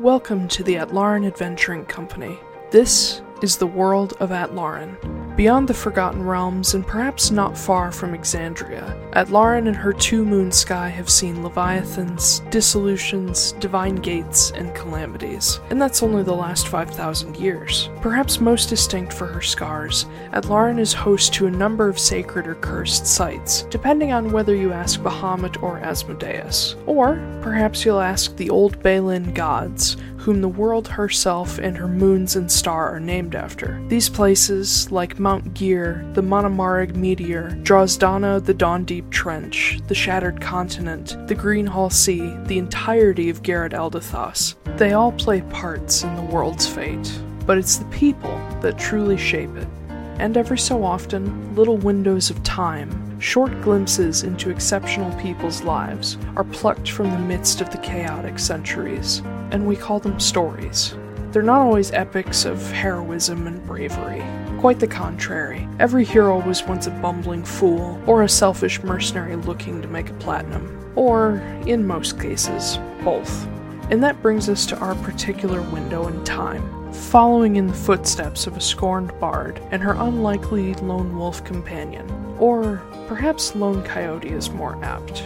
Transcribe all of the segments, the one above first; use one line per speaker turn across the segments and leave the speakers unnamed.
Welcome to the Atlaran Adventuring Company. This is the world of Atlaran. Beyond the Forgotten Realms and perhaps not far from Exandria, Atlaran and her two moon sky have seen leviathans, dissolutions, divine gates, and calamities. And that's only the last 5,000 years. Perhaps most distinct for her scars, Atlaran is host to a number of sacred or cursed sites, depending on whether you ask Bahamut or Asmodeus. Or perhaps you'll ask the old Balin gods, whom the world herself and her moons and star are named after. These places, like Mount Gear, the Monomarig meteor, Drozdana, the Dawn Deep Trench, the Shattered Continent, the Greenhall Sea, the entirety of Garrett Eldathos, they all play parts in the world's fate. But it's the people that truly shape it and every so often, little windows of time, short glimpses into exceptional people's lives, are plucked from the midst of the chaotic centuries, and we call them stories. They're not always epics of heroism and bravery. Quite the contrary. Every hero was once a bumbling fool, or a selfish mercenary looking to make a platinum. Or, in most cases, both. And that brings us to our particular window in time, following in the footsteps of a scorned bard and her unlikely lone wolf companion. Or perhaps lone coyote is more apt.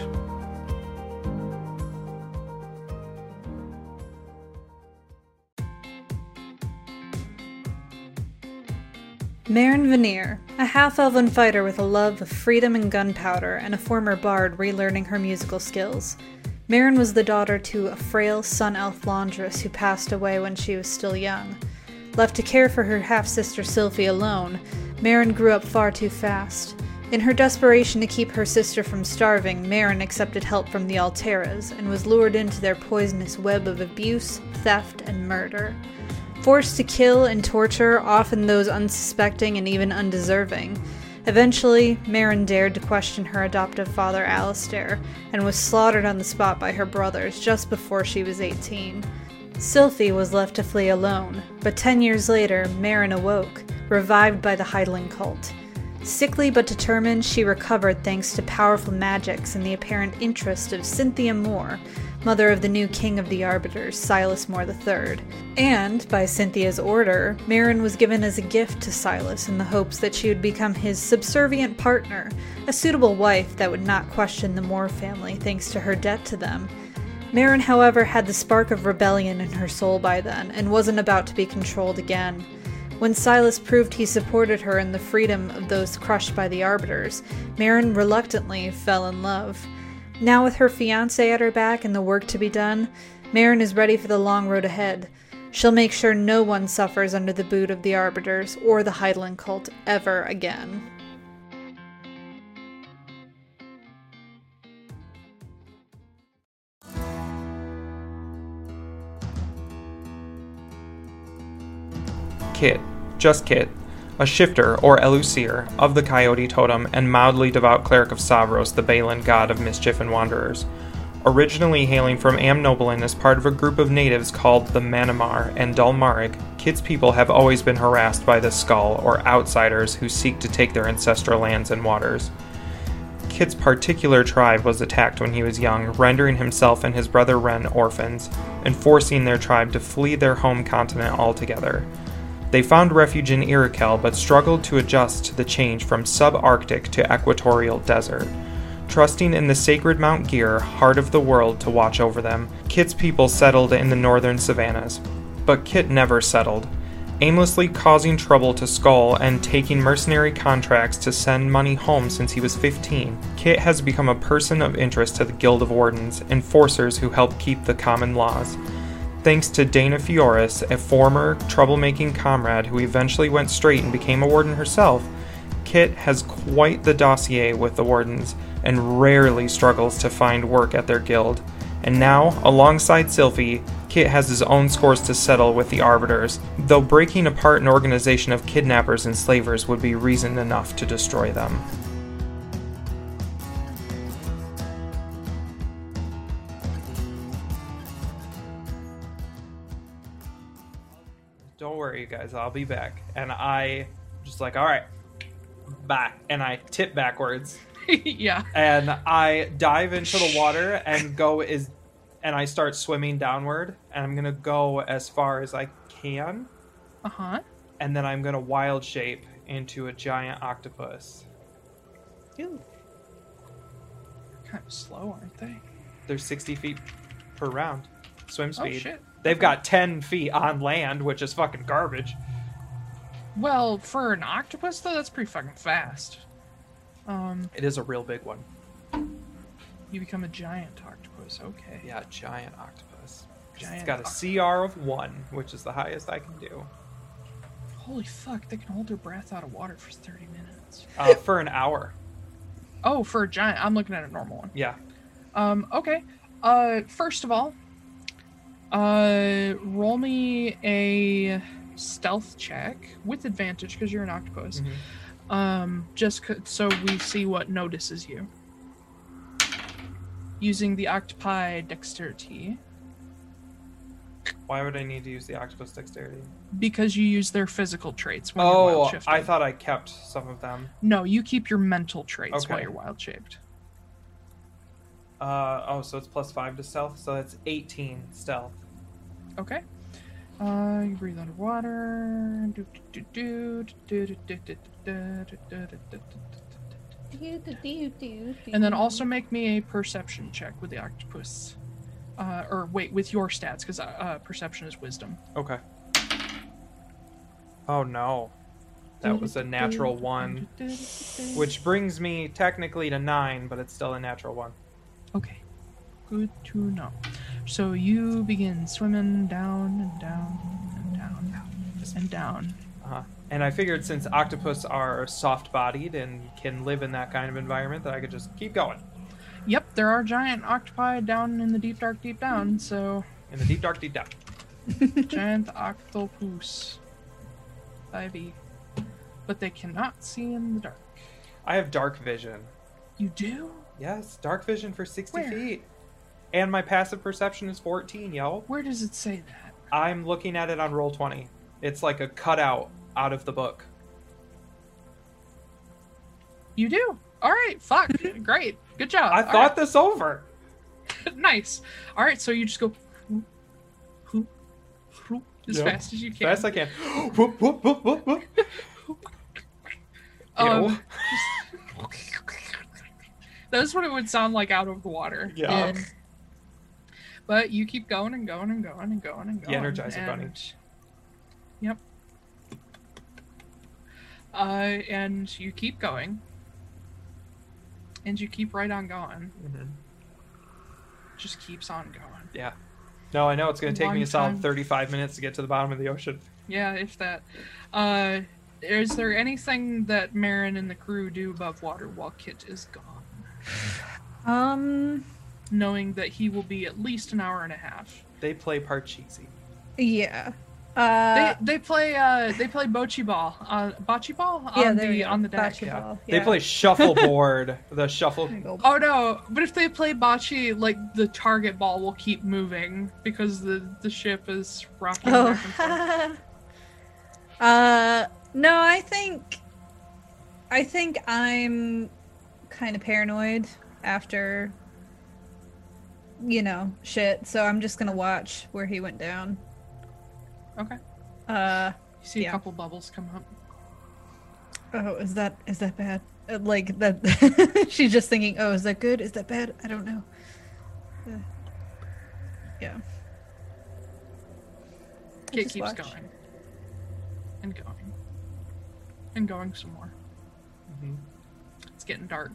Marin Veneer, a half elven fighter with a love of freedom and gunpowder, and a former bard relearning her musical skills. Marin was the daughter to a frail sun elf laundress who passed away when she was still young. Left to care for her half sister Sylvie alone, Marin grew up far too fast. In her desperation to keep her sister from starving, Marin accepted help from the Alteras and was lured into their poisonous web of abuse, theft, and murder forced to kill and torture often those unsuspecting and even undeserving. Eventually, Marin dared to question her adoptive father Alistair and was slaughtered on the spot by her brothers just before she was 18. Sylphie was left to flee alone, but 10 years later, Marin awoke, revived by the Heidling cult. Sickly but determined, she recovered thanks to powerful magics and the apparent interest of Cynthia Moore, mother of the new king of the Arbiters, Silas Moore III. And, by Cynthia's order, Marin was given as a gift to Silas in the hopes that she would become his subservient partner, a suitable wife that would not question the Moore family thanks to her debt to them. Marin, however, had the spark of rebellion in her soul by then and wasn't about to be controlled again. When Silas proved he supported her in the freedom of those crushed by the Arbiters, Marin reluctantly fell in love. Now, with her fiance at her back and the work to be done, Marin is ready for the long road ahead. She'll make sure no one suffers under the boot of the Arbiters or the Heidling cult ever again.
Kit, just Kit, a shifter or Elusir of the Coyote Totem and mildly devout cleric of Savros, the Balin god of mischief and wanderers. Originally hailing from Amnoblin as part of a group of natives called the Manamar and Dalmaric, Kit's people have always been harassed by the Skull or outsiders who seek to take their ancestral lands and waters. Kit's particular tribe was attacked when he was young, rendering himself and his brother Ren orphans, and forcing their tribe to flee their home continent altogether. They found refuge in Iroquel but struggled to adjust to the change from subarctic to equatorial desert. Trusting in the sacred Mount Gear, heart of the world, to watch over them, Kit's people settled in the northern savannas. But Kit never settled, aimlessly causing trouble to Skull and taking mercenary contracts to send money home since he was 15. Kit has become a person of interest to the Guild of Wardens, enforcers who help keep the common laws thanks to Dana Fioris, a former troublemaking comrade who eventually went straight and became a warden herself, Kit has quite the dossier with the wardens and rarely struggles to find work at their guild. And now, alongside Sylphie, Kit has his own scores to settle with the Arbiters, though breaking apart an organization of kidnappers and slavers would be reason enough to destroy them. don't worry you guys i'll be back and i just like all right back and i tip backwards
yeah.
and i dive into the water and go as and I start swimming downward, and I'm gonna go as far as I can,
Uh huh.
and then I'm gonna wild shape into a giant octopus.
Kind of slow, aren't they?
They're 60 feet per round, swim
Oh,
speed.
shit.
They've got 10 feet on land, which is fucking garbage.
Well, for an octopus though, that's pretty fucking fast. Um,
It is a real big one.
you become a giant octopus. Okay.
Yeah, giant octopus. 'Cause
Giant
it's got a
oct-
CR of one, which is the highest I can do.
Holy fuck! They can hold their breath out of water for thirty minutes.
Uh, for an hour.
Oh, for a giant, I'm looking at a normal one.
Yeah.
Um, okay. Uh, first of all, uh, roll me a stealth check with advantage because you're an octopus.
Mhm.
Um, just c- so we see what notices you. Using the octopi dexterity
Why would I need to use the octopus dexterity?
because you use their physical traits when you're
Oh,
wild shifted.
I thought I kept some of them.
no, you keep your mental traits while
Okay.
you're wild shaped.
Uh, oh, so it's plus five to stealth, so that's 18 stealth.
Okay. Uh, you breathe underwater. Do do do do do do do do do do do do do do. And then also make me a perception check with the octopus. Uh, or wait, with your stats, because uh, perception is wisdom.
Okay. Oh no. That was a natural one, which brings me technically to nine, but it's still a natural one.
Okay. Good to know. So you begin swimming down and down and down and down.
Uh-huh. And I figured since octopus are soft bodied and can live in that kind of environment, that I could just keep going
Yep, there are giant octopi down in the deep, dark, deep down, so.
in the deep, dark, deep down.
giant octopus. 5e. But they cannot see in the dark.
I have dark vision.
You do?
Yes, dark vision for 60
Where?
feet. And my passive perception is 14, yo.
Where does it say that?
I'm looking at it on roll 20. It's like a cutout out of the book.
You do. All right. Fuck. Great. Good job.
I
All
thought this over.
right. nice. All right. So you just go whoop, whoop, whoop, as
Yeah.
fast as you can.
Best I can. whoop, whoop, whoop, whoop, whoop.
Um,
Ew.
That's what it would sound like out of the water.
Yeah.
Um, but you keep going and going and going and going and
The
going.
Energizer
and,
Bunny.
Yep. Uh, and you keep going. And you keep right on going.
Mhm.
Just keeps on going.
Yeah. No, I know it's going to take me a
Long
solid
time.
35 minutes to get to the bottom of the ocean.
Yeah, if that. Uh, is there anything that Marin and the crew do above water while Kit is gone,
Um,
knowing that he will be at least an hour and a half?
They play Parcheesi.
yeah. Uh,
they they play uh they play bocce ball uh, bocce ball on
yeah, there we
the
go.
on the deck.
Bocce ball,
They
yeah.
play shuffleboard. the shuffle.
Go-
Oh no! But if they play bocce, like the target ball will keep moving because the the ship is rocking back and forth.
Oh. uh, no, I think I think I'm kind of paranoid after you know, shit, so I'm just going to watch where he went down.
Okay, you
Uh
see
Yeah.
a couple bubbles come up.
oh, is that is that bad? Uh, Like that she's just thinking, "Oh, is that good? Is that bad? I don't know." Uh, yeah. I
Kit
just
keeps
watch.
going and going and going some more.
Mhm.
It's getting dark.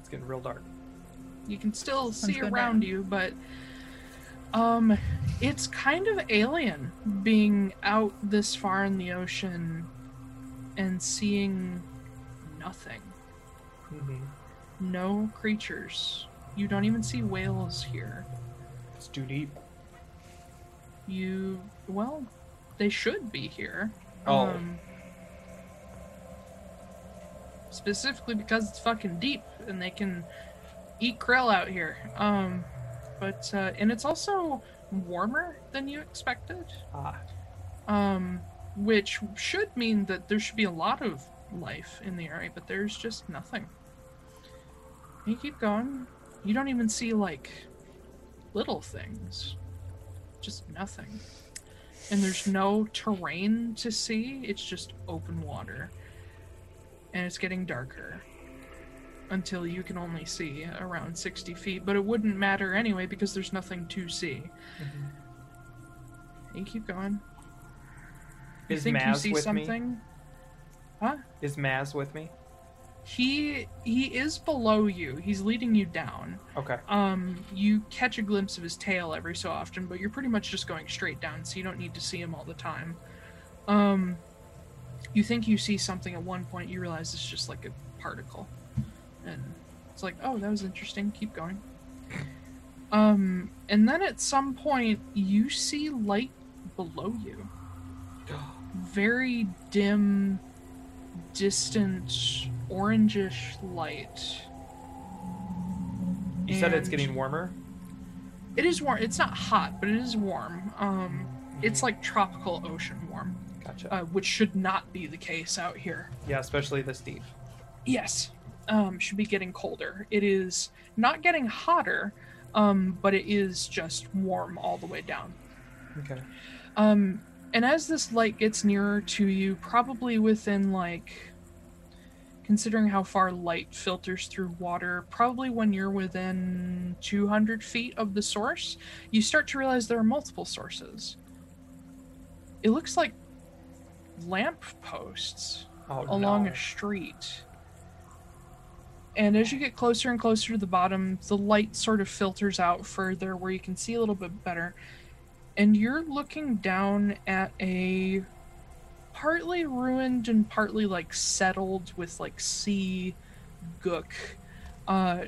It's getting real dark.
You can still see
going
around
down.
you, but um, it's kind of alien being out this far in the ocean and seeing nothing.
Mhm.
No creatures. You don't even see whales here.
It's too deep.
You well, they should be here.
Oh.
Um, specifically because it's fucking deep and they can eat krill out here. Um, but uh, and it's also warmer than you expected.
Ah,
Um, which should mean that there should be a lot of life in the area, but there's just nothing. You keep going. You don't even see like little things, just nothing. And there's no terrain to see, it's just open water. And it's getting darker until you can only see around 60 feet, but it wouldn't matter anyway because there's nothing to see. You keep going. You
Is
think you
Maz
see
with me?
something?
Is Maz with me?
He he is below you. He's leading you down.
Okay.
Um, you catch a glimpse of his tail every so often, but you're pretty much just going straight down, so you don't need to see him all the time. Um, you think you see something at one point, you realize it's just like a particle, and it's like, oh, that was interesting. Keep going. Um, and then at some point, you see light below you, very dim, distant, orangish light.
You said it's
And-
getting warmer.
it is warm. It's not hot, but it is warm. Um, it's like tropical ocean warm,
Gotcha.
uh, which should not be the case out here.
yeah, especially this deep.
Yes, um, should be getting colder. It is not getting hotter, um, but it is just warm all the way down.
Okay.
Um, and as this light gets nearer to you, probably within like, considering how far light filters through water, probably when you're within 200 feet of the source, you start to realize there are multiple sources. It looks like lamp posts
Oh,
along
no.
a street. And as you get closer and closer to the bottom, the light sort of filters out further where you can see a little bit better. And you're looking down at a partly ruined and partly like settled with like sea gook uh,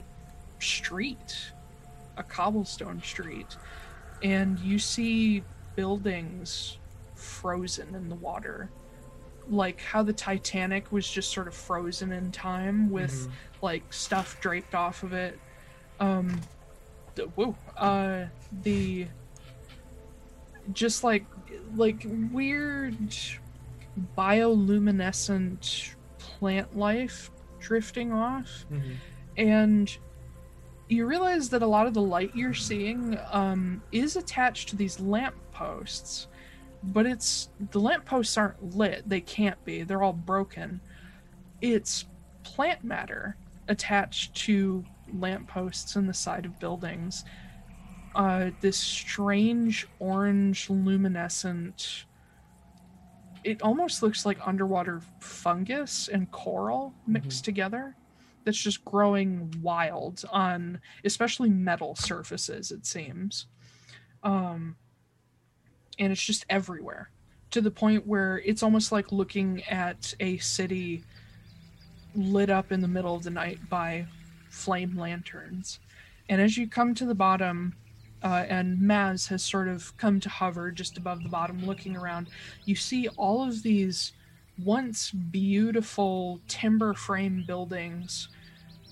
street, a cobblestone street. And you see buildings frozen in the water like how the Titanic was just sort of frozen in time with
Mhm.
like stuff draped off of it. Um, the, whoa, uh, the just like like weird bioluminescent plant life drifting off
Mhm.
and you realize that a lot of the light you're seeing um, is attached to these lamp posts but it's the lamp posts aren't lit they can't be they're all broken it's plant matter attached to lamp posts in the side of buildings uh, this strange orange luminescent it almost looks like underwater fungus and coral mixed together that's just growing wild on especially metal surfaces it seems um and it's just everywhere to the point where it's almost like looking at a city lit up in the middle of the night by flame lanterns and as you come to the bottom uh, and maz has sort of come to hover just above the bottom looking around you see all of these once beautiful timber frame buildings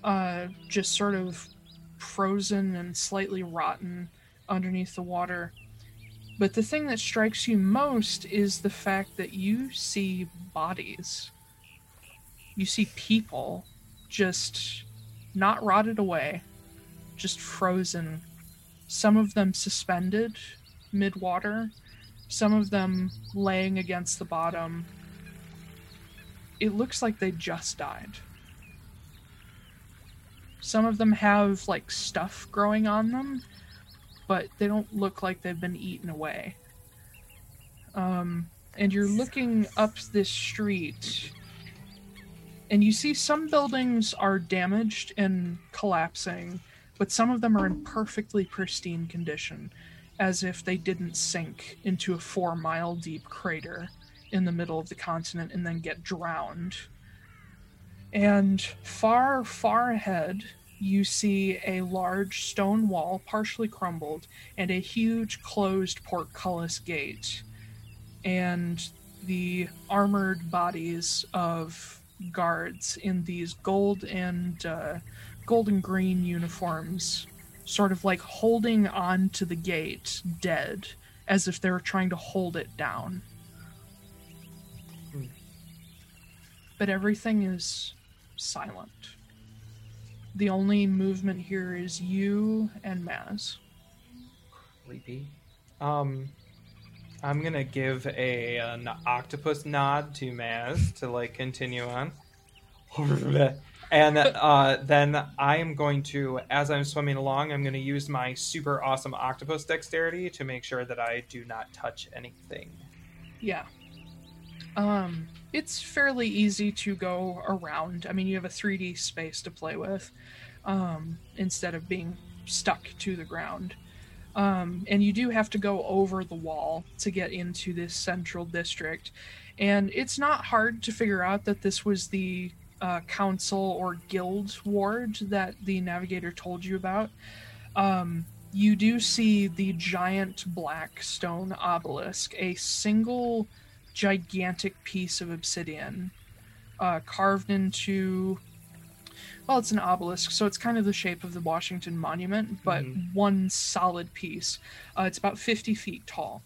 uh, just sort of frozen and slightly rotten underneath the water. But the thing that strikes you most is the fact that you see bodies. You see people just not rotted away, just frozen. Some of them suspended mid water, some of them laying against the bottom. It looks like they just died. Some of them have like stuff growing on them, but they don't look like they've been eaten away. Um, and you're looking up this street, and you see some buildings are damaged and collapsing, but some of them are in perfectly pristine condition, as if they didn't sink into a four mile deep crater in the middle of the continent and then get drowned. And far, far ahead, you see a large stone wall partially crumbled and a huge closed portcullis gate and the armored bodies of guards in these gold and uh, golden green uniforms sort of like holding on to the gate dead as if they were trying to hold it down
Hmm.
but everything is silent the only movement here is you and Maz.
Sleepy. Um, I'm gonna give a an octopus nod to Maz to like continue on, and uh, then I am going to, as I'm swimming along, I'm gonna use my super awesome octopus dexterity to make sure that I do not touch anything.
Yeah. Um, it's fairly easy to go around. I mean, you have a 3D space to play with um, instead of being stuck to the ground. Um, and you do have to go over the wall to get into this central district. And it's not hard to figure out that this was the uh, council or guild ward that the navigator told you about. Um, you do see the giant black stone obelisk, a single gigantic piece of obsidian uh, carved into well, it's an obelisk, so it's kind of the shape of the Washington Monument, but one solid piece. Uh, it's about 50 feet tall.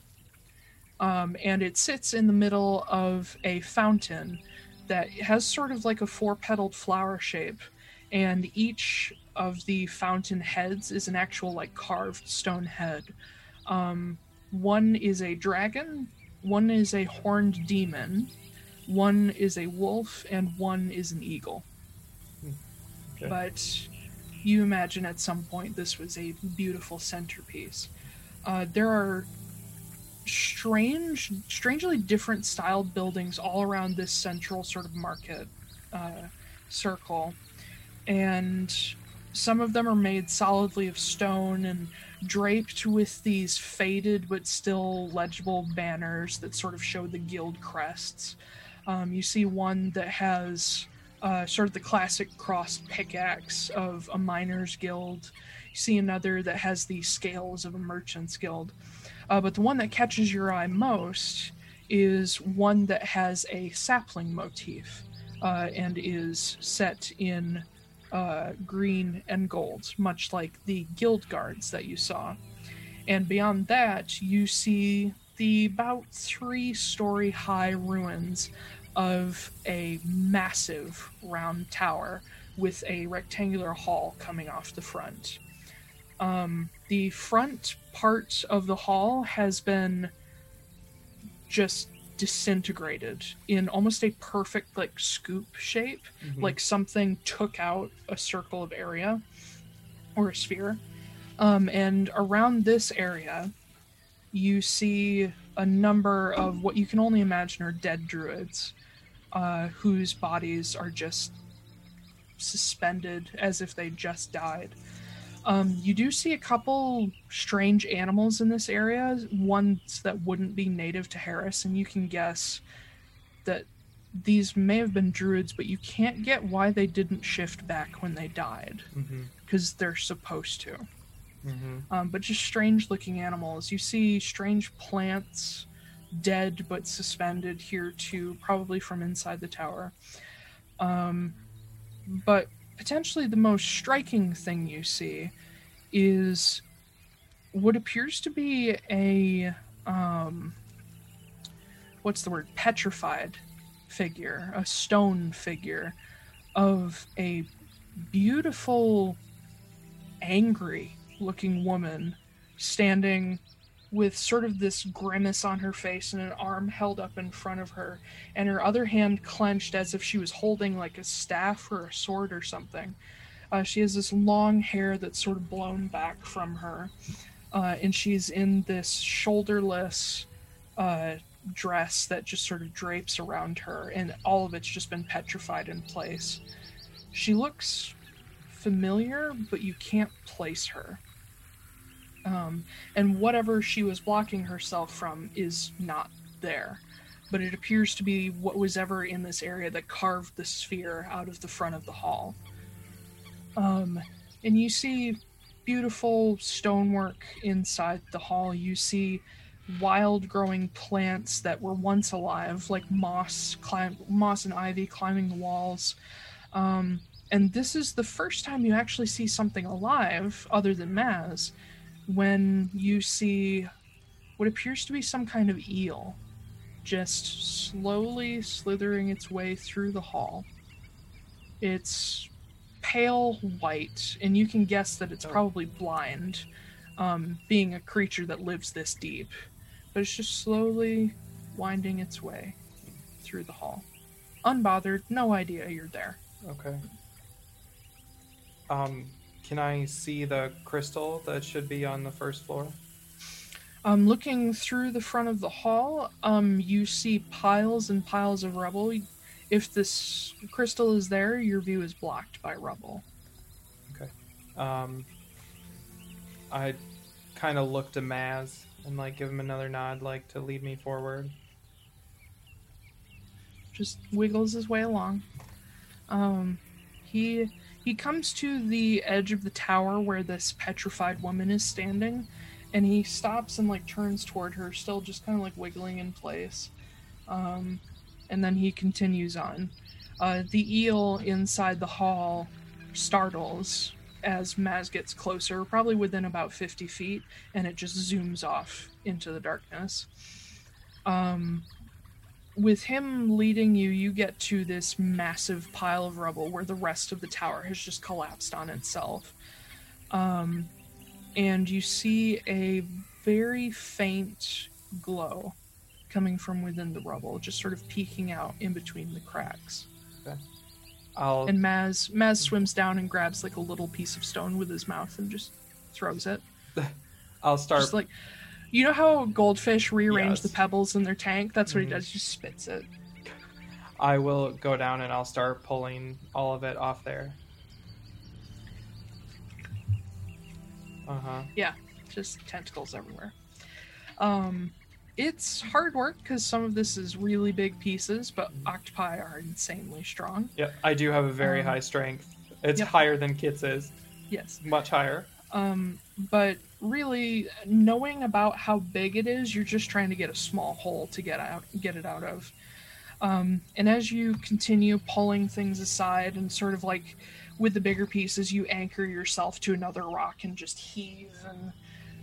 Um, and it sits in the middle of a fountain that has sort of like a four petaled flower shape. And each of the fountain heads is an actual, like, carved stone head. Um, one is a dragon, one is a horned demon, one is a wolf, and one is an eagle.
Okay.
But you imagine at some point this was a beautiful centerpiece. Uh, there are strange, strangely different styled buildings all around this central sort of market uh, circle, and some of them are made solidly of stone and draped with these faded but still legible banners that sort of show the guild crests. Um, you see one that has uh, sort of the classic crossed pickaxe of a miner's guild. You see another that has the scales of a merchant's guild. Uh, but the one that catches your eye most is one that has a sapling motif uh, and is set in uh, green and gold, much like the guild guards that you saw. And beyond that, you see the about three story high ruins of a massive round tower with a rectangular hall coming off the front. Um, the front part of the hall has been just disintegrated in almost a perfect like scoop shape
Mm-hmm.
like something took out a circle of area or a sphere. Um, and around this area, you see a number of what you can only imagine are dead druids uh, whose bodies are just suspended as if they just died. Um, you do see a couple strange animals in this area, ones that wouldn't be native to Harris, and you can guess that these may have been druids, but you can't get why they didn't shift back when they died
Mm-hmm.
because they're supposed to.
Mm-hmm.
Um, but just strange looking animals. You see strange plants, dead but suspended here too, probably from inside the tower. Um, but potentially the most striking thing you see is what appears to be a um, what's the word petrified figure, a stone figure of a beautiful, angry looking woman standing with sort of this grimace on her face and an arm held up in front of her and her other hand clenched as if she was holding like a staff or a sword or something. Uh, she has this long hair that's sort of blown back from her, uh, and she's in this shoulderless uh, dress that just sort of drapes around her, and all of it's just been petrified in place. She looks familiar, but you can't place her. Um, and whatever she was blocking herself from is not there. But it appears to be what was ever in this area that carved the sphere out of the front of the hall. Um, and you see beautiful stonework inside the hall. You see wild growing plants that were once alive, like moss, climb, moss and ivy climbing the walls. Um, and this is the first time you actually see something alive other than Maz when you see what appears to be some kind of eel just slowly slithering its way through the hall. It's pale white, and you can guess that it's probably blind um, being a creature that lives this deep, but it's just slowly winding its way through the hall. Unbothered, no idea you're there.
Okay. Um, can I see the crystal that should be on the first floor?
Um, looking through the front of the hall, um, you see piles and piles of rubble. If this crystal is there, your view is blocked by rubble.
Um, I kind of look to Maz and like give him another nod, like to lead me forward.
just wiggles his way along. Um, he he comes to the edge of the tower where this petrified woman is standing, and he stops and like turns toward her, still just kind of like wiggling in place. Um, and then he continues on. Uh, the eel inside the hall startles as Maz gets closer, probably within about 50 feet, and it just zooms off into the darkness. Um, with him leading you, you get to this massive pile of rubble where the rest of the tower has just collapsed on itself. Um, and you see a very faint glow coming from within the rubble, just sort of peeking out in between the cracks.
I'll
And Maz Maz swims down and grabs like a little piece of stone with his mouth and just throws it.
I'll start.
Just like you know how goldfish rearrange
Yes.
the pebbles in their tank? That's what
Mhm.
he does. He just spits it.
I will go down and I'll start pulling all of it off there. Uh huh.
just tentacles everywhere. Um, it's hard work because some of this is really big pieces, but octopi are insanely strong.
Yeah, I do have a very
Um,
high strength. It's
yep.
higher than Kit's is,
Yes.
much higher.
Um, but really, knowing about how big it is, you're just trying to get a small hole to get out, get it out of. Um, and as you continue pulling things aside and sort of like with the bigger pieces, you anchor yourself to another rock and just heave and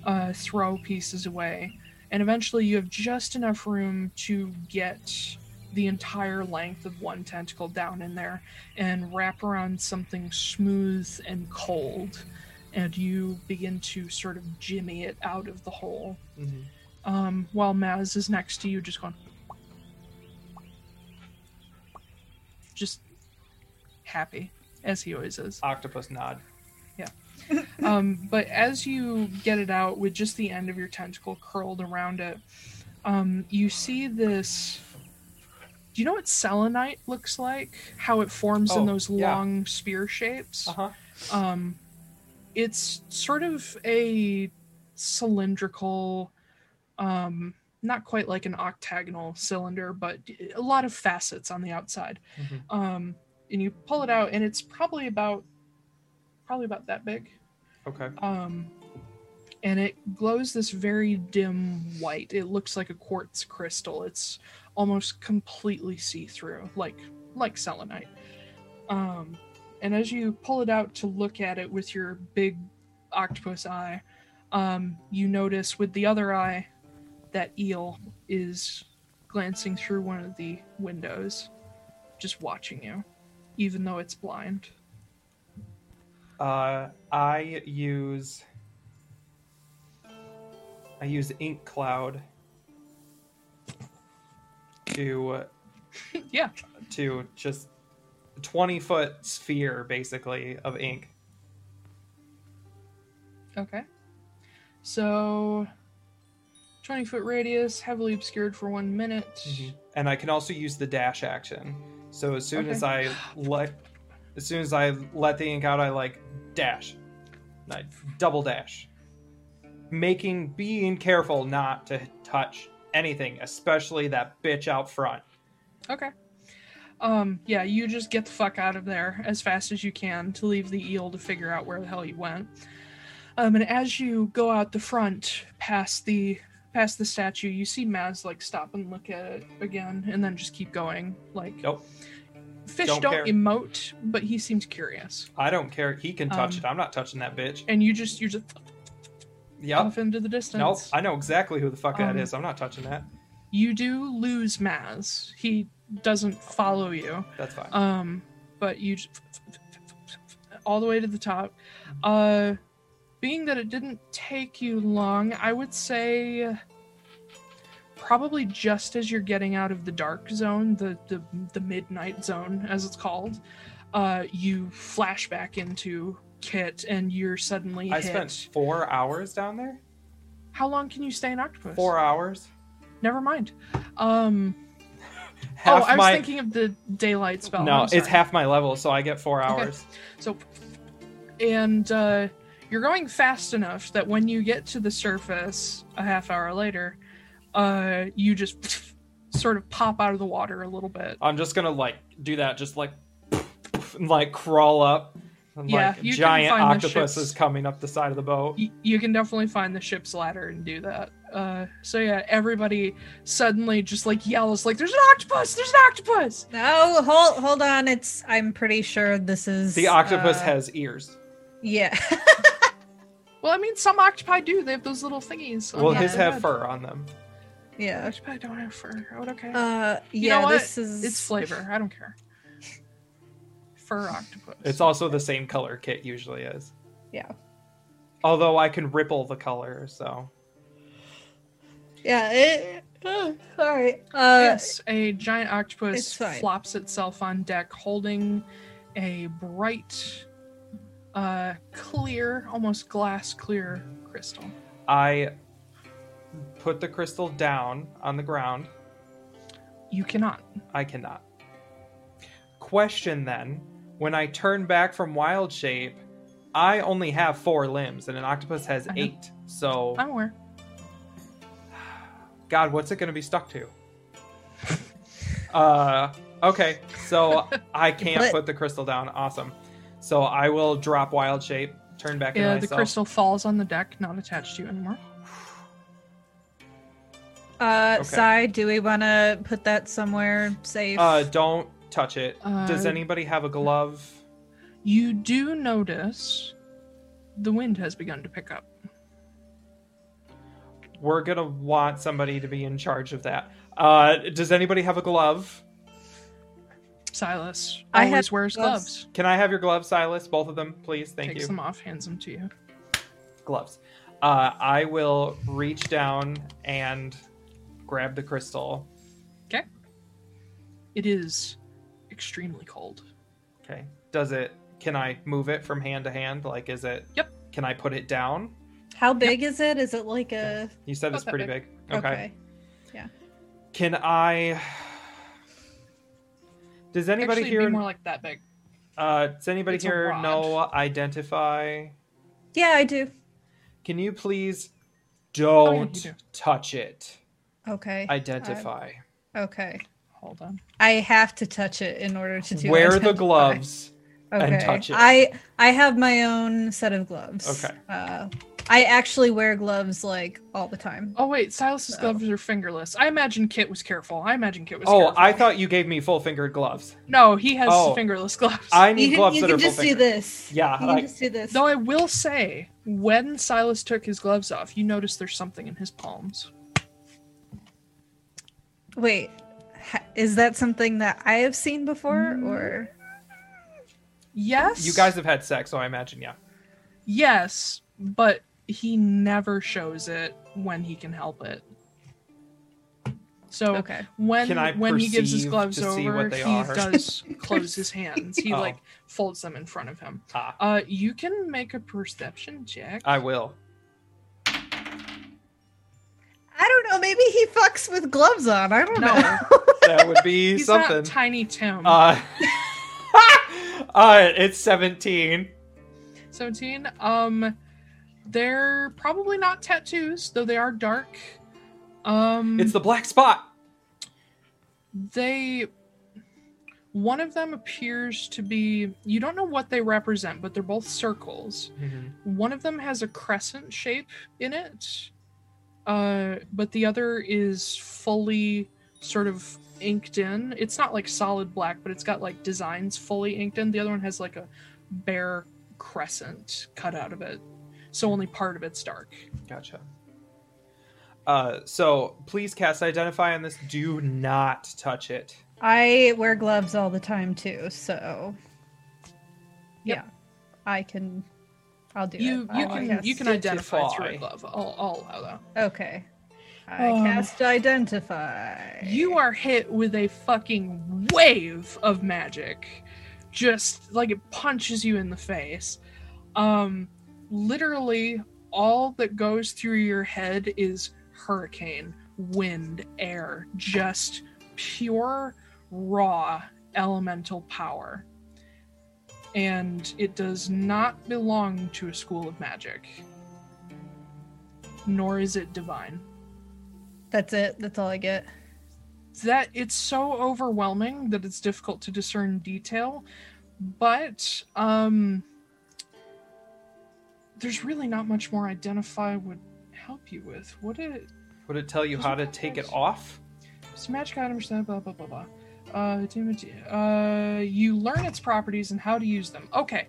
uh, throw pieces away. And eventually, you have just enough room to get the entire length of one tentacle down in there and wrap around something smooth and cold. And you begin to sort of jimmy it out of the hole
hmm
um, while Maz is next to you, just going, just happy as he always is.
Octopus nod.
Um, but as you get it out with just the end of your tentacle curled around it, um, you see this. Do you know what selenite looks like? How it forms
Oh,
in those
yeah.
long spear shapes?
Uh huh.
um it's sort of a cylindrical um not quite like an octagonal cylinder but a lot of facets on the outside
Mhm.
um and you pull it out and it's probably about probably about that big
Okay.
um and it glows this very dim white it looks like a quartz crystal it's almost completely see-through like like selenite um and as you pull it out to look at it with your big octopus eye um you notice with the other eye that eel is glancing through one of the windows just watching you even though it's blind
Uh, I use I use Ink Cloud to
yeah
to just twenty foot sphere basically of ink.
Okay. So, 20 foot radius, heavily obscured for one minute.
Mm-hmm. and I can also use the dash action. So as soon as I
Okay.
let, as soon as I let the ink out, I like dash, I double dash, making being careful not to touch anything, especially that bitch out front.
Okay. Um, yeah, you just get the fuck out of there as fast as you can to leave the eel to figure out where the hell you went. Um, and as you go out the front past the past the statue, you see Maz like stop and look at it again and then just keep going. Like
Nope.
fish
Don't
don't,
care.
emote, but he seems curious.
I don't care. He can touch
Um,
it. I'm not touching that bitch.
And you just you're just
Yep.
off into the distance.
Nope. I know exactly who the fuck that
Um,
is. I'm not touching that.
you do lose Maz. He doesn't follow you.
That's fine.
Um, but you j- all the way to the top. Uh, being that it didn't take you long, I would say probably just as you're getting out of the dark zone, the the, the midnight zone as it's called, uh, you flash back into Kit and you're suddenly
I
hit.
spent four hours down there.
How long can you stay in octopus?
Four hours.
Oh, Never mind. Um,
Half
oh, I was
my
thinking of the daylight spell. I'm
no, it's
sorry.
half my level, so I get four hours.
So, and uh, you're going fast enough that when you get to the surface a half hour later, uh, you just sort of pop out of the water a little bit.
I'm just gonna like do that, just like and, like crawl up. And,
Yeah,
like
you can
giant
find the
octopus is
ships.
coming up the side of the boat.
Y- you can definitely find the ship's ladder and do that. Uh, so yeah, everybody suddenly just like yells like, "There's an octopus! There's an octopus!"
No, Oh, hold hold on. It's I'm pretty sure this is
The octopus
uh,
has ears.
Yeah.
Well, I mean, some octopi do. They have those little thingies. on
Well,
the
yeah.
his
outside.
have fur on them.
yeah.
Octopi don't have fur. Oh, okay.
Uh
You
yeah,
know what?
this is
It's flavor. I don't care. Fur octopus.
It's
Uh,
also the same color Kit usually is.
Yeah.
Although I can ripple the color, so
Yeah, it oh, sorry. Uh
yes. A giant octopus
It's fine.
flops itself on deck, holding a bright, uh, clear, almost glass clear crystal.
I put the crystal down on the ground.
You cannot.
I cannot. Question then, when I turn back from wild shape, I only have four limbs and an octopus has
I know.
eight. So,
I'm aware.
God, what's it going to be stuck to? uh, okay, so I can't
But-
put the crystal down. Awesome. So I will drop wild shape, turn back
Yeah,
into
Uh, the
myself.
crystal falls on the deck, not attached to you anymore.
uh
okay.
Sai, do we wanna put that somewhere safe?
Uh, don't touch it. Does
Uh,
anybody have a glove?
You do notice the wind has begun to pick up.
We're gonna want somebody to be in charge of that. Uh, does anybody have a glove?
Silas
I
always
have
wears
gloves.
gloves.
Can I have your gloves, Silas? Both of them, please. Thank
takes
you.
them off, hands them to you.
Gloves. Uh, I will reach down and grab the crystal.
It is extremely cold.
Okay. Does it? Can I move it from hand to hand? Like, is it?
Yep.
Can I put it down?
How big is it? Is it like a
You said
Not
it's
that
pretty big.
big.
Okay. Can I? Does anybody
Actually,
here?
it'd be more like that big.
uh, does anybody
It's a
here
rod.
know identify?
Yeah, I do.
Can you please
Oh, yeah, you
don't
do.
touch it?
Okay.
Identify.
okay.
Hold on.
I have to touch it in order to do
Wear the
identify.
gloves.
okay.
and touch it.
I I have my own set of gloves.
Okay.
Uh, I actually wear gloves like all the time.
Oh wait, Silas's
So-
gloves are fingerless. I imagine Kit was careful. I imagine Kit was.
Oh,
careful.
I thought you gave me full fingered gloves.
No, he has
Oh.
fingerless gloves.
I need
You can,
gloves
you
that
can
are
just
full
do
fingered.
this.
Yeah,
You can
like-
just do this.
Though I will say, when Silas took his gloves off, you notice there's something in his palms.
Wait, ha- is that something that I have seen before,
Mm.
or
Yes.
You guys have had sex, so I imagine, yeah.
Yes, but he never shows it when he can help it. So
okay?
when
Can I
when he gives his
perceive
gloves
to
over,
see what
he
they are?
does close his hands. He
Oh.
like folds them in front of him.
Ah,
Uh, you can make a perception check.
I will.
I don't know. Maybe he fucks with gloves on. I don't
No.
know.
That would be
He's
something.
not Tiny Tim.
uh, uh, it's 17.
Seventeen. Um, they're probably not tattoos, though they are dark. Um,
It's the black spot.
they. One of them appears to be. You don't know what they represent, but they're both circles.
Mm-hmm.
One of them has a crescent shape in it, uh, but the other is fully sort of inked in. It's not like solid black, but it's got like designs fully inked in. The other one has like a bare crescent cut out of it, so only part of it's dark.
Gotcha. Uh, so please cast identify on this. Do not touch it.
I wear gloves all the time too, so
Yep.
yeah, I can
I'll do
you
it.
you
I'll- I
can
cast-
you can identify through love. I'll, I'll allow that.
Okay. I
Um,
cast identify.
You are hit with a fucking wave of magic. Just like it punches you in the face. Um literally all that goes through your head is hurricane, wind, air, just pure raw elemental power. And it does not belong to a school of magic. Nor is it divine.
That's it. That's all I get.
that it's so overwhelming that it's difficult to discern detail but um there's really not much more identify would help you with would it
Would it tell you how to take it off?
it's a magic item so blah blah blah blah uh, do- do- uh you learn its properties and how to use them okay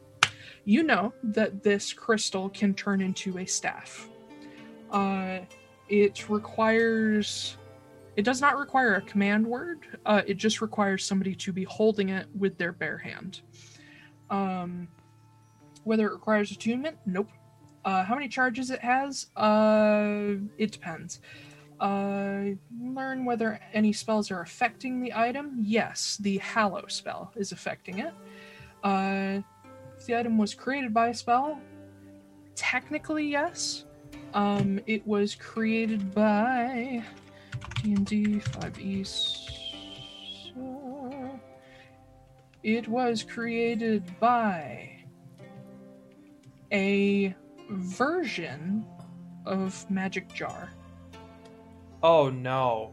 you know that this crystal can turn into a staff uh it requires it does not require a command word uh, it just requires somebody to be holding it with their bare hand um whether it requires attunement nope uh, how many charges it has uh it depends uh learn whether any spells are affecting the item yes the hallow spell is affecting it uh if the item was created by a spell technically yes um it was created by D&D 5e. So it was created by a version of Magic Jar.
Oh no.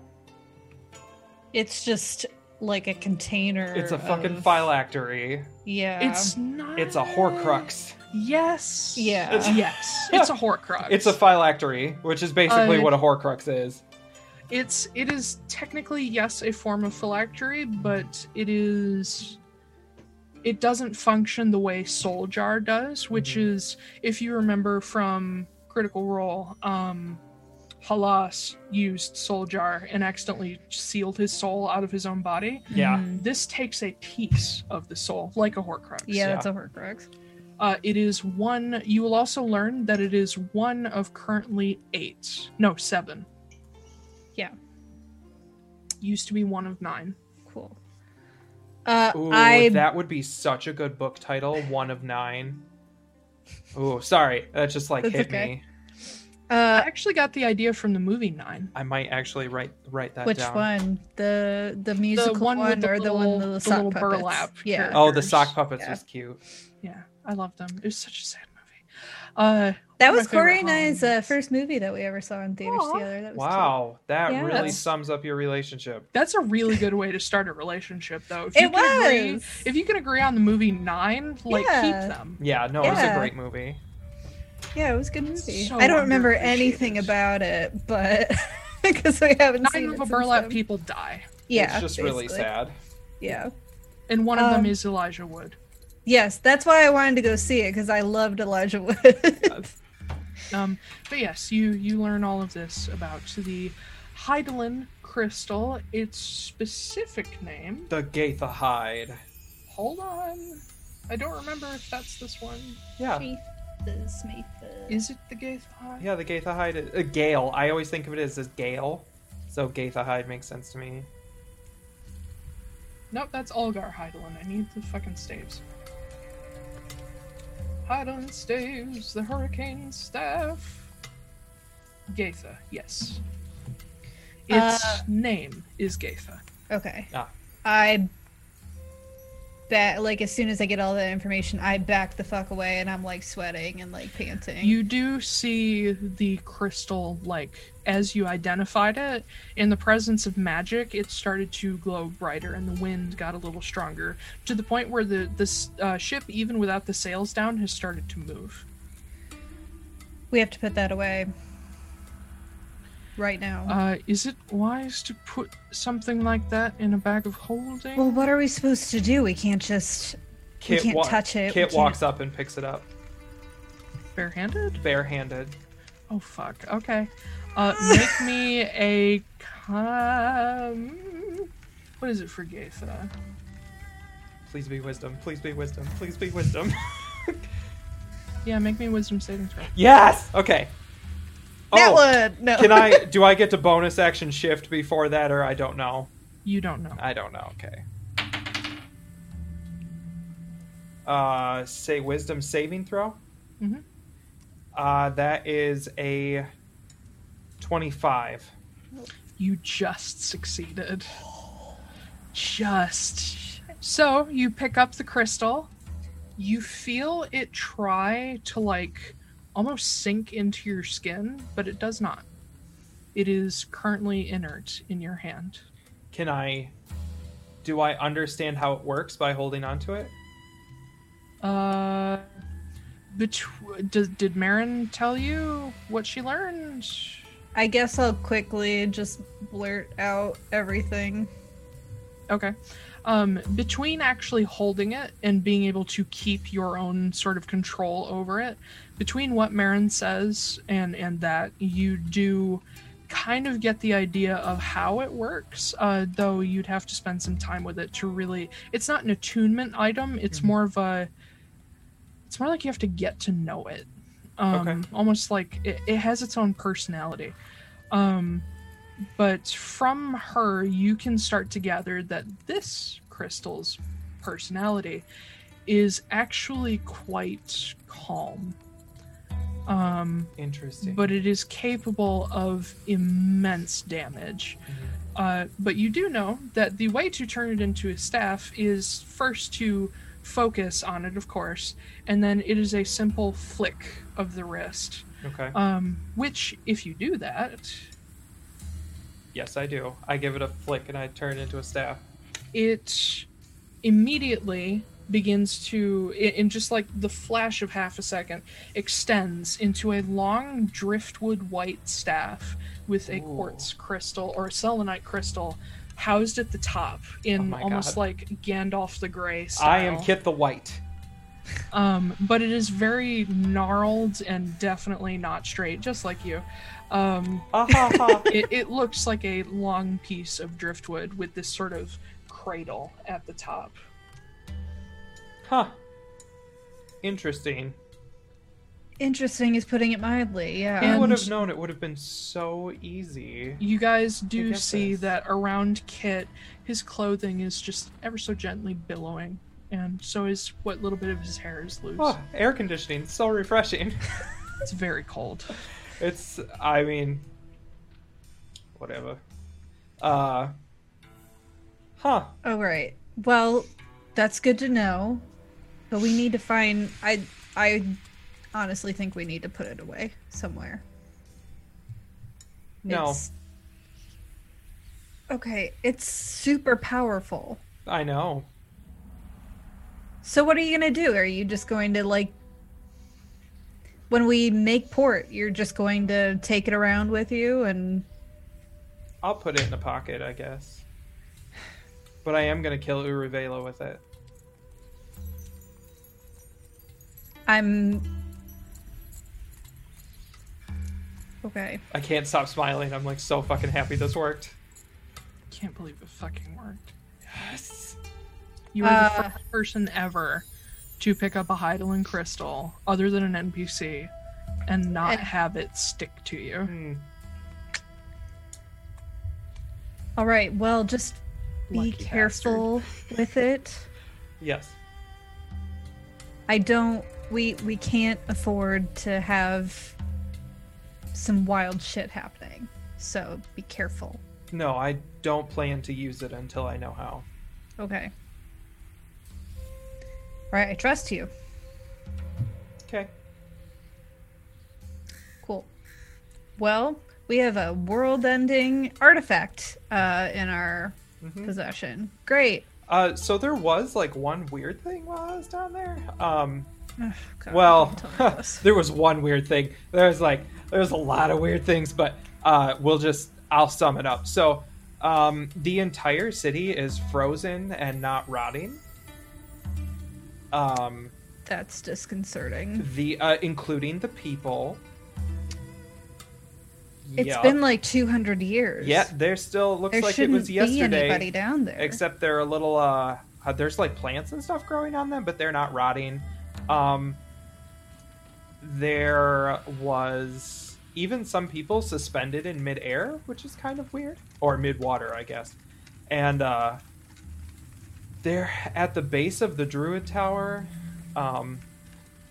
It's just like a container.
It's a fucking
of-
phylactery.
Yeah.
It's not.
It's a horcrux.
Yes.
Yeah.
It's- yes. It's a horcrux.
It's a phylactery, which is basically
Uh,
what a horcrux is.
it's it is technically yes a form of phylactery but it is it doesn't function the way soul jar does which
Mhm.
is if you remember from critical role um halas used soul jar and accidentally sealed his soul out of his own body
Yeah.
Mm.
Mhm.
this takes a piece of the soul like a horcrux
Yeah,
Yeah.
that's a Horcrux.
uh, it is one you will also learn that it is one of currently eight no seven
Yeah.
used to be one of nine
Cool. Uh,
Ooh,
I
that would be such a good book title. One of nine. Ooh, sorry. That just like
That's
hit
okay.
me.
I
uh,
actually got the idea from the movie Nine.
I might actually write write that
which
down.
one? The the musical
one
one,
with the
or the one
little-
with the,
the
sock
little
puppets?
burlap
Yeah.
character.
Oh, the sock puppets
Yeah.
was cute.
Yeah, I love them. It was such a sad movie. Uh,
That
my
was Corey and
favorite
I's uh,
Hans.
first movie that we ever saw in theaters
Aw.
together. That was
Wow, that
Yeah.
really
That's-
sums up your relationship.
that's a really good way to start a relationship, though. If
Cute. It
can
was.
Agree, if you can agree on the movie Nine, like
Yeah.
keep them.
Yeah, no, it was a
Yeah.
great movie.
yeah, it was a good movie.
So
I don't remember anything
underappreciated.
about it, but because we haven't seen
Nine
it
of a
since
burlap
then.
people die,
Yeah,
it's just really
basically.
sad.
Yeah.
and one of them
Um,
is Elijah Wood.
Yes, that's why I wanted to go see it because I loved Elijah
Uh,
Wood.
Um, but yes, you you learn all of this about the Heidelin crystal. Its specific name.
The Gaitha Hide.
Hold on, I don't remember if that's this one.
Yeah,
Is it the Gaith Hide?
yeah, the Gaitha Hide. Is, uh, Gale. I always think of it as as Gale, so Gaitha Hide makes sense to me.
Nope, that's Olgar Heidelin. I need the fucking staves. Heidelin staves, the hurricane staff. Gaitha, yes. Its
Uh,
name is Gaitha.
okay.
Ah.
I bet, like, as soon as I get all that information, I back the fuck away and I'm, like, sweating and, like, panting.
You do see the crystal, like, as you identified it, in the presence of magic, it started to glow brighter and the wind got a little stronger to the point where the, the s- uh, ship, even without the sails down, has started to move.
We have to put that away. Right now.
Uh, is it wise to put something like that in a bag of holding?
well, what are we supposed to do? We can't just.
Kit
can't
wa-
touch it, we
Kit
can't-
walks up and picks it up,
Barehanded?
barehanded.
Oh fuck. Okay. Uh, make me a com. What is it for Gaitha?
Please be wisdom. Please be wisdom. Please be wisdom.
Yeah, make me wisdom saving throw.
Yes. Okay.
That
Oh,
one. uh, No.
can I? Do I get to bonus action shift before that, or I don't know?
You don't know.
I don't know. Okay. Uh, say wisdom saving throw.
Mhm.
Uh, that is a twenty-five.
You just succeeded. Just. So you pick up the crystal. You feel it try to like almost sink into your skin, but it does not. It is currently inert in your hand.
Can I? Do I understand how it works by holding onto it?
Uh, betw- did, did Marin tell you what she learned?
I guess I'll quickly just blurt out everything.
Okay. Um, between actually holding it and being able to keep your own sort of control over it, between what Marin says and and that, you do kind of get the idea of how it works. Uh, though you'd have to spend some time with it to really. It's not an attunement item. It's more of a. It's more like you have to get to know it. Um,
Okay.
Almost like it, it has its own personality. Um, but from her you can start to gather that this crystal's personality is actually quite calm um,
Interesting.
but it is capable of immense damage uh, but you do know that the way to turn it into a staff is first to focus on it of course and then it is a simple flick of the wrist
okay.
um, which if you do that
Yes, I do. I give it a flick and I turn it into a staff.
it immediately begins to i- in just like the flash of half a second extends into a long driftwood white staff with a
Ooh.
quartz crystal or a selenite crystal housed at the top in
Oh my
almost
God.
like Gandalf the Grey style.
I am Kit the White.
Um, but it is very gnarled and definitely not straight, just like you. Um,
Ah, ha, ha.
it, it looks like a long piece of driftwood with this sort of cradle at the top.
huh. Interesting.
Interesting is putting it mildly. Yeah.
I
And-
would have known it would have been so easy.
You guys
I
do
get
see
this.
that around Kit, his clothing is just ever so gently billowing, and so is what little bit of his hair is loose.
Oh, air conditioning, so refreshing.
It's very cold.
It's, I mean, whatever. Uh, huh.
All right. Well, that's good to know. But we need to find I I honestly think we need to put it away somewhere.
No,
It's- Okay, it's super powerful.
I know.
So what are you going to do? Are you just going to like when we make port, you're just going to take it around with you and
I'll put it in a pocket, I guess. But I am gonna kill Uruvela with it.
I'm Okay.
I can't stop smiling. I'm like so fucking happy this worked.
Can't believe it fucking worked.
Yes.
You were the
Uh.
first person ever to pick up a Heidelin crystal, other than an NPC, and not
And-
have it stick to you.
Hmm.
All right. Well, just be
Lucky bastard.
careful with it.
Yes.
I don't we we can't afford to have some wild shit happening. So be careful.
No, I don't plan to use it until I know how.
Okay. All right, I trust you.
Okay.
Cool. Well, we have a world-ending artifact uh, in our
Mm-hmm.
possession. Great.
Uh, so there was like one weird thing while I was down there. Um,
Ugh, God,
well,
don't tell me this.
there was one weird thing. There was like there was a lot of weird things, but uh, we'll just I'll sum it up. So um, the entire city is frozen and not rotting. Um,
that's disconcerting.
the uh, including the people.
It's
Yeah.
been like 200 years.
yeah. They're still looks
There
like it
shouldn't
was yesterday.
be anybody down there.
except they're a little uh uh, there's like plants and stuff growing on them but they're not rotting um there was even some people suspended in midair, which is kind of weird, or midwater, I guess. And uh, there, at the base of the Druid Tower, um,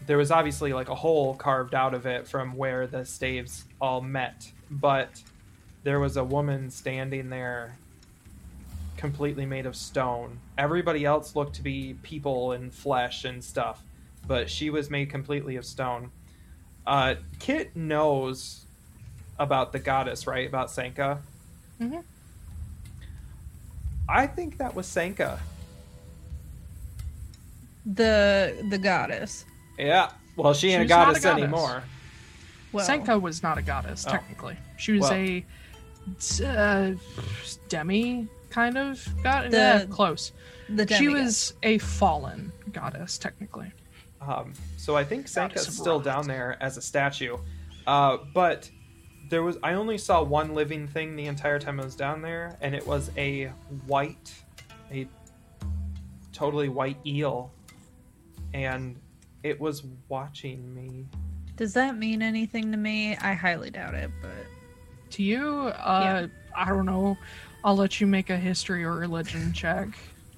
there was obviously like a hole carved out of it from where the staves all met, but there was a woman standing there completely made of stone. Everybody else looked to be people and flesh and stuff, but she was made completely of stone. Uh, Kit knows about the goddess, right? About Sanka.
Mm-hmm.
I think that was Sanka.
The the goddess.
Yeah. Well, she ain't
She's
a
not a
goddess,
goddess.
anymore.
Well,
Senka was not a goddess,
Oh.
technically. She was
Well.
a uh, demi kind of god.
The-
yeah, close.
the
She
demigod.
was a fallen goddess, technically.
Um, so I think
Goddess
Senka's
of
still
rot.
down there as a statue. Uh, but there was I only saw one living thing the entire time I was down there, and it was a white, a totally white eel, and it was watching me.
Does that mean anything to me? I highly doubt it, but
To you, uh, I don't know. I'll let you make a history or religion check.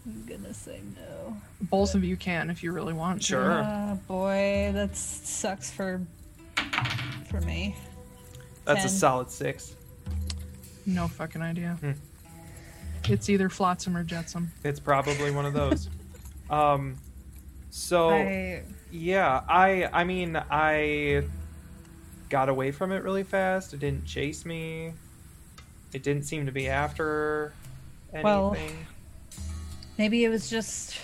I'm gonna say no.
Both of you can if you really want to.
Sure.
Ah, boy, that sucks for for me.
That's a
Ten.
solid six.
No fucking idea.
Hmm.
It's either flotsam or jetsam.
It's probably one of those. um, so
I
Yeah, I I mean I got away from it really fast. It didn't chase me. It didn't seem to be after anything.
Well- maybe it was just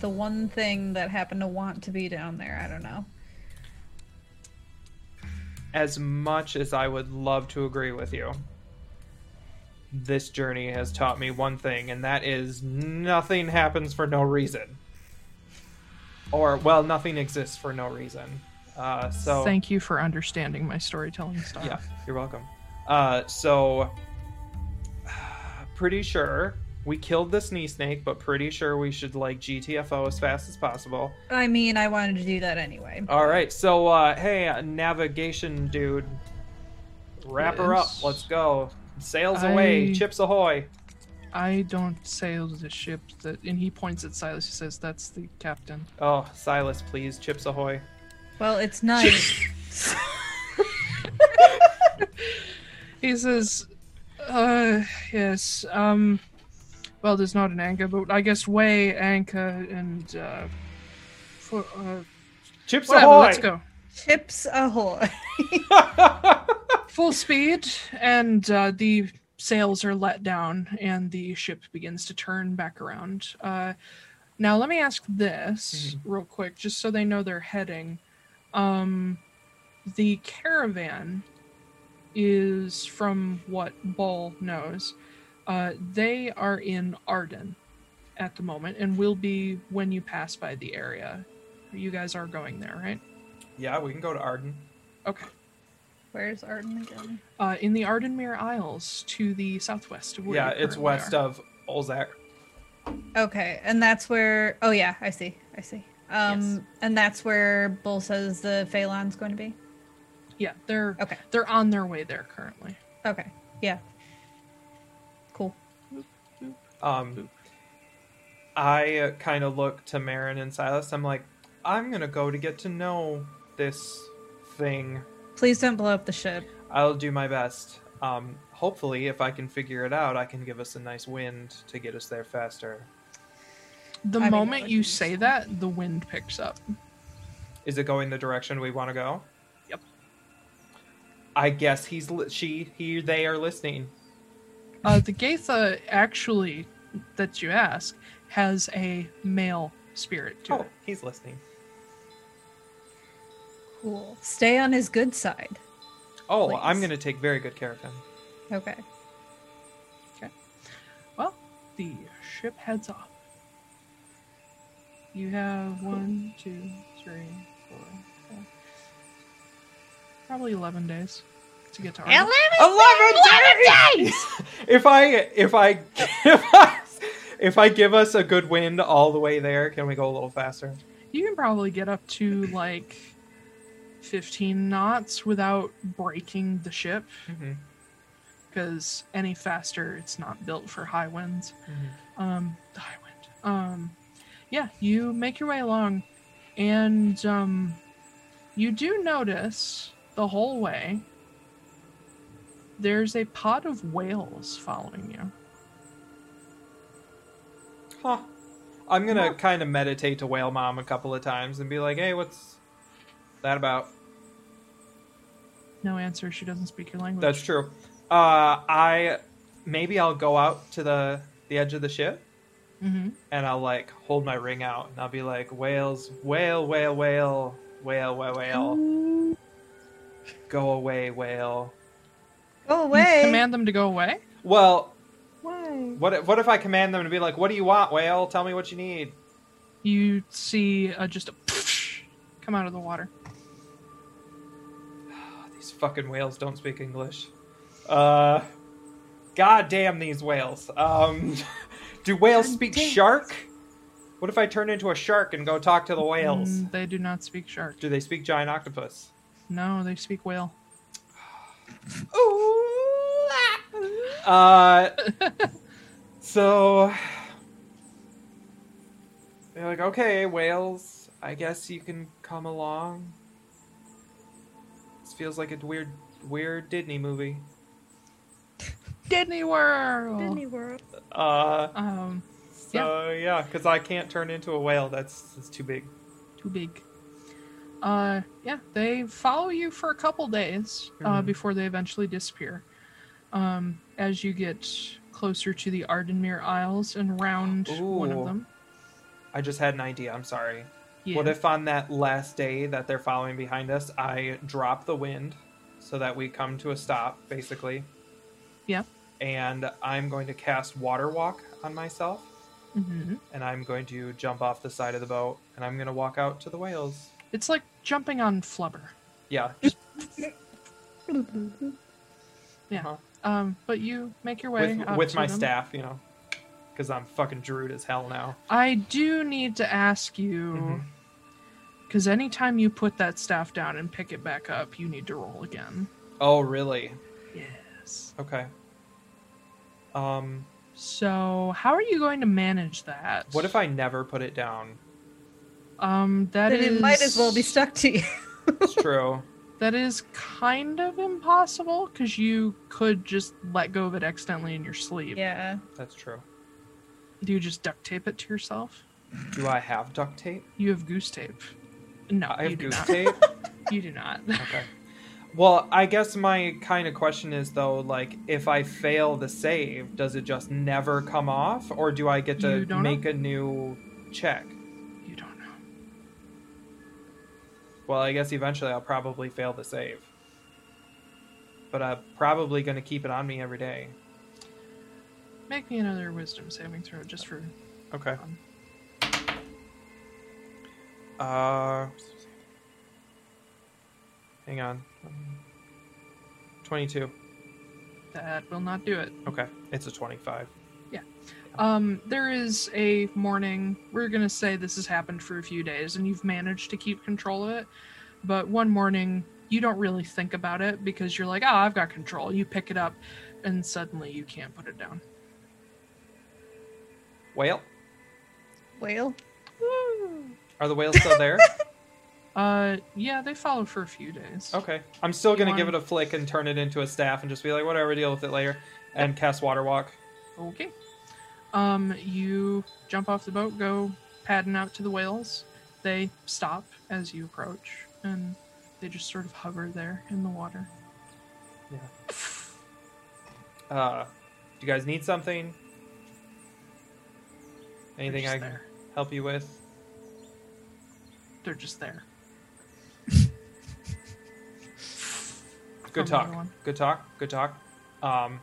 the one thing that happened to want to be down there. I don't know.
as much as I would love to agree with you, this journey has taught me one thing, and that is nothing happens for no reason. Or well, nothing exists for no reason. Uh, so
Thank you for understanding my storytelling style.
Yeah, you're welcome. Ah, Uh, so, pretty sure we killed the knee snake, but pretty sure we should like GTFO as fast as possible.
I mean, I wanted to do that anyway.
All right, so uh, hey, uh, navigation dude, wrap her up.
Yes.
Let's go. Sails away,
I-
chips ahoy.
I don't sail the ship that and he points at Silas, he says, That's the captain.
Oh, Silas, please, chips ahoy.
Well, it's nice.
He says Uh yes, um well there's not an anchor, but I guess way, anchor and uh for uh
Chips
whatever,
ahoy.
let's go.
Chips ahoy.
Full speed and uh the sails are let down and the ship begins to turn back around. Uh now let me ask this real quick, just so they know they're heading. Um, the caravan is from what Ball knows. Uh, they are in Arden at the moment, and will be when you pass by the area. You guys are going there, right?
Yeah, we can go to Arden.
Okay.
Where's Arden again?
Uh, in the Ardenmere Isles to the southwest of where
yeah,
you
it's
currently
west
are.
of Olzak.
Okay, and that's where. Oh yeah, I see. I see. Um,
Yes.
and that's where Bull says the Phelan's going to be.
Yeah, they're
Okay.
they're on their way there currently.
Okay. Yeah. Cool.
Um, I kind of look to Marin and Silas. I'm like, I'm gonna go to get to know this thing.
Please don't blow up the ship.
I'll do my best. Um, hopefully, if I can figure it out, I can give us a nice wind to get us there faster.
The
I mean, that
moment
would
you
be
say
useful.
that, the wind picks up.
Is it going the direction we want to go?
Yep.
I guess he's li- she he they are listening.
Uh, the Gaitha actually, that you ask, has a male spirit to
Oh,
it.
he's listening.
Cool. Stay on his good side.
Oh,
Please.
I'm gonna take very good care of him.
Okay.
Well, the ship heads off. You have one, two, three, four, five. Probably 11 days to get to Arden.
Eleven days. if I if I give us if I give us a good wind all the way there, can we go a little faster?
You can probably get up to like 15 knots without breaking the ship
Mhm.
because any faster it's not built for high winds.
mm-hmm.
Um, the high wind. Um, yeah, you make your way along, and um, you do notice the whole way. There's a pod of whales following you.
Huh. I'm gonna kind of meditate to whale mom a couple of times and be like, "Hey, what's that about?"
No answer. She doesn't speak your language.
That's true. Uh, I maybe I'll go out to the the edge of the ship
Mm-hmm.
and I'll like hold my ring out and I'll be like, "Whales, whale, whale, whale, whale, whale,
Mm.
whale, go away, whale."
Go
You
away.
command them to go away.
Well,
Why?
what if- what if I command them to be like, "What do you want, whale? Tell me what you need."
You see uh, just a come out of the water.
Ah, These fucking whales don't speak English. Uh, God damn these whales. Um, do whales speak shark? What if I turn into a shark and go talk to the whales?
Mm, they do not speak shark.
Do they speak giant octopus?
No, they speak whale.
Uh, so they're like, okay, whales, I guess you can come along. This feels like a weird, weird Disney movie.
Disney World.
Disney World.
Uh,
Um,
so yeah, because I can't turn into a whale. That's, that's too big.
too big. Uh, yeah, they follow you for a couple days uh,
Mhm.
before they eventually disappear. Um, as you get closer to the Ardenmere Isles and round one
Ooh.
of them.
I just had an idea. I'm sorry.
Yeah.
What if on that last day that they're following behind us, I drop the wind so that we come to a stop, basically?
Yeah.
And I'm going to cast Water Walk on myself,
Mhm.
and I'm going to jump off the side of the boat, and I'm going to walk out to the whales.
It's like jumping on flubber.
Yeah.
Um, but you make your way
With,
out
with
to
my
them.
staff, you know. Because I'm fucking druid as hell now.
I do need to ask you
Mhm.
because anytime you put that staff down and pick it back up, you need to roll again.
Oh, really?
Yes.
Okay. Um,
So how are you going to manage that?
what if I never put it down?
Um, that
Then
is
it might as well be stuck to you.
It's true.
That is kind of impossible because you could just let go of it accidentally in your sleep.
yeah.
That's true.
Do you just duct tape it to yourself?
Do I have duct tape?
You have goose tape. No,
I
you
have
do
goose
not.
tape.
You do not.
Okay. Well, I guess my kind of question is though, like, if I fail the save, does it just never come off, or do I get to
You don't
make a new check?
you don't know.
Well, I guess eventually I'll probably fail the save, but I'm probably going to keep it on me every day.
Make me another wisdom saving throw just for
Okay.
Um,
Uh, hang on. Twenty-two.
that will not do it.
Okay, it's a twenty-five.
Um, there is a morning. We're gonna say this has happened for a few days, and you've managed to keep control of it. But one morning, you don't really think about it because you're like, "Ah, I've got control." You pick it up, and suddenly you can't put it down.
Whale?
Whale.
Are the whales still there?
Uh, yeah, they follow for a few days.
Okay. I'm still going to
You
give it
wanna-
a flick and turn it into a staff and just be like, whatever, deal with it later. And cast Water Walk.
Okay. Um, you jump off the boat, go padding out to the whales. They stop as you approach, and they just sort of hover there in the water.
Uh, do you guys need something?
They're
Anything
just
I can
there.
help you with?
They're just there. From
Good talk.
another one.
Good talk. Good talk. Um,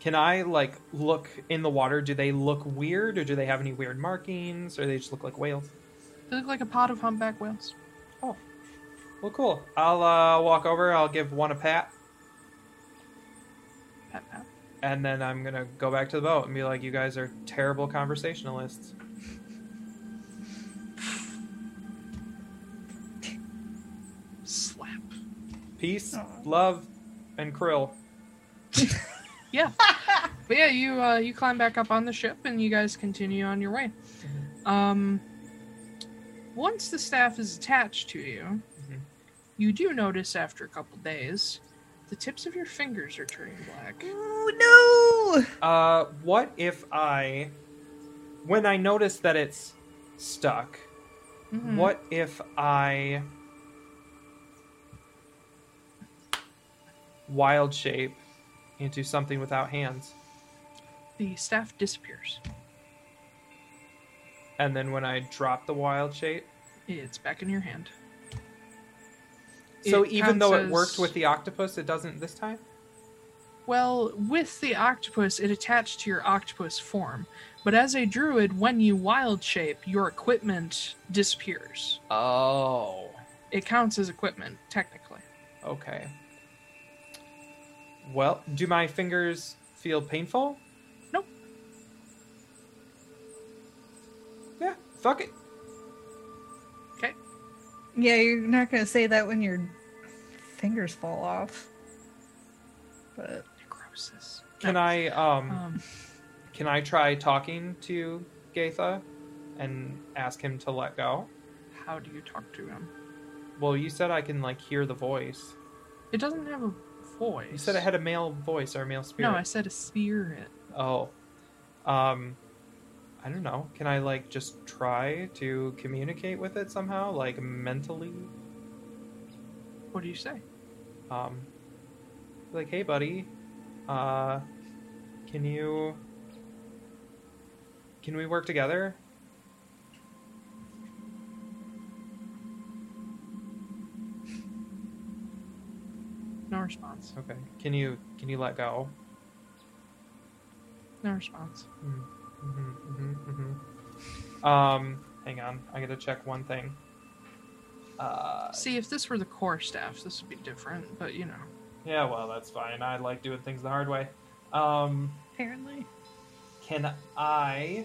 can I, like, look in the water? Do they look weird or do they have any weird markings or they just look like whales?
They look like a pod of humpback whales.
Well, cool. I'll uh, walk over. I'll give one a pat.
Pat, pat.
and then I'm gonna go back to the boat and be like, "You guys are terrible conversationalists."
Slap.
Peace, love, and krill.
Yeah. but yeah, you uh, you climb back up on the ship and you guys continue on your way.
Mm-hmm.
Um, once the staff is attached to you,
Mhm.
you do notice after a couple days, the tips of your fingers are turning black.
Ooh, no!
Uh, what if I, when I notice that it's stuck,
Mhm.
what if I wild shape into something without hands?
The staff disappears.
And then when I drop the wild shape,
It's back in your hand.
so
It
even though it
counts
worked
as-
with the octopus, it doesn't this time.
Well, with the octopus, it attached to your octopus form. But as a druid, when you wild shape, your equipment disappears.
Oh,
It counts as equipment, technically.
okay. Well, do my fingers feel painful?
Nope.
Yeah, fuck it.
Okay.
Yeah, you're not gonna say that when your fingers fall off. But
Necrosis.
Can I um,
Um,
can I try talking to Gaitha and ask him to let go?
how do you talk to him?
Well, you said I can like hear the voice.
It doesn't have a voice.
You said it had a male voice or a male spirit.
No, I said a spirit.
Oh. Um I don't know. Can I like just try to communicate with it somehow like mentally?
What do you say?
Um like, "Hey buddy, uh can you can we work together?"
No response.
Okay. Can you can you let go?
No response.
hmm Um, hang on. I gotta check one thing. Uh,
See, if this were the core staff, this would be different. But you know,
yeah, well, that's fine. I like doing things the hard way. Um,
apparently,
can I?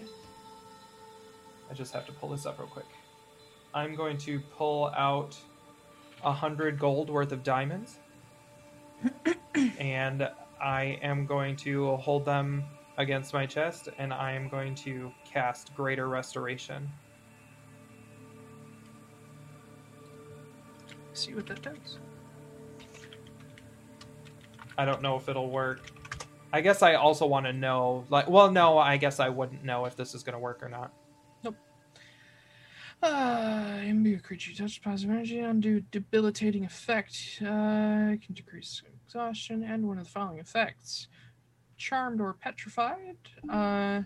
I just have to pull this up real quick. I'm going to pull out a hundred gold worth of diamonds, and I am going to hold them against my chest, and I am going to cast Greater Restoration.
see what that does.
I don't know if it'll work. I guess I also want to know, like, well, no, I guess I wouldn't know if this is going to work or not.
Uh, imbue a creature you touch positive energy undo debilitating effect. Uh, can decrease exhaustion and one of the following effects: charmed or petrified. Uh,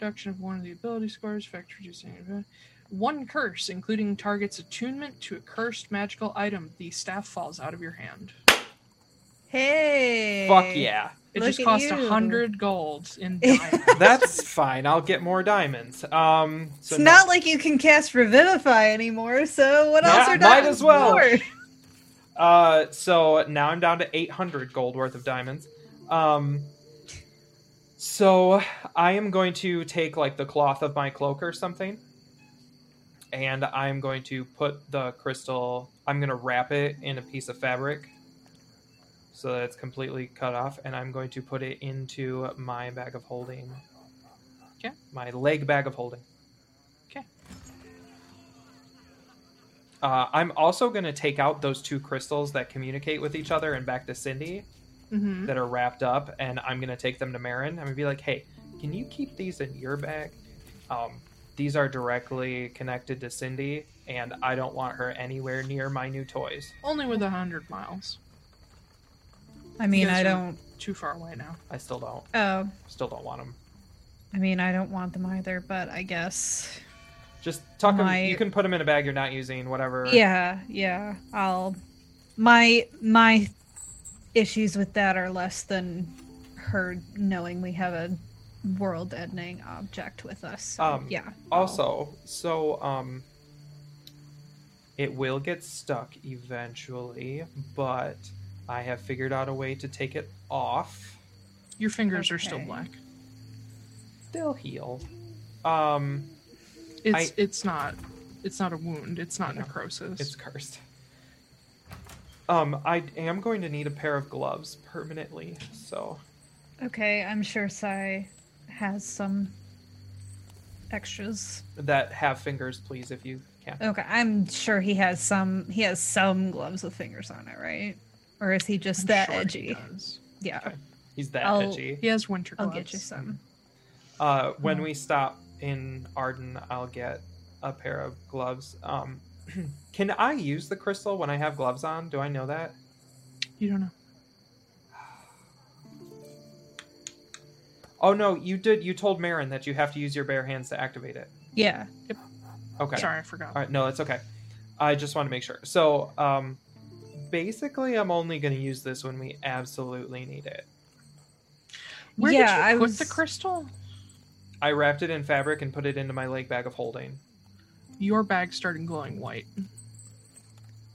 reduction of one of the ability scores. Effect reducing. One curse, including target's attunement to a cursed magical item. The staff falls out of your hand.
hey,
Fuck yeah.
It
Look
just
at
cost
you.
a hundred gold in diamonds.
That's fine. I'll get more diamonds. Um, so
it's not like you can cast Revivify anymore, so what
Yeah,
else are
might
diamonds
as well.
for?
Uh, so now I'm down to 800 gold worth of diamonds. Um, so I am going to take like the cloth of my cloak or something, and I'm going to put the crystal. I'm going to wrap it in a piece of fabric so that it's completely cut off, and I'm going to put it into my bag of holding.
Okay.
My leg bag of holding.
Okay.
Uh, I'm also going to take out those two crystals that communicate with each other and back to Cindy
mm-hmm.
that are wrapped up, and I'm going to take them to Marin. I'm going to be like, hey, can you keep these in your bag? Um, these are directly connected to Cindy, and I don't want her anywhere near my new toys.
Only with a hundred miles.
I mean, I
guys are-
don't.
Too far away now.
I still don't,
Oh,
still don't want them.
I mean, I don't want them either. But I guess,
Just tuck
My-
them. You can put them in a bag you're not using, whatever.
yeah, yeah. I'll. My my issues with that are less than her knowing we have a world-ending object with us. So,
Um,
yeah.
Also, so um, it will get stuck eventually, but I have figured out a way to take it off.
Your fingers are still
Okay.
black.
They'll heal. Um,
It's
I-
it's not it's not a wound. It's not
No.
necrosis.
it's cursed. Um, I am going to need a pair of gloves permanently, so
Okay, I'm sure Sai has some extras.
that have fingers, please, if you can.
Okay, I'm sure he has some. He has some gloves with fingers on it, right? Or is he just that
sure he
edgy?
does.
yeah,
Okay. He's that
I'll-
edgy.
He has winter
I'll
gloves.
get you some.
Uh, when we stop in Arden, I'll get a pair of gloves. Um, can I use the crystal when I have gloves on? Do I know that?
You don't know.
Oh no, you did. You told Marin that you have to use your bare hands to activate it.
Yeah,
Okay.
Sorry, I forgot.
All right, no, it's okay. I just want to make sure. So, um, basically, I'm only going to use this when we absolutely need it.
Where
Yeah,
did you
I
put
was-
the crystal?
I wrapped it in fabric and put it into my leg bag of holding.
Your bag started glowing white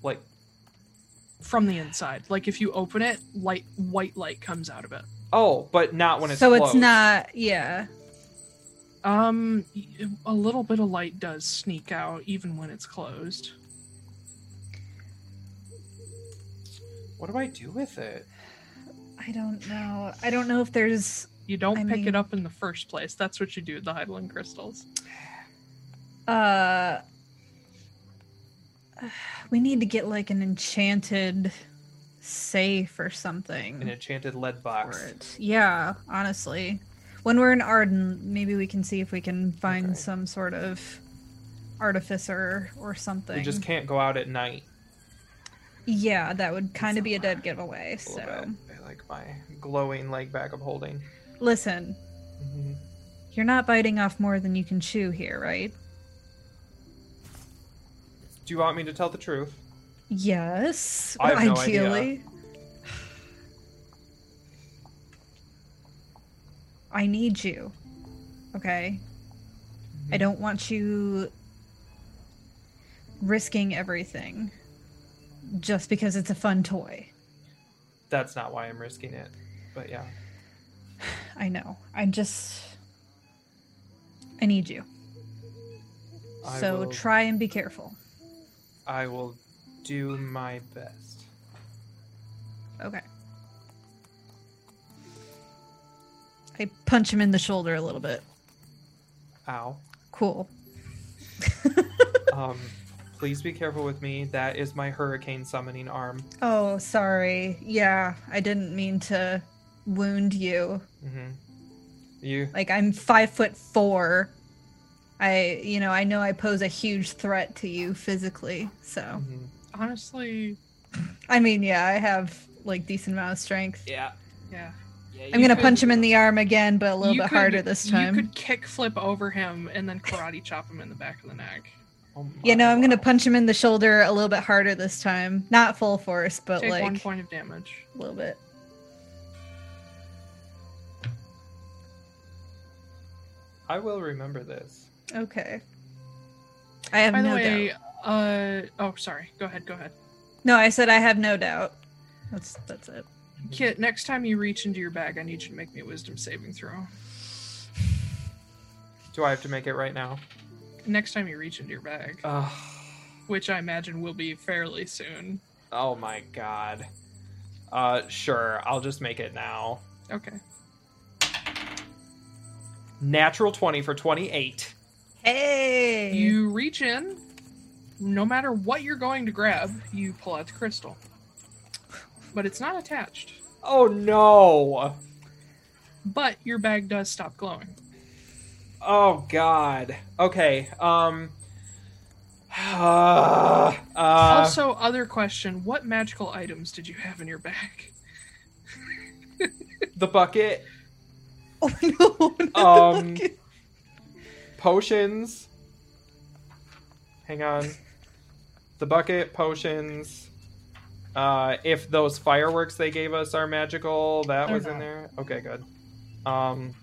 Like,
from the inside. Like if you open it, light white light comes out of it.
oh, but not when it's
so it's
closed.
not. Yeah,
Um, y- a little bit of light does sneak out even when it's closed.
What do I do with it?
I don't know. I don't know if there's.
You don't
I
pick
mean-
it up in the first place. That's what you do with the Heidelin crystals.
uh We need to get like an enchanted safe or something.
An enchanted lead
for
box.
it. Yeah, honestly. When we're in Arden, maybe we can see if we can find some sort of artificer or something.
We just can't go out at night.
yeah, that would kind of be a dead giveaway.
A little
So,
bit. I like my glowing leg bag of holding.
listen,
Mhm.
you're not biting off more than you can chew here, right?
Do you want me to tell the truth?
Yes,
I have no idea.
ideally. I need you. Okay?
Mm-hmm.
I don't want you risking everything just because it's a fun toy.
That's not why I'm risking it. But yeah.
I know. I just I need you.
I
so
will-
try and be careful.
I will do my best.
Okay. I punch him in the shoulder a little bit.
Ow.
Cool.
Um, please be careful with me. That is my hurricane summoning arm.
Oh, sorry. Yeah, I didn't mean to wound you.
hmm You.
Like I'm five foot four. I, you know, I know I pose a huge threat to you physically. So,
mhm.
Honestly,
I mean, yeah, I have like decent amount of strength.
Yeah.
yeah.
I'm gonna punch him in the arm again, but a little
You
bit
could-
harder this time.
You could kick flip over him and then karate chop him in the back of the neck.
Oh
you know,
my
I'm gonna
wow.
punch him in the shoulder a little bit harder this time. Not full force, but
Take
like
one point of damage.
a little bit.
I will remember this.
Okay. I have
By the
no
way,
doubt.
uh, oh, sorry. Go ahead. Go ahead.
No, I said I have no doubt. That's that's it.
Kit, next time you reach into your bag, I need you to make me a wisdom saving throw.
Do I have to make it right now?
Next time you reach into your bag,
Ugh.
which I imagine will be fairly soon.
Oh my god. Uh, sure. I'll just make it now.
Okay.
Natural 20 for 28.
Hey.
You reach in, no matter what you're going to grab, you pull out the crystal. But it's not attached.
Oh no.
But your bag does stop glowing.
Oh god. Okay. Um. uh,
also, other question what magical items did you have in your bag?
the bucket.
Oh no. no.
Um, potions. Hang on. The bucket, potions. Uh, if those fireworks they gave us are magical, that
They're
was in
not.
there. Okay, good. Um,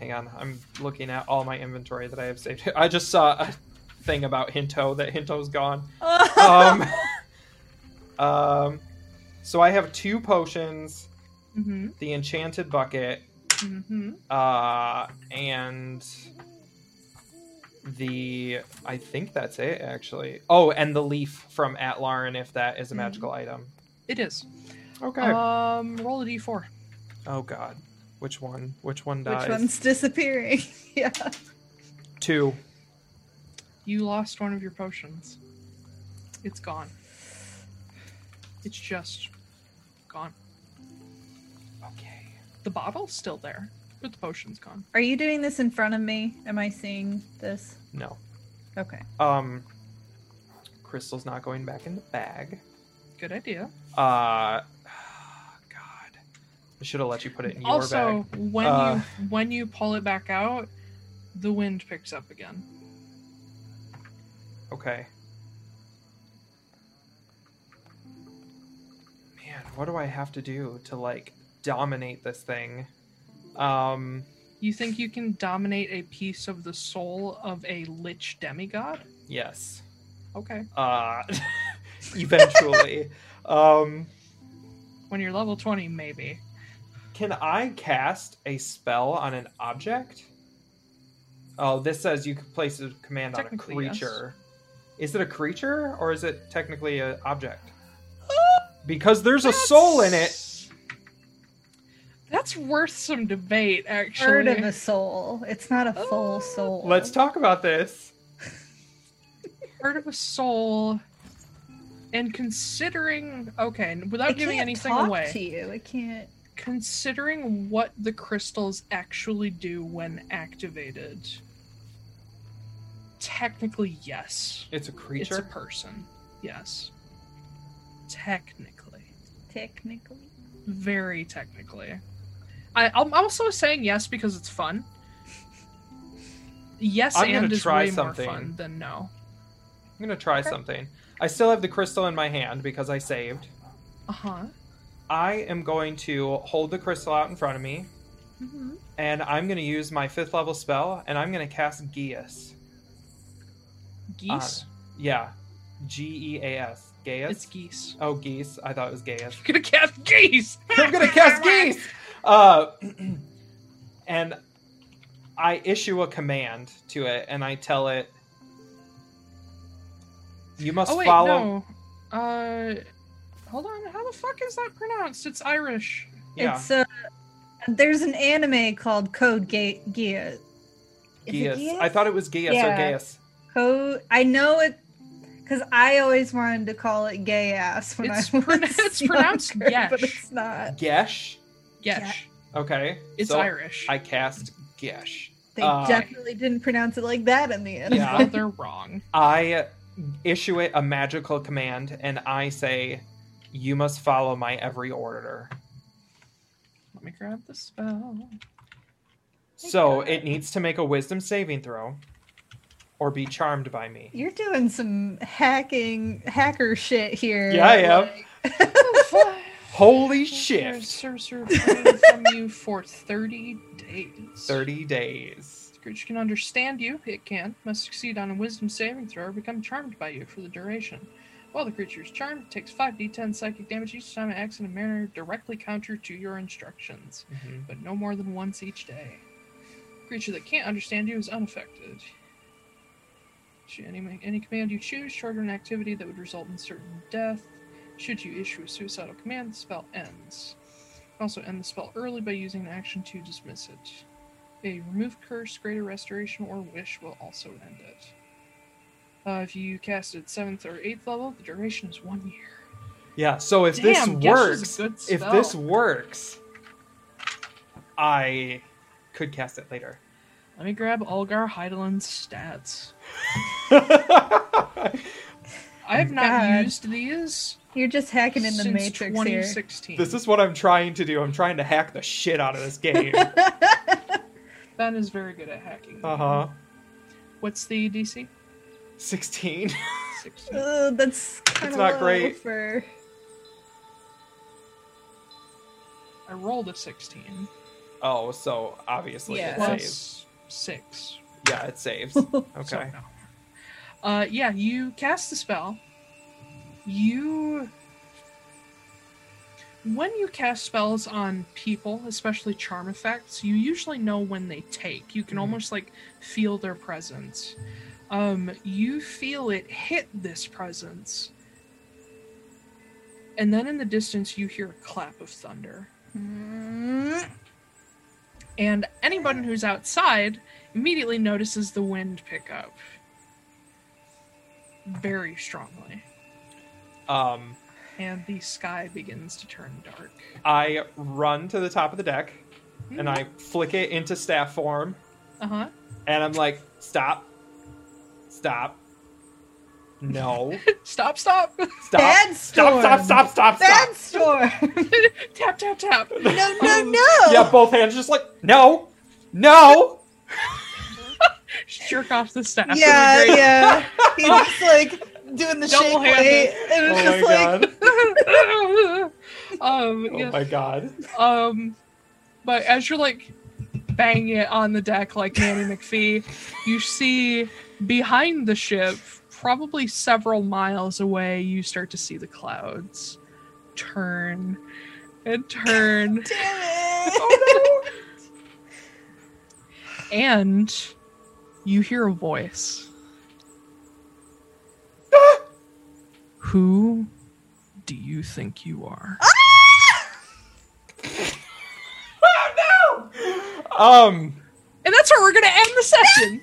hang on. I'm looking at all my inventory that I have saved. I just saw a thing about Hinto that Hinto's gone. Um, um, so I have two potions,
Mm
the enchanted bucket,
hmm. Mm hmm.
uh, and the I think that's it actually. Oh, and the leaf from Atlarn if that is a magical item.
It is.
Okay.
Um, roll a d4.
oh god. Which one? Which one dies?
Which one's disappearing? yeah.
Two.
You lost one of your potions. It's gone. It's just gone.
Okay.
The bottle's still there, but the potion's gone.
Are you doing this in front of me? Am I seeing this?
No.
Okay.
Um Crystal's not going back in the bag.
Good idea.
Uh god. I should have let you put it in your
also,
bag.
when
Uh,
you when you pull it back out, the wind picks up again.
Okay. Man, what do I have to do to like dominate this thing? Um
You think you can dominate a piece of the soul of a lich demigod?
yes.
Okay.
Uh eventually. um
When you're level 20, maybe.
Can I cast a spell on an object? Oh, this says you can place a command on a
Technically, yes.
creature. Is it a creature or is it technically an object? Because there's a soul in it.
That's worth some debate, actually.
Third of a soul. It's not a
Oh.
full soul.
Let's talk about this.
part of a soul and considering okay without
It
giving
can't
anything
talk
away
to you. It can't.
considering what the crystals actually do when activated technically yes
It's
it's
a
a
creature.
person yes technically
Technically.
very technically I, i'm also saying yes because it's fun yes
I'm gonna
and is
try
way
something.
more fun than no
I'm going to try something. I still have the crystal in my hand because I saved.
uh-huh
I am going to hold the crystal out in front of me
Mm-hmm.
Mhm.
and I'm going to use my 5th level spell and I'm going to cast Geas.
geese
Yeah. G E A S. Gaius.
it's geese
Oh, geese. I thought it was Gaius.
gonna cast geese.
I'm gonna cast geese. Uh, and I issue a command to it, and I tell it, "You must
Oh wait,
follow."
no. Uh, hold on. How the fuck is that pronounced? It's Irish.
Yeah,
It's uh, there's an anime called Code Ga- Geass. Is it
Gaius. I thought it was Gaius or
Yeah.
Gaius.
Code. I know it because I always wanted to call it gay ass when
It's
I was
pron- it's
younger,
pronounced
but
yesh.
it's not.
Gesh.
Yes,
Okay,
it's
so
Irish.
I cast Gesh.
They
Uh,
definitely didn't pronounce it like that in the end.
Yeah.
Well, they're wrong.
I issue it a magical command, and I say, "You must follow my every order."
Let me grab the spell.
So it needs to make a wisdom saving throw or be charmed by me.
You're doing some hacking hacker shit here.
Yeah, I am.
Like,
Holy
Share
shit.
serves her brain from you for thirty days.
30 days.
The creature can understand you. It can must succeed on a Wisdom saving throw or become charmed by you for the duration. While the creature is charmed, it takes five d10 psychic damage each time it acts in a manner directly counter to your instructions.
Mm-hmm.
but no more than once each day. Creature that can't understand you is unaffected. Should any, any command you choose, trigger an activity that would result in certain death. Should you issue a suicidal command, the spell ends. You can also end the spell early by using an action to dismiss it. A remove curse, greater restoration, or wish will also end it. Uh, if you cast at 7th or 8th level, the duration is one year.
Yeah, so if
Damn,
this
Gesh is a
works,
good
if
spell.
this works, I could cast it later.
Let me grab Olgar Heidelin's stats. I have not
God.
used these
You're just hacking in the
since
matrix here.
2016.
this is what I'm trying to do. I'm trying to hack the shit out of this game.
ben is very good at hacking.
Uh huh.
What's the DC?
16.
16.
Ugh, that's kind
It's
of
not great.
For...
I rolled a 16
Oh, so obviously
Yeah.
it
plus
saves.
six.
Yeah, it saves. Okay.
So no. Uh, yeah, you cast the spell. You when you cast spells on people, especially charm effects, you usually know when they take. You can almost like feel their presence. Um, you feel it hit this presence. And then in the distance, you hear a clap of thunder. And anyone who's outside immediately notices the wind pick up very strongly.
Um,
And the sky begins to turn dark.
I run to the top of the deck and I
Hmm.
flick it into staff form
Uh huh.
and I'm like, stop, stop, no,
Stop, stop!
stop,
Bad
stop,
storm.
stop, stop, stop, stop.
Bad storm.
tap, tap, tap!
no, no, no.
Yeah, both hands just like, no, no.
Jerk off the staff.
yeah, yeah. He's just like doing the shake
Double-handed.
weight, and it's
Oh
just like
um,
Oh
yeah,
my god.
um, but as you're like banging it on the deck like Nanny McPhee, you see behind the ship, probably several miles away, you start to see the clouds turn and turn.
damn it.
and you hear a voice. Who do you think you are?
Ah!
Um,
And that's where we're going to end the session.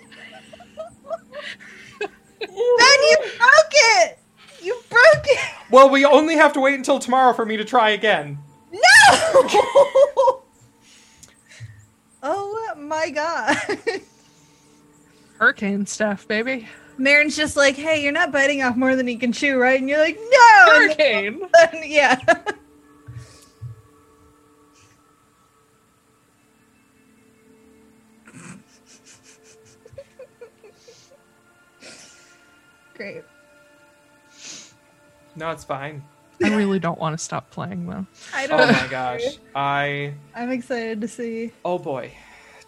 Ben, you broke it. You broke it.
well, we only have to wait until tomorrow for me to try again.
No. oh my god.
Hurricane stuff, baby.
Marin's just like, hey, you're not biting off more than he can chew, right? And you're like, no. And
Hurricane.
then- yeah. Great.
No, it's fine.
I really don't want to stop playing though.
I don't.
Oh
know.
my gosh. I,
I'm excited to see.
oh boy,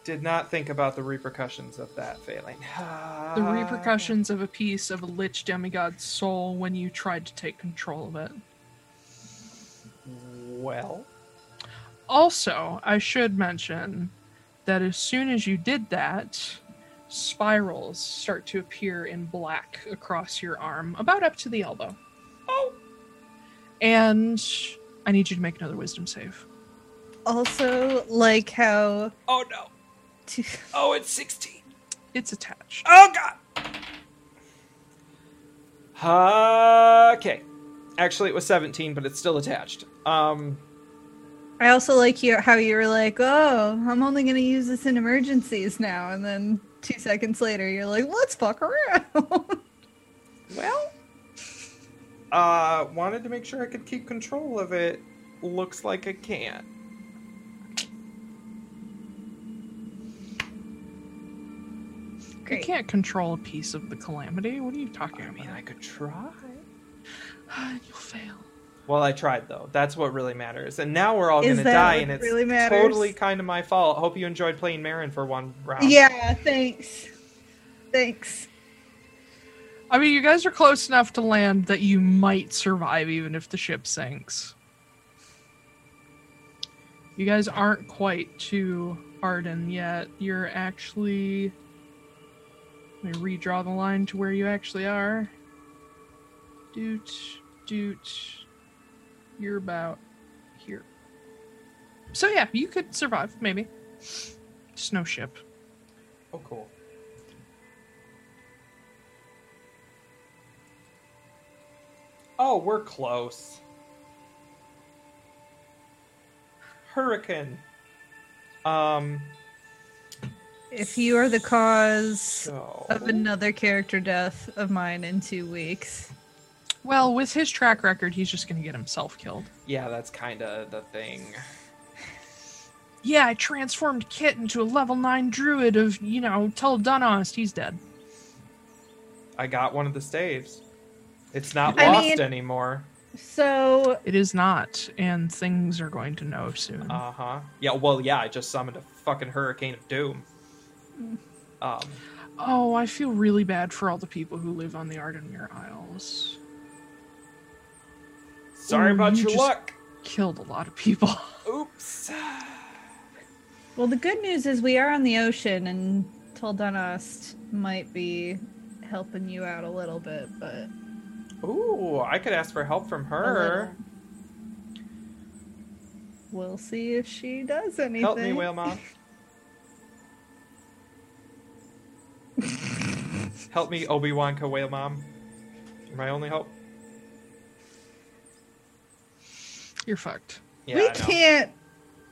did not think about the repercussions of that failing.
The
Ah.
repercussions of a piece of a lich demigod's soul when you tried to take control of it.
Well,
Also, I should mention that as soon as you did that, spirals start to appear in black across your arm, about up to the elbow.
oh,
And I need you to make another wisdom save.
Also, like how.
oh no.
To,
Oh, it's 16.
It's attached.
Oh god. Okay. Actually, it was 17, but it's still attached. Um,
I also like you how you were like, "Oh, I'm only going to use this in emergencies now," and then two seconds later, you're like, "Let's fuck around."
well, uh, wanted to make sure I could keep control of it. Looks like I can't.
Great.
You can't control a piece of the calamity. What are you talking
I mean, I could try.
about? You'll fail.
Well, I tried though. That's what really matters. And now we're all
Is
gonna
that
die,
what
and it's
really matters?
totally kind of my fault. Hope you enjoyed playing Marin for one round.
Yeah. Thanks. Thanks.
I mean, you guys are close enough to land that you might survive even if the ship sinks. You guys aren't quite to Arden yet. You're actually. Let me redraw the line to where you actually are. Doot, doot. You're about here. So, yeah, you could survive, maybe. Just no ship.
Oh, cool. Oh, we're close. Hurricane. Um.
If you are the cause
So.
of another character death of mine in two weeks,
Well, with his track record, he's just going to get himself killed.
Yeah, that's kind of the thing.
yeah, I transformed Kit into a level 9 druid of, you know, tell Dunost he's dead.
I got one of the staves. It's not
I
lost
mean-
anymore.
so
It is not, and things are going to know soon.
Uh huh. Yeah. Well, yeah. I just summoned a fucking hurricane of doom. Um.
oh, I feel really bad for all the people who live on the Ardenmere Isles.
Sorry
Ooh,
about
you
your
just-
luck.
killed a lot of people.
Oops.
Well, the good news is we are on the ocean, and Toldanost might be helping you out a little bit, but
Ooh, I could ask for help from
a
her.
little. we'll see if she does anything.
Help me, whale mom. help me, Obi Wan Ka whale mom. You're my only hope.
You're fucked.
Yeah,
we
I know.
can't.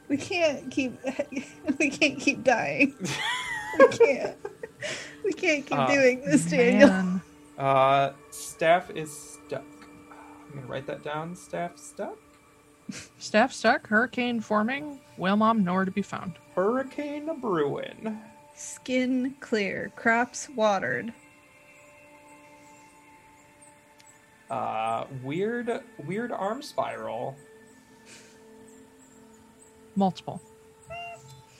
We can't keep. We can't keep dying. we can't. We can't keep
Uh,
doing this, Daniel.
Man.
Uh, staff is stuck. I'm gonna write that down. Staff stuck.
Staff stuck, hurricane forming, whale mom nowhere to be found.
Hurricane Bruin.
Skin clear, crops watered.
Uh, weird, weird arm spiral.
Multiple.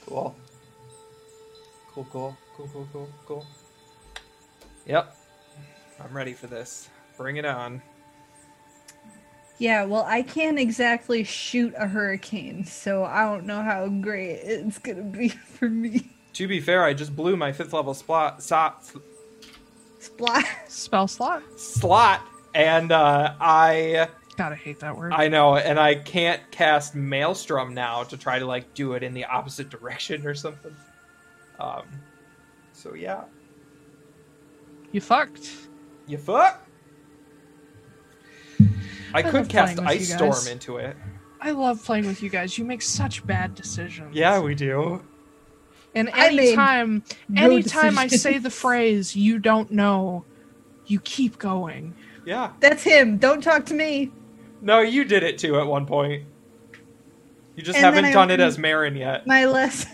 Cool. Cool, cool, cool, cool, cool, cool. Yep. I'm ready for this. Bring it on.
Yeah, well, I can't exactly shoot a hurricane, so I don't know how great it's gonna be for me.
To be fair, I just blew my fifth level slot slot,
Splash.
Spell slot.
slot and uh, I
Gotta hate that word.
I know, and I can't cast Maelstrom now to try to like do it in the opposite direction or something. Um, so yeah,
you fucked.
you fuck.
I
I,
love
could cast
playing with
Ice
you
Storm
guys.
into it.
I love playing with you guys. You make such bad decisions.
Yeah, we do.
And
I made
anytime,
no
anytime I say the
decisions.
phrase "you don't know," you keep going.
Yeah.
That's him. Don't talk to me.
No, you did it too at one point. You just
And then
haven't
I-
done it as Marin yet.
My lesson.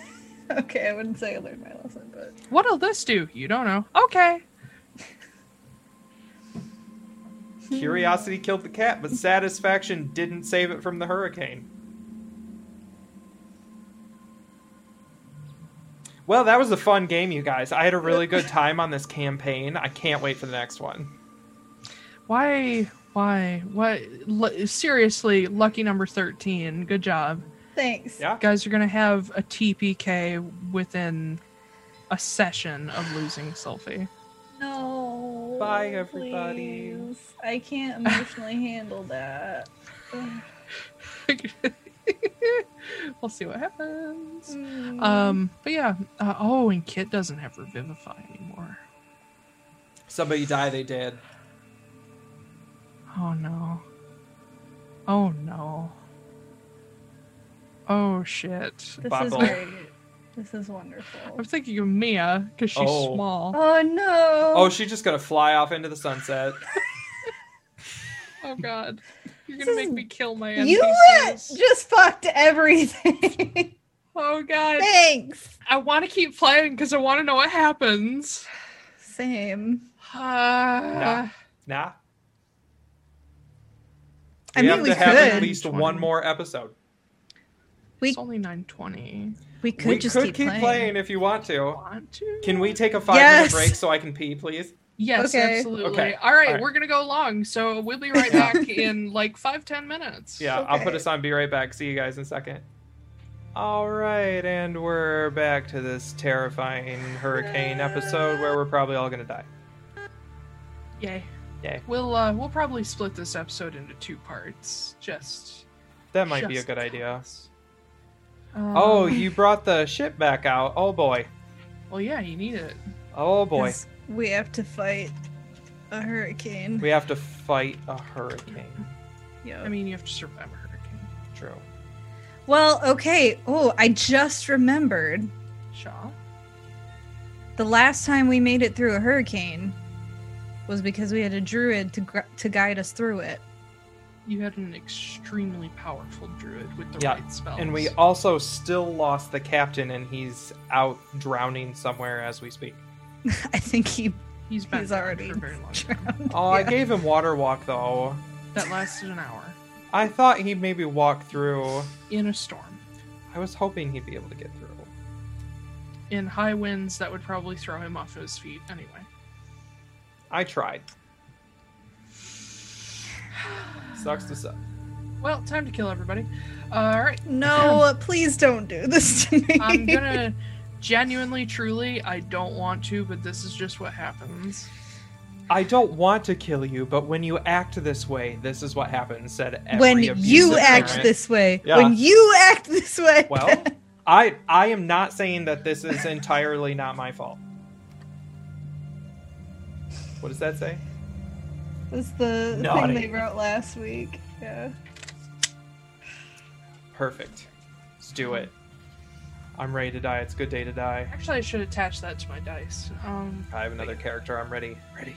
okay, I wouldn't say I learned my lesson, but
What'll this do? You don't know. Okay.
Curiosity killed the cat, but satisfaction didn't save it from the hurricane. Well, that was a fun game, you guys. I had a really good time on this campaign. I can't wait for the next one.
Why? Why? What? L- seriously, lucky number thirteen. Good job,
thanks.
Yeah.
guys. You're gonna have a TPK within a session of losing Sylphie.
No.
Bye, everybody.
please. I can't emotionally handle that.
we'll see what happens.
Mm-hmm.
Um, but yeah. Uh, oh, and Kit doesn't have Revivify anymore.
Somebody die, they did.
Oh no. Oh no. Oh shit.
this is
Bubble.
great. This is wonderful.
I'm thinking of Mia because she's
Oh.
small.
Oh no.
Oh, she's just gonna fly off into the sunset.
Oh god. You're
This
gonna make
is-
me kill my
you uh,
NPCs.
just fucked everything.
Oh god.
thanks.
I want to keep playing because I want to know what happens.
Same.
Ah.
Nah.
I
we
mean,
have
we
to have at
could.
least one more episode.
We-
It's only 920.
We could
we
just
could
keep,
playing. if you want to.
Want to?
Can we take a five
Yes.
minute break so I can pee, please?
Yes,
Okay.
absolutely.
Okay.
All, right,
All right.
we're gonna go long, so we'll be right
Yeah.
back in like five, ten minutes.
Yeah, I'll put
Okay.
us on. Be right back. See you guys in a second. All right, and we're back to this terrifying hurricane episode where we're probably all gonna die.
Yay.
Yay.
We'll uh we'll probably split this episode into two parts. Just
That might be a
just
good idea.
because. Um,
Oh, you brought the ship back out. Oh boy.
well, yeah, you need it.
Oh boy.
'Cause We have to fight a hurricane.
We have to fight a hurricane.
Yo.
I mean, you have to survive a hurricane.
True.
well, okay. Oh, I just remembered.
Shaw.
The last time we made it through a hurricane was because we had a druid to gr- to guide us through it.
You had an extremely powerful druid with the
Yeah,
right spells.
And we also still lost the captain, and he's out drowning somewhere as we speak.
I think he
he's been
he's
dead
already
for a very long time.
drowned.
Oh, I
Yeah.
gave him water walk though.
That lasted an hour
I thought he'd maybe walk through.
in a storm.
I was hoping he'd be able to get through.
In high winds, that would probably throw him off his feet anyway.
I tried. Sucks to suck.
Well, time to kill everybody. All right.
No, please don't do this to me.
I'm gonna genuinely, truly, I don't want to, but this is just what happens.
I don't want to kill you, but when you act this way, this is what happens, said every
when you
abusive
act
parent.
this way,
Yeah.
when you act this way.
Well, I I am not saying that this is entirely not my fault. What does that say?
that's the
Naughty.
thing they wrote last week. Yeah.
Perfect. Let's do it. I'm ready to die. It's a good day to die.
Actually, I should attach that to my dice. Um,
I have another character. I'm ready. Ready.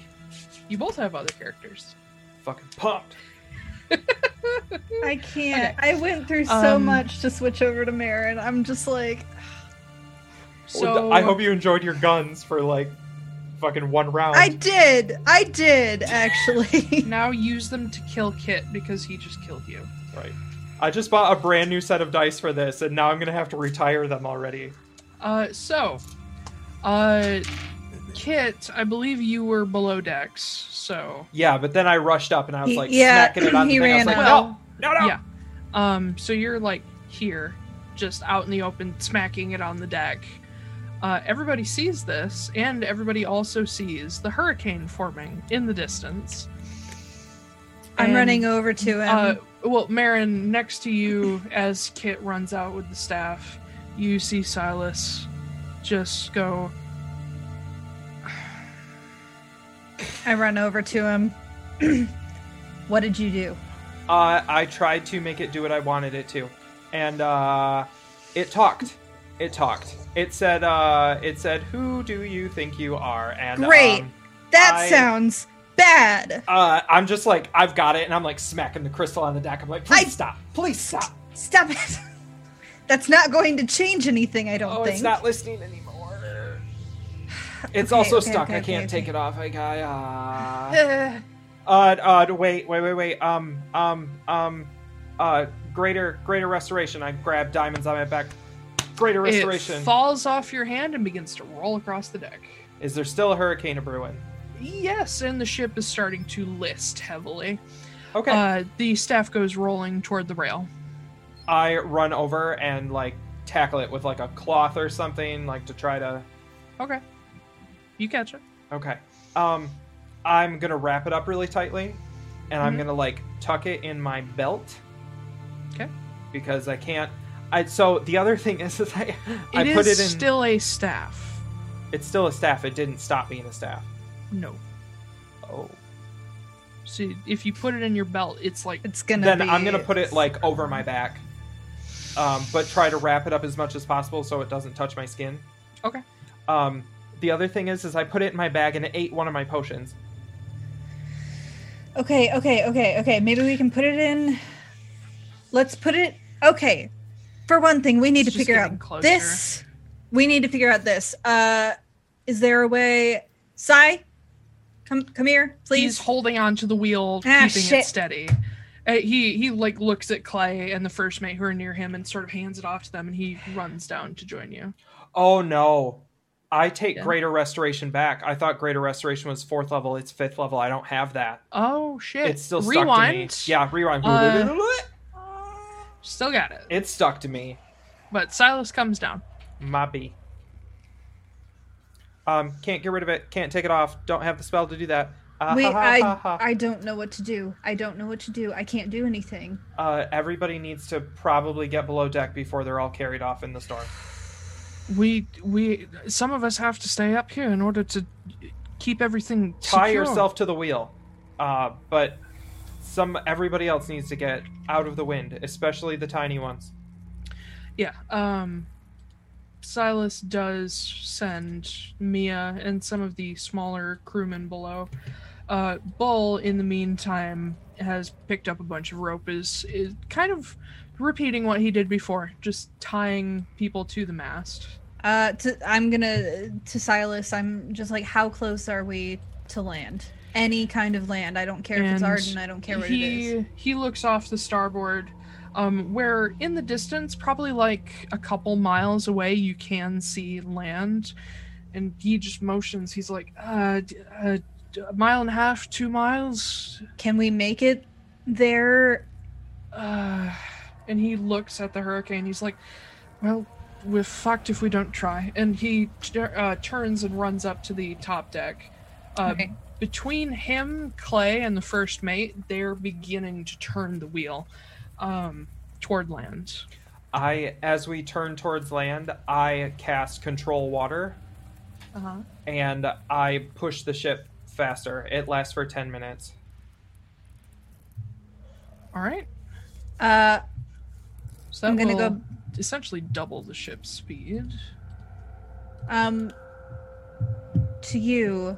you both have other characters.
Fucking pumped.
I can't. I went through so
Um,
much to switch over to Marin. I'm just like,
So
Oh, I hope you enjoyed your guns for like fucking one round.
I did. I did actually.
now use them to kill Kit because he just killed you.
Right. I just bought a brand new set of dice for this, and now I'm gonna have to retire them already.
Uh, so, uh, Kit, I believe you were below decks, so
Yeah, but then I rushed up and I was
He-
like
yeah,
smacking it on
he
the thing. I was
ran
like,
out.
no, no, no.
yeah. Um, so you're like here, just out in the open, smacking it on the deck. Uh, everybody sees this, and everybody also sees the hurricane forming in the distance.
I'm
And,
running over to him.
Uh, well, Marin, next to you, as Kit runs out with the staff, you see Silas just go,
I run over to him. what did you do?
Uh, I tried to make it do what I wanted it to, and uh, it talked. It talked. It said, uh, "It said, who do you think you are?" And
Great.
um,
That
I-
sounds bad.
uh, I'm just like, I've got it, and I'm like smacking the crystal on the deck. I'm like, please
I-
stop, please stop.
Stop it. That's not going to change anything, I don't
Oh,
think.
it's not listening anymore. It's
Okay,
also
okay,
stuck.
okay,
I can't
okay,
take
okay.
it off. I got. Uh,
"Eh."
uh, uh, wait, wait, wait, wait. Um, um, um, uh, greater, greater restoration. I grab diamonds on my back. Greater restoration.
It falls off your hand and begins to roll across the deck.
Is there still a hurricane a brewing?
Yes, and the ship is starting to list heavily.
Okay.
Uh, the staff goes rolling toward the rail.
I run over and like tackle it with like a cloth or something, like to try to.
Okay. You catch it.
Okay. Um, I'm gonna wrap it up really tightly, and I'm
Mhm.
gonna like tuck it in my belt.
Okay.
Because I can't. I so the other thing is that I,
It
I
is
put it in.
still a staff.
it's still a staff. It didn't stop being a staff.
No.
Oh.
So if you put it in your belt, it's like
It's gonna
Then
be-
I'm gonna put it like over my back, um, but try to wrap it up as much as possible so it doesn't touch my skin.
okay.
Um, the other thing is, is I put it in my bag and it ate one of my potions.
Okay, okay, okay, okay. Maybe we can put it in. Let's put it. Okay. For one thing, we need
It's
to
just
figure
getting
out
closer.
this. We need to figure out this. Uh, is there a way? Sai, come come here,
He's
please.
holding onto the wheel, keeping
Ah,
it
shit.
steady. Uh, he he like looks at Clay and the first mate who are near him and sort of hands it off to them, and he runs down to join you.
Oh no. I take
Yeah.
greater restoration back. I thought greater restoration was fourth level. It's fifth level. I don't have that.
Oh shit!
It's still stuck
rewind.
to me. Yeah, rewind.
Uh, still got it.
it's stuck to me.
But Silas comes down.
Mobby. Um, can't get rid of it. Can't take it off. Don't have the spell to do that. Uh,
Wait,
ha, ha, ha,
I
ha.
I don't know what to do. I don't know what to do. I can't do anything.
Uh, everybody needs to probably get below deck before they're all carried off in the storm.
We we some of us have to stay up here in order to keep everything
Tie
secure.
yourself to the wheel. Uh, but some everybody else needs to get out of the wind, especially the tiny ones.
Yeah. Um Silas does send Mia and some of the smaller crewmen below. Uh Bull in the meantime has picked up a bunch of rope is, is kind of repeating what he did before, just tying people to the mast.
Uh, to, I'm gonna to Silas. I'm just like, how close are we to land? Any kind of land. I don't care if it's
And
Arden. I don't care what
he,
it is.
He looks off the starboard, um, where in the distance, probably like a couple miles away, you can see land. And he just motions. He's like, uh, d- uh, d- a mile and a half, two miles.
Can we make it there
Uh, and he looks at the hurricane. He's like, well, we're fucked if we don't try. And he tu- uh, turns and runs up to the top deck. Uh,
Okay.
Between him, Clay, and the first mate, they're beginning to turn the wheel um, toward land.
I, as we turn towards land, I cast control water
Uh-huh.
and I push the ship faster. It lasts for 10 minutes.
All right.
Uh,
So that
I'm gonna go-
will essentially double the ship's speed.
um, to you,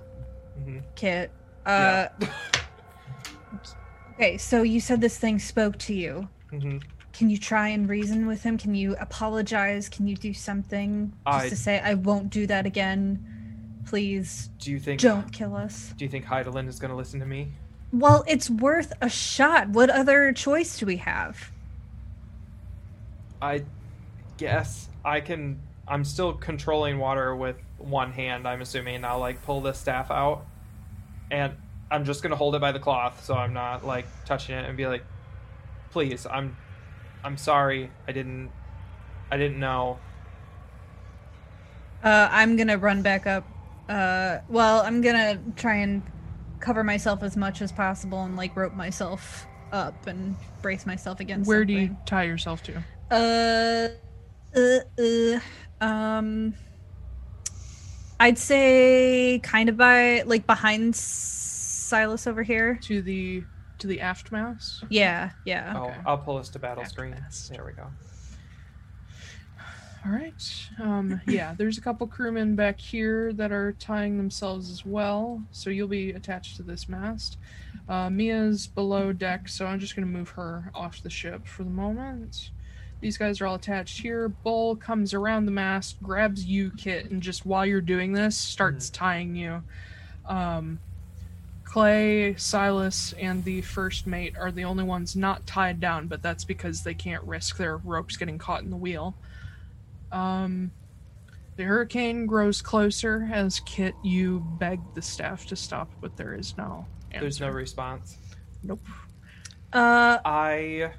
Mhm.
Kit. Uh, okay, so you said this thing spoke to you.
Mhm.
Can you try and reason with him? Can you apologize? Can you do something just
I-
to say, "I won't do that again"? Please
Do you think
don't kill us.
do you think Heidelin is going to listen to me?
Well, it's worth a shot. What other choice do we have?
I guess I can I'm still controlling water with one hand, I'm assuming. and I'll like pull the staff out and I'm just going to hold it by the cloth so I'm not like touching it and be like please, I'm I'm sorry. I didn't I didn't know.
Uh, I'm gonna run back up. Uh, well, I'm gonna try and cover myself as much as possible and like rope myself up and brace myself against.
Where do you tie yourself to?
something. Uh, uh, uh, um, I'd say kind of by like behind Silas over here.
To the to the aft mast.
Yeah, yeah.
Oh,
Okay.
I'll pull us to battle
Back
screen.
fast.
There we go.
All right. Um, yeah, there's a couple crewmen back here that are tying themselves as well. So you'll be attached to this mast. Uh, Mia's below deck, so I'm just going to move her off the ship for the moment. These guys are all attached here. Bull comes around the mast, grabs you, Kit, and just while you're doing this, starts tying you. Um, Clay, Silas, and the first mate are the only ones not tied down, but that's because they can't risk their ropes getting caught in the wheel. Um, the hurricane grows closer as Kit, you beg the staff to stop, but there is no. Answer.
There's no response.
Nope.
Uh,
I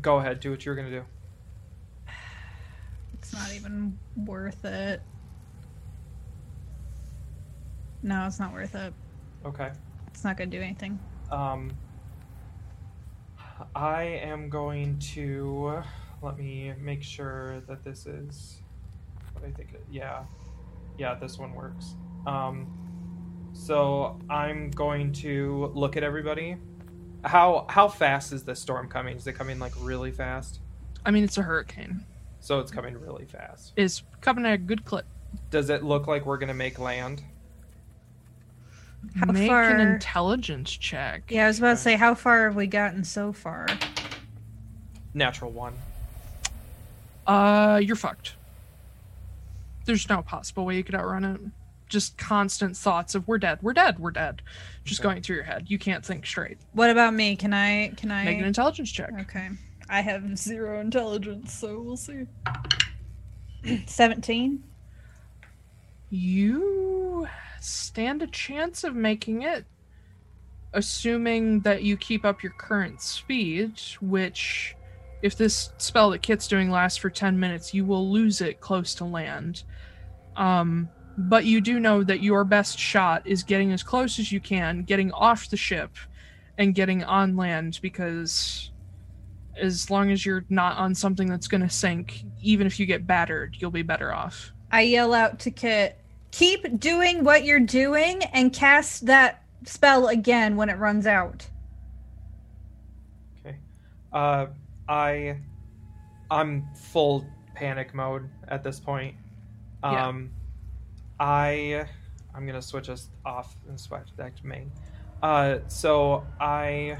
Go ahead, do what you were going to do.
it's not even worth it. No, it's not worth it.
Okay.
It's not gonna do anything.
Um, I am going to let me make sure that this is what I think. It, yeah, yeah, this one works. Um, so I'm going to look at everybody. How how fast is this storm coming? Is it coming like really fast?
I mean, it's a hurricane.
So it's coming really fast.
It's coming at a good clip.
Does it look like we're gonna make land?
How
Make
far-
an intelligence check.
Yeah, I was about to
Okay.
say, how far have we gotten so far?
Natural one.
Uh, you're fucked. There's no possible way you could outrun it. Just constant thoughts of we're dead, we're dead, we're dead. Just
Okay.
going through your head. You can't think straight.
What about me? Can I? Can I?
Make an intelligence check.
okay, I have zero intelligence, so we'll see. Seventeen.
You stand a chance of making it, assuming that you keep up your current speed, which, if this spell that Kit's doing lasts for 10 minutes, you will lose it close to land. Um, but you do know that your best shot is getting as close as you can, getting off the ship, and getting on land because as long as you're not on something that's going to sink, even if you get battered, you'll be better off.
I yell out to Kit, "Keep doing what you're doing, and cast that spell again when it runs out."
Okay. Uh, I, I'm full panic mode at this point.
Yeah.
Um, I, I'm gonna switch us off and switch back to main. Uh, so I,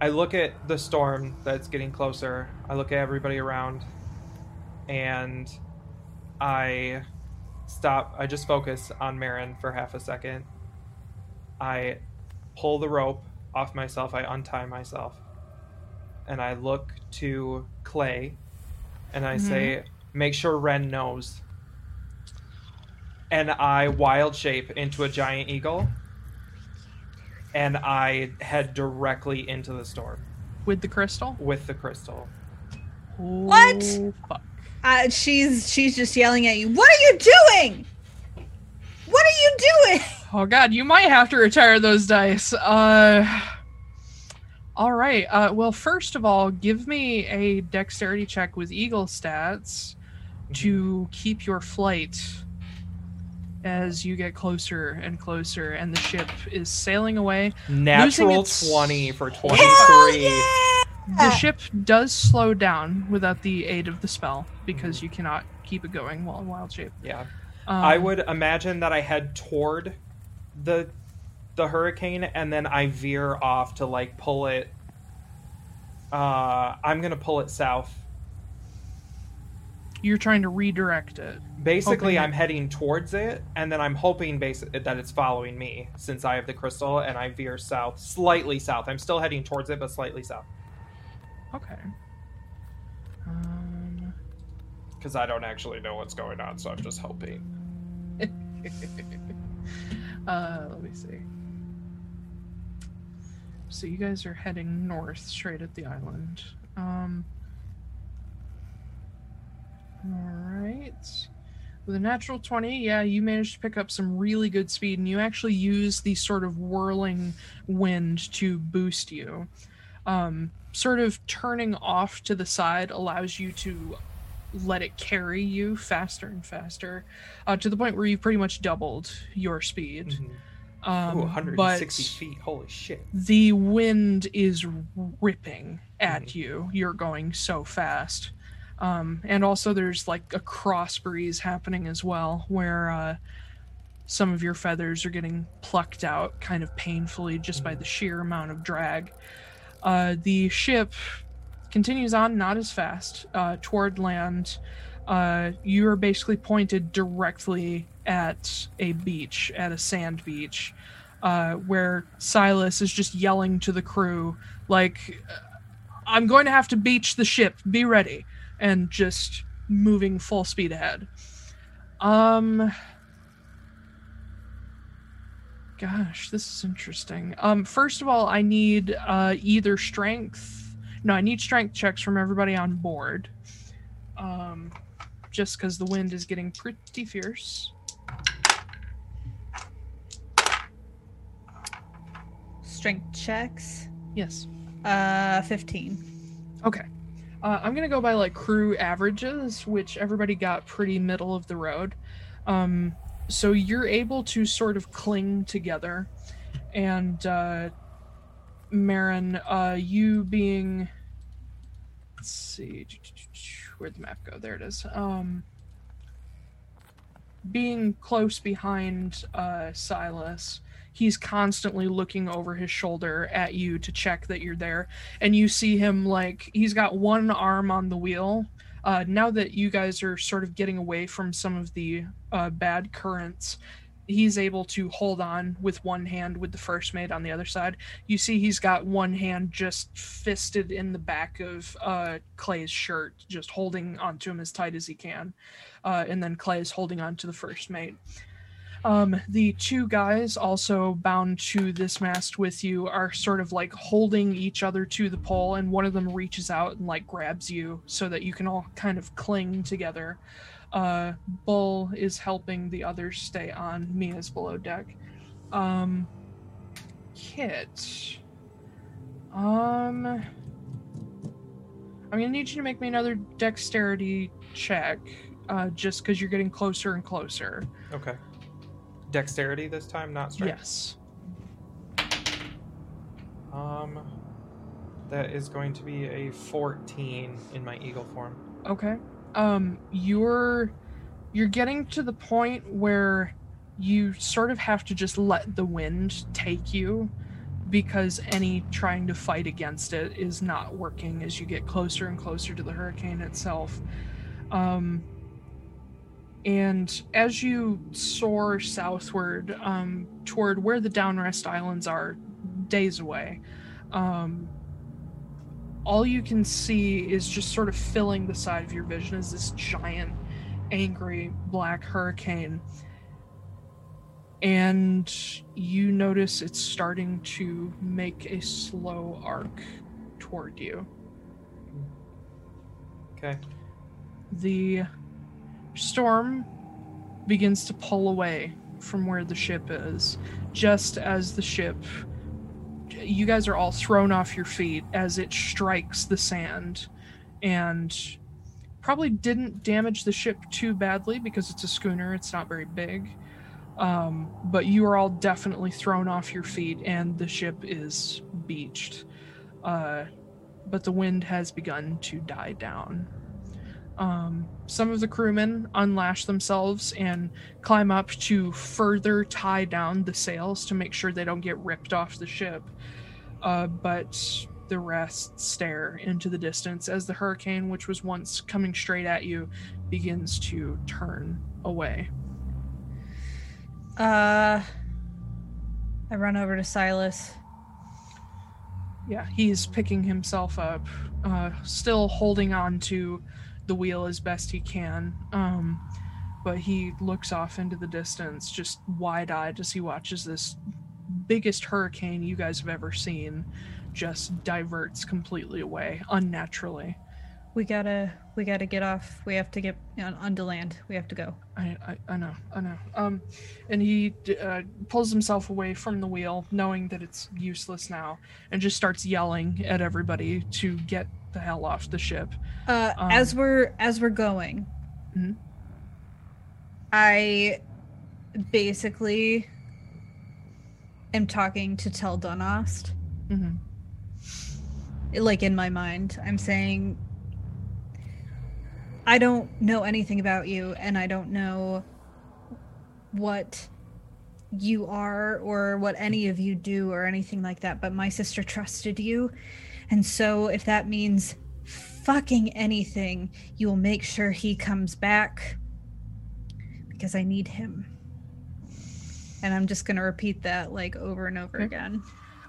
I look at the storm that's getting closer. I look at everybody around, and I stop. I just focus on Marin for half a second. I pull the rope off myself. I untie myself. And I look to Clay and I say, make sure Ren knows. And I wild shape into a giant eagle. and I head directly into the storm
with the crystal.
with the crystal.
What?
Oh, fuck.
Uh, she's she's just yelling at you. What are you doing? What are you doing?
Oh god, you might have to retire those dice. Uh all right. Uh well first of all, give me a dexterity check with eagle stats
Mm-hmm.
to keep your flight as you get closer and closer and the ship is sailing away.
Natural
its-
20 for 23.
The ship does slow down without the aid of the spell because you cannot keep it going while in wild shape.
Yeah.
Um,
Mm-hmm. I would imagine that I head toward the the hurricane and then I veer off to like pull it uh I'm going to pull it south.
you're trying to redirect it.
Basically,
Hoping-
I'm heading towards it and then I'm hoping basi- that it's following me since I have the crystal and I veer south, slightly south. I'm still heading towards it but slightly south
Okay. Um,
cuz I don't actually know what's going on, so I'm just hoping.
uh, let me see. So you guys are heading north, straight at the island. Um, all right. With a natural 20, yeah, you managed to pick up some really good speed, and you actually use the sort of whirling wind to boost you. Um, sort of turning off to the side allows you to let it carry you faster and faster uh, to the point where you've pretty much doubled your speed. Um,
Ooh, 160
but-
feet. Holy shit.
the wind is ripping at you. You're going so fast. Um, and also, there's like a cross breeze happening as well, where uh, some of your feathers are getting plucked out kind of painfully just by the sheer amount of drag. Uh, the ship continues on, not as fast, uh, toward land. Uh, you are basically pointed directly at a beach, at a sand beach uh, where Silas is just yelling to the crew, like, I'm going to have to beach the ship, be ready, and just moving full speed ahead. Um. Gosh, this is interesting. Um, first of all, I need uh, either strength. No, I need strength checks from everybody on board. Um, just because the wind is getting pretty fierce.
Strength checks.
Yes.
Uh, fifteen.
Okay. Uh, I'm going to go by like crew averages, which everybody got pretty middle of the road. Um, so you're able to sort of cling together. And uh, Marin, uh, you being. Let's see. Where'd the map go? There it is. Um, being close behind uh, Silas, he's constantly looking over his shoulder at you to check that you're there and you see him like he's got one arm on the wheel. Uh, now that you guys are sort of getting away from some of the uh, bad currents, he's able to hold on with one hand with the first mate on the other side. You see, he's got one hand just fisted in the back of uh, Clay's shirt, just holding onto him as tight as he can. Uh, and then Clay is holding on to the first mate. Um, the two guys also bound to this mast with you are sort of like holding each other to the pole, and one of them reaches out and like grabs you so that you can all kind of cling together. Uh, Bull is helping the others stay on. Mia's below deck. Um, Kit. Um, I'm gonna need you to make me another dexterity check, uh, just because you're getting closer and closer.
Okay. Dexterity this time, not strength.
Yes.
Um, that is going to be a 14 in my eagle form.
Okay. Um you're you're getting to the point where you sort of have to just let the wind take you because any trying to fight against it is not working as you get closer and closer to the hurricane itself. Um and as you soar southward um, toward where the downrest islands are days away um, all you can see is just sort of filling the side of your vision is this giant angry black hurricane and you notice it's starting to make a slow arc toward you.
Okay.
The storm begins to pull away from where the ship is, just as the ship. You guys are all thrown off your feet as it strikes the sand and probably didn't damage the ship too badly because it's a schooner, it's not very big. Um, but you are all definitely thrown off your feet and the ship is beached. Uh, but the wind has begun to die down. Um, some of the crewmen unlash themselves and climb up to further tie down the sails to make sure they don't get ripped off the ship. Uh, but the rest stare into the distance as the hurricane, which was once coming straight at you, begins to turn away.
Uh, I run over to Silas.
Yeah, he's picking himself up, uh, still holding on to the wheel as best he can. Um, but he looks off into the distance, just wide eyed as he watches this biggest hurricane you guys have ever seen just diverts completely away unnaturally.
We gotta, we gotta get off. We have to get on, onto land. We have to go.
I, I, I know, I know. Um, and he d- uh, pulls himself away from the wheel, knowing that it's useless now, and just starts yelling at everybody to get the hell off the ship.
Uh,
Um,
as we're as we're going,
Mhm.
I basically am talking to Tel Donost.
hmm
Like in my mind, I'm saying, I don't know anything about you, and I don't know what you are or what any of you do or anything like that. But my sister trusted you, and so if that means fucking anything, you will make sure he comes back because I need him. And I'm just gonna repeat that like over and over
Okay.
again.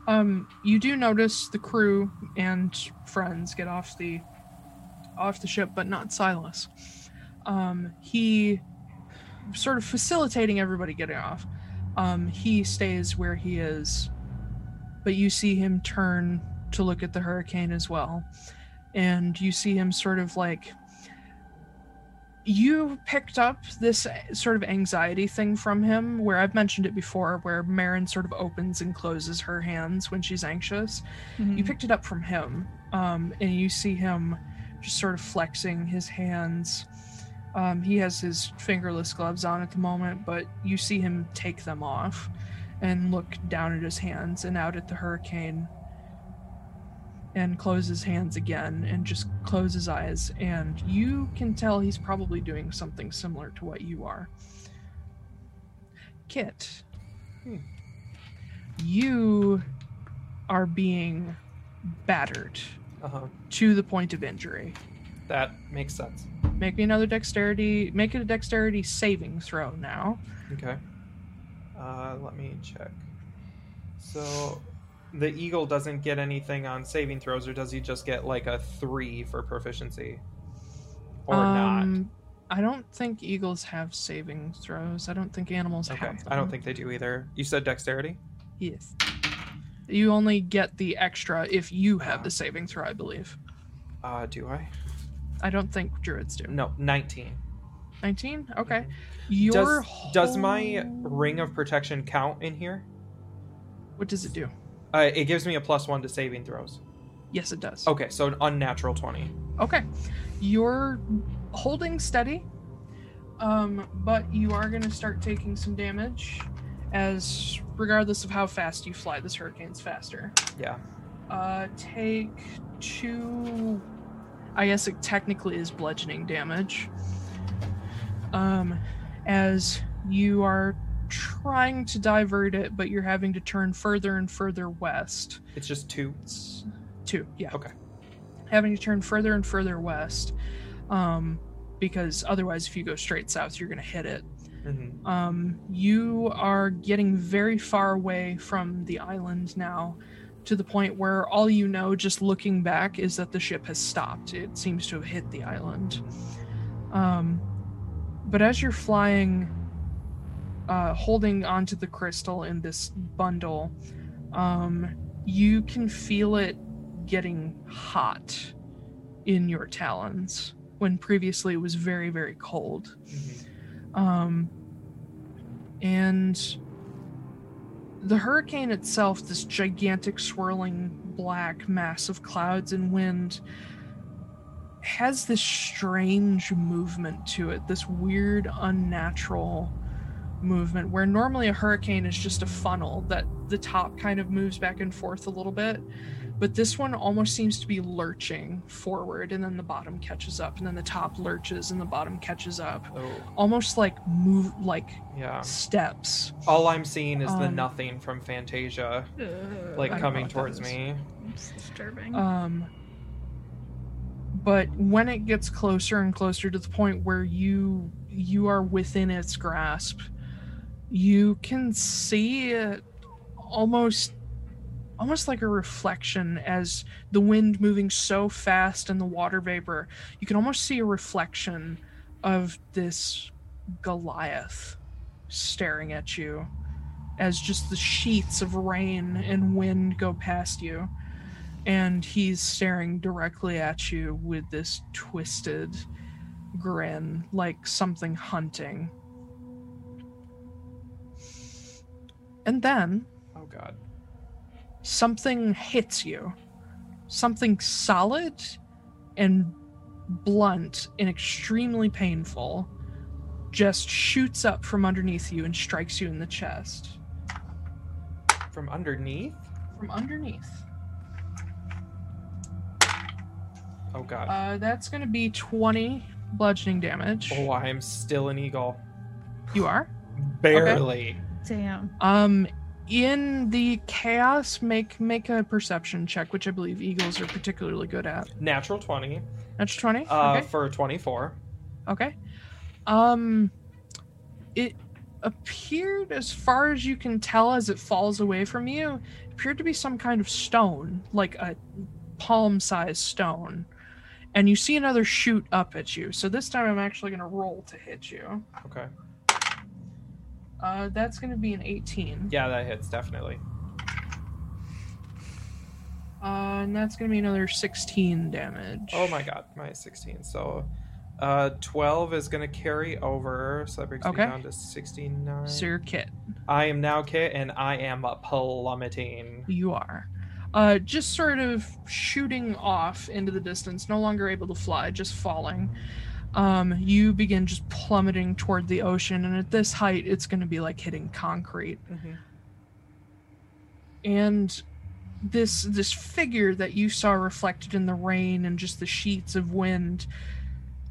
Um, you do notice the crew and friends get off the off the ship, but not Silas. Um, he sort of facilitating everybody getting off. Um, he stays where he is, but you see him turn to look at the hurricane as well, and you see him sort of like. You picked up this sort of anxiety thing from him, where I've mentioned it before, where Marin sort of opens and closes her hands when she's anxious
Mm-hmm.
you picked it up from him um, and you see him just sort of flexing his hands um, he has his fingerless gloves on at the moment but you see him take them off and look down at his hands and out at the hurricane and close his hands again and just close his eyes and you can tell he's probably doing something similar to what you are kit
Hmm.
you are being battered
Uh huh.
to the point of injury.
That makes sense.
Make me another dexterity. Make it a dexterity saving throw now.
Okay. Uh, let me check. So, the eagle doesn't get anything on saving throws, or does he just get like a three for proficiency? Or not?
Um, I don't think eagles have saving throws. I don't think animals
Okay.
have. Them.
I don't think they do either. You said dexterity?
Yes. You only get the extra if you have
Ah.
the saving throw, I believe.
Uh, do I?
I don't think druids do.
No, 19.
19? Okay.
Mhm.
Your
Does, does my
whole-
ring of protection count in here?
What does it do?
Uh, it gives me a plus one to saving throws.
Yes, it does.
Okay, so an unnatural 20.
Okay. You're holding steady, um, but you are going to start taking some damage, as regardless of how fast you fly, this hurricane's faster.
Yeah.
Uh, take two. I guess it technically is bludgeoning damage. Um, as you are trying to divert it, but you're having to turn further and further west.
It's just two.
It's two, yeah.
Okay.
Having to turn further and further west, um, because otherwise, if you go straight south, you're going to hit it.
hmm
Um, you are getting very far away from the island now, to the point where all you know, just looking back, is that the ship has stopped. It seems to have hit the island. Um, but as you're flying uh, holding onto the crystal in this bundle, um, you can feel it getting hot in your talons when previously it was very, very cold.
Mm-hmm.
Um, and the hurricane itself, this gigantic swirling black mass of clouds and wind, has this strange movement to it, this weird, unnatural movement where normally a hurricane is just a funnel that the top kind of moves back and forth a little bit. But this one almost seems to be lurching forward, and then the bottom catches up, and then the top lurches, and the bottom catches up,
Oh,
almost like move like
yeah.
steps.
All I'm seeing is the
Um,
nothing from Fantasia,
I
like
don't know
coming
what that
towards
is.
me.
It's disturbing.
Um, but when it gets closer and closer to the point where you you are within its grasp, you can see it almost almost like a reflection as the wind moving so fast and the water vapor. You can almost see a reflection of this Goliath staring at you as just the sheets of rain and wind go past you and he's staring directly at you with this twisted grin, like something hunting. And then
Oh god.
something hits you. Something solid and blunt and extremely painful just shoots up from underneath you and strikes you in the chest.
From underneath?
From underneath.
Oh god.
Uh, that's going to be 20 bludgeoning damage.
oh, I am still an eagle.
You are?
Barely.
Damn.
Um, in the chaos, make make a perception check, which I believe eagles are particularly good at.
Natural 20
That's twenty.
uh,
okay.
for 24.
Okay. Um, it appeared, as far as you can tell, as it falls away from you, appeared to be some kind of stone, like a palm-sized stone. And you see another shoot up at you. So this time, I'm actually going to roll to hit you.
Okay.
Uh, that's going to be an 18.
Yeah, that hits definitely.
Uh, and that's going to be another 16 damage.
Oh my god, my 16. So uh 12 is going to carry over, so that brings
Okay.
me down to 69.
So your kit,
I am now Kit and I am plummeting.
you are. Uh, just sort of shooting off into the distance, no longer able to fly, just falling. Um, you begin just plummeting toward the ocean, and at this height, it's going to be like hitting concrete. and this this figure that you saw reflected in the rain and just the sheets of wind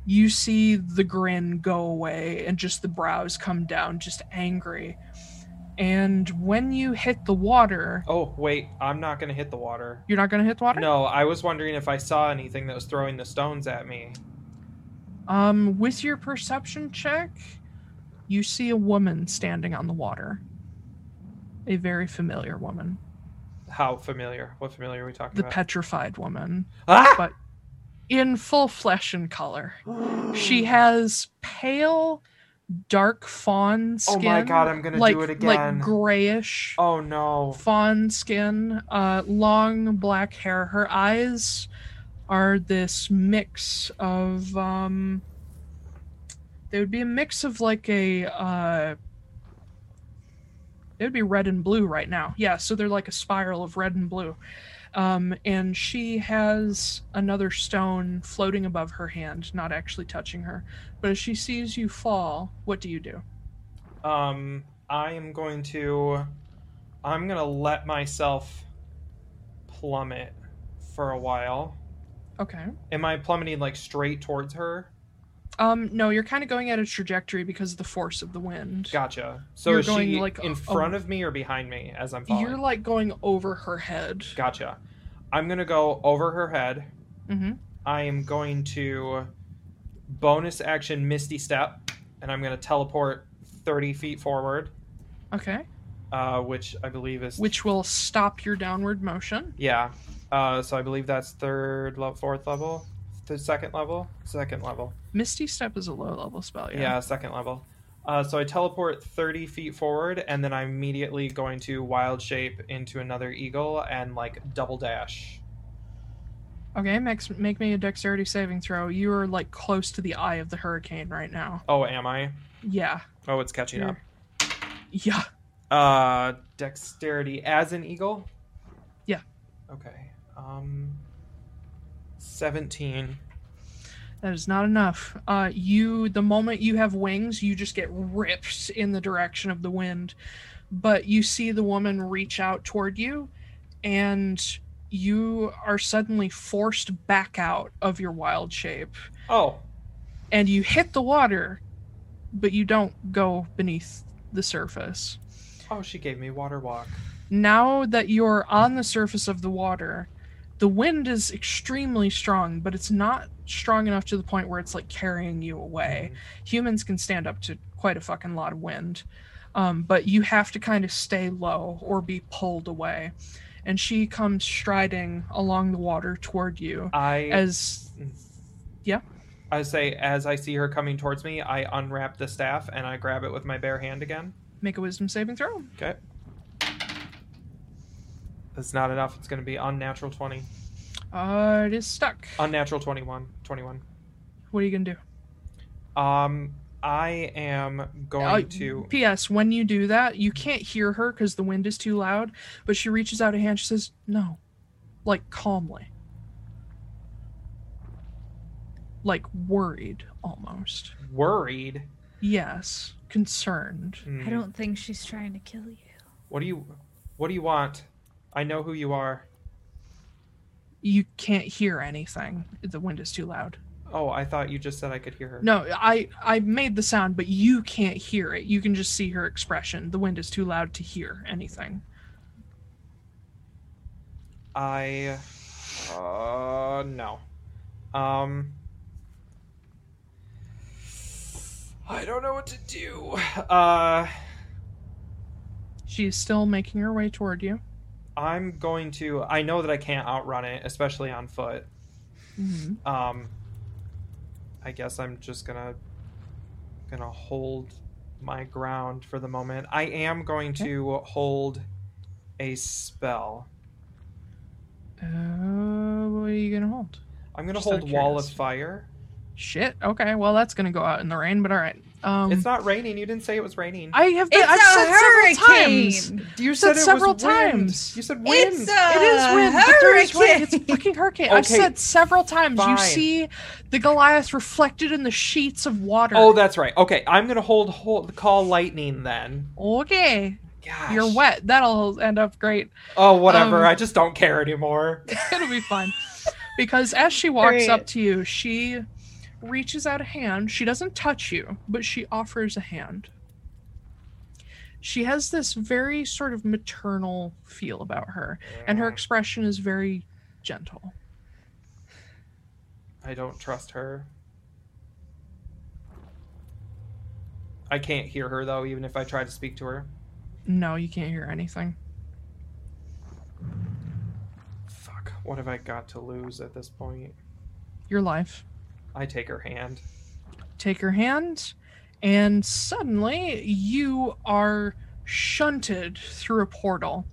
you see the grin go away and just the brows come down just angry and when you hit the water
Oh, wait, I'm not going to hit the water.
you're not going to hit the water
No, I was wondering if I saw anything that was throwing the stones at me.
um with your perception check you see a woman standing on the water a very familiar woman
How familiar? What familiar are we talking
the
about?
petrified woman
ah!
in full flesh and color. she has pale, dark fawn
Oh
skin.
my god, I'm going to
like,
do it again.
Like grayish
oh no.
fawn skin, uh, long black hair. Her eyes are this mix of um, they would be a mix of like a uh, they would be red and blue right now. Yeah, so they're like a spiral of red and blue. Um, and she has another stone floating above her hand, not actually touching her. But as she sees you fall, what do you do?
Um, I am going to. I'm going to let myself plummet for a while.
Okay.
Am I plummeting like straight towards her?
Um, no, you're kind of going at a trajectory because of the force of the wind.
Gotcha. So
You're
is
going,
she
like,
in
a-
front of me or behind me as I'm falling?
You're like going over her head.
Gotcha. I'm going to go over her head.
Mm-hmm.
I am going to bonus action Misty Step, and I'm going to teleport 30 feet forward,
Okay.
uh, which I believe is.
Which will stop your downward motion.
Yeah. Uh, so I believe that's third, level, fourth level, the second level, second level.
Misty Step is a low level spell.
Yeah,
Yeah.
second level. Uh, so I teleport 30 feet forward, and then I'm immediately going to wild shape into another eagle and like double dash.
Okay, make, make me a dexterity saving throw. You are like close to the eye of the hurricane right now.
Oh, am I?
Yeah.
Oh, it's catching up.
Yeah.
Uh, dexterity as an eagle.
Yeah.
Okay. Um. Seventeen.
That is not enough. Uh, you, the moment you have wings, you just get ripped in the direction of the wind. But you see the woman reach out toward you, and you are suddenly forced back out of your wild shape.
Oh,
And you hit the water, but you don't go beneath the surface.
oh, she gave me water walk.
Now that you're on the surface of the water, the wind is extremely strong, but it's not strong enough to the point where it's like carrying you away. Humans can stand up to quite a fucking lot of wind, um, but you have to kind of stay low or be pulled away. And she comes striding along the water toward you
I Mm.
as
I say as I see her coming towards me, I unwrap the staff and I grab it with my bare hand again.
make a wisdom saving throw.
Okay. That's not enough. It's going to be unnatural 20.
Uh, it is stuck.
Unnatural 21. 21.
What are you gonna do?
Um, I am going
Uh,
to.
P.S. When you do that, you can't hear her because the wind is too loud, but she reaches out a hand. She says, No. Like calmly. Like worried almost.
Worried.
Yes. Concerned.
Hmm.
I don't think she's trying to kill you.
What do you. What do you want? I know who you are.
You can't hear anything. The wind is too loud.
Oh, I thought you just said I could hear her.
No, I I made the sound, but you can't hear it. You can just see her expression. The wind is too loud to hear anything.
I. Uh, no. Um. I don't know what to do. Uh,
She is still making her way toward you.
I'm going to. I know that I can't outrun it, especially on foot.
Mhm.
Um, I guess I'm just gonna gonna hold my ground for the moment. I am going to hold a spell.
Uh, what are you gonna hold?
I'm gonna
Just out of
hold Wall of
curiosity.
Fire.
Shit. Okay. Well, that's gonna go out in the rain, but all right. Um,
it's not raining. You didn't say it was raining.
I have. Been,
It's
I've
a
said
hurricane!
several times.
you
said several
wind.
times.
You said wind.
It's
It is wind.
a
but there is wind. It's
hurricane!
a fucking hurricane. I've
Okay.
said several times.
Fine.
You see the Goliath reflected in the sheets of water.
Oh, that's right. Okay, I'm gonna hold hold call lightning then.
okay.
Gosh.
You're wet. That'll end up great.
Oh, whatever.
Um,
I just don't care anymore.
It'll be fun. Because as she walks up
Great.
to you, she reaches out a hand. She doesn't touch you, but she offers a hand. She has this very sort of maternal feel about her, and her expression is very gentle.
I don't trust her. I can't hear her though, even if I try to speak to her.
No, you can't hear anything.
Fuck. What have I got to lose at this point?
Your life.
I take her hand.
Take her hand, and suddenly you are shunted through a portal.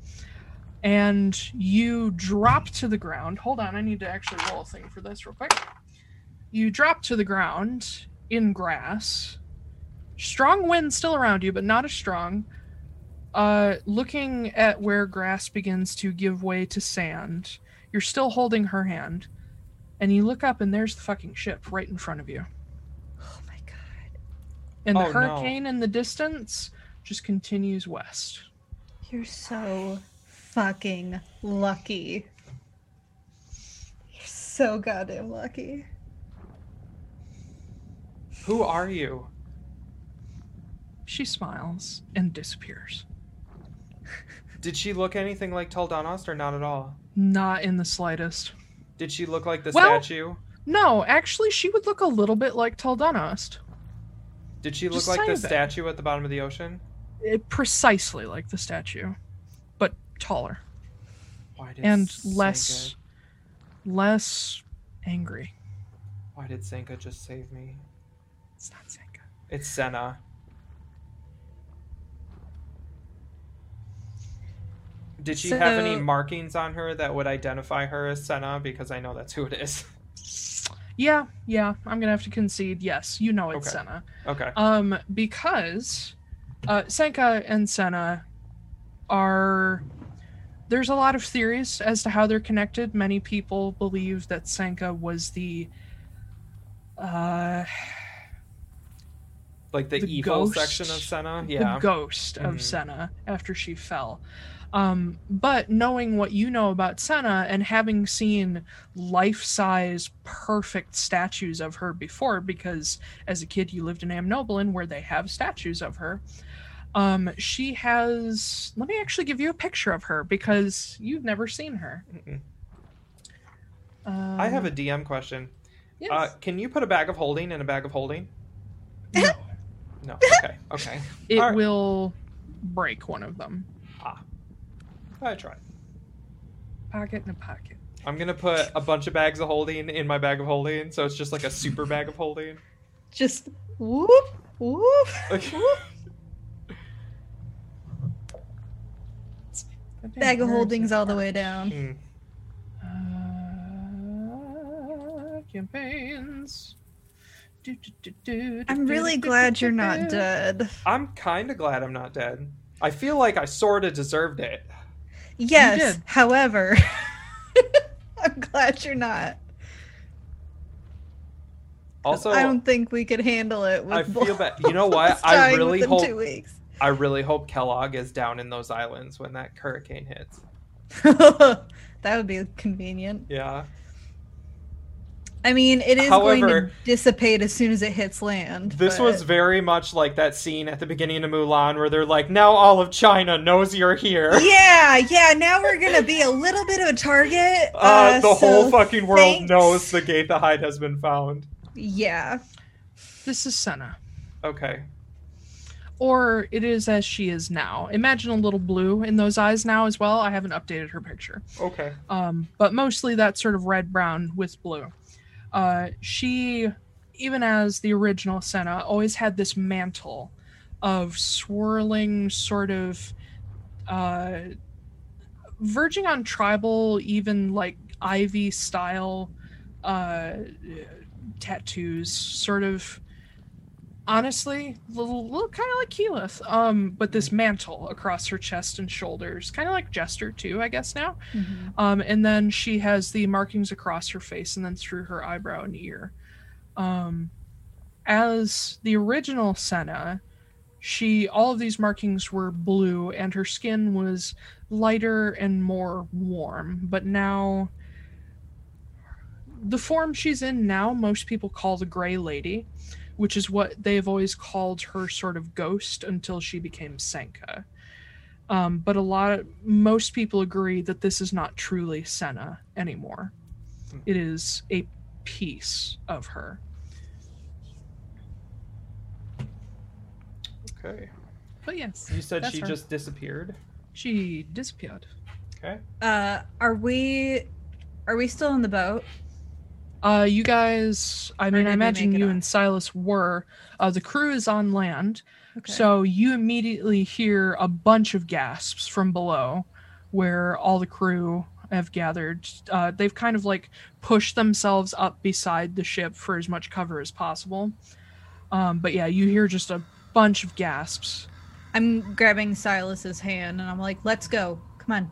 And you drop to the ground. Hold on, I need to actually roll a thing for this real quick. You drop to the ground in grass. Strong wind still around you, but not as strong. Uh, looking at where grass begins to give way to sand, you're still holding her hand. And you look up, and there's the fucking ship right in front of you
Oh my god.
and the
Oh, no.
hurricane in the distance just continues west.
You're so fucking lucky. You're so goddamn lucky.
Who are you?
She smiles and disappears.
Did she look anything like Taldanost or not at all?
Not in the slightest.
Did she look like the
Well-
statue?
No, actually, she would look a little bit like Taldanost.
Did she look
just
like
tiny
the
bit.
statue at the bottom of the ocean?
Eh, Precisely like the statue, but taller
Why did
and
Senka-
less, less angry.
Why did Senka just save me?
It's not Senka.
It's Senna. Did she have any
So-
markings on her that would identify her as Senna? Because I know that's who it is.
Yeah, yeah. I'm gonna have to concede. Yes, you know it's
Okay.
Senna.
Okay.
Um, because uh, Senka and Senna are. There's a lot of theories as to how they're connected. Many people believe that Senka was the. Uh,
Like the,
the
evil
ghost-
section of Senna? Yeah.
the ghost
Mhm.
of Senna after she fell. Um, but knowing what you know about Senna and having seen life size perfect statues of her before, because as a kid you lived in Amnoblin where they have statues of her, um, she has. Let me actually give you a picture of her because you've never seen her.
Mm-mm.
Um,
I have a DM question.
yes.
Uh, can you put a bag of holding in a bag of holding?
No.
No. Okay. Okay.
it
alright.
will break one of them.
I tried.
Pocket in a pocket.
I'm gonna put a bunch of bags of holding in my bag of holding, so it's just like a super bag of holding.
Just whoop, whoop.
Okay.
That damn
Bag of
where is
holdings
it?
all the way down.
Mm.
Uh, campaigns. Do, do, do, do,
I'm
do,
really
do, do,
glad
do,
you're
do,
not
do.
dead.
I'm kind of glad I'm not dead. I feel like I sort of deserved it.
Yes,
did.
however, I'm glad you're not.
Also,
I don't think we could handle it. With
I feel
Bol-
bad. You know what? I
dying
really
within
hope-
two weeks.
I really hope Kellogg is down in those islands when that hurricane hits.
that would be convenient.
Yeah.
I mean, it is going
However-
to dissipate as soon as it hits land.
This
but-
was very much like that scene at the beginning of Mulan where they're like, now all of China knows you're here.
Yeah, yeah. Now we're gonna be a little bit of a target.
Uh, the whole
so
fucking world
thanks.
knows the Gaitha hide has been found.
Yeah.
This is Senna.
Okay.
Or it is as she is now. Imagine a little blue in those eyes now as well. I haven't updated her picture.
Okay.
um, but mostly that sort of red brown with blue. Uh, she, even as the original Senna, always had this mantle of swirling, sort of uh, verging on tribal, even like ivy style uh, tattoos, sort of. Honestly, little, little kind of like Keyleth, um, but this mantle across her chest and shoulders, kind of like Jester too, I guess now. Um, and then she has the markings across her face and then through her eyebrow and ear. Um, as the original Senna, she all of these markings were blue and her skin was lighter and more warm. But now, the form she's in now, most people call the Gray Lady, which is what they've always called her sort of ghost until she became Senka um, but a lot of most people agree that this is not truly Senna anymore.
Hmm.
It is a piece of her.
Okay.
But yes,
You said
That's
she
her.
just disappeared.
she disappeared.
Okay.
Uh, are we? Are we still on the boat?
Uh, you guys, I mean,
did
I
we
imagine
make it
you
on?
and Silas were. Uh, the crew is on land,
Okay.
so you immediately hear a bunch of gasps from below, where all the crew have gathered. Uh, they've kind of like pushed themselves up beside the ship for as much cover as possible. Um, but yeah, you hear just a bunch of gasps.
I'm grabbing Silas's hand and I'm like, "Let's go. Come on."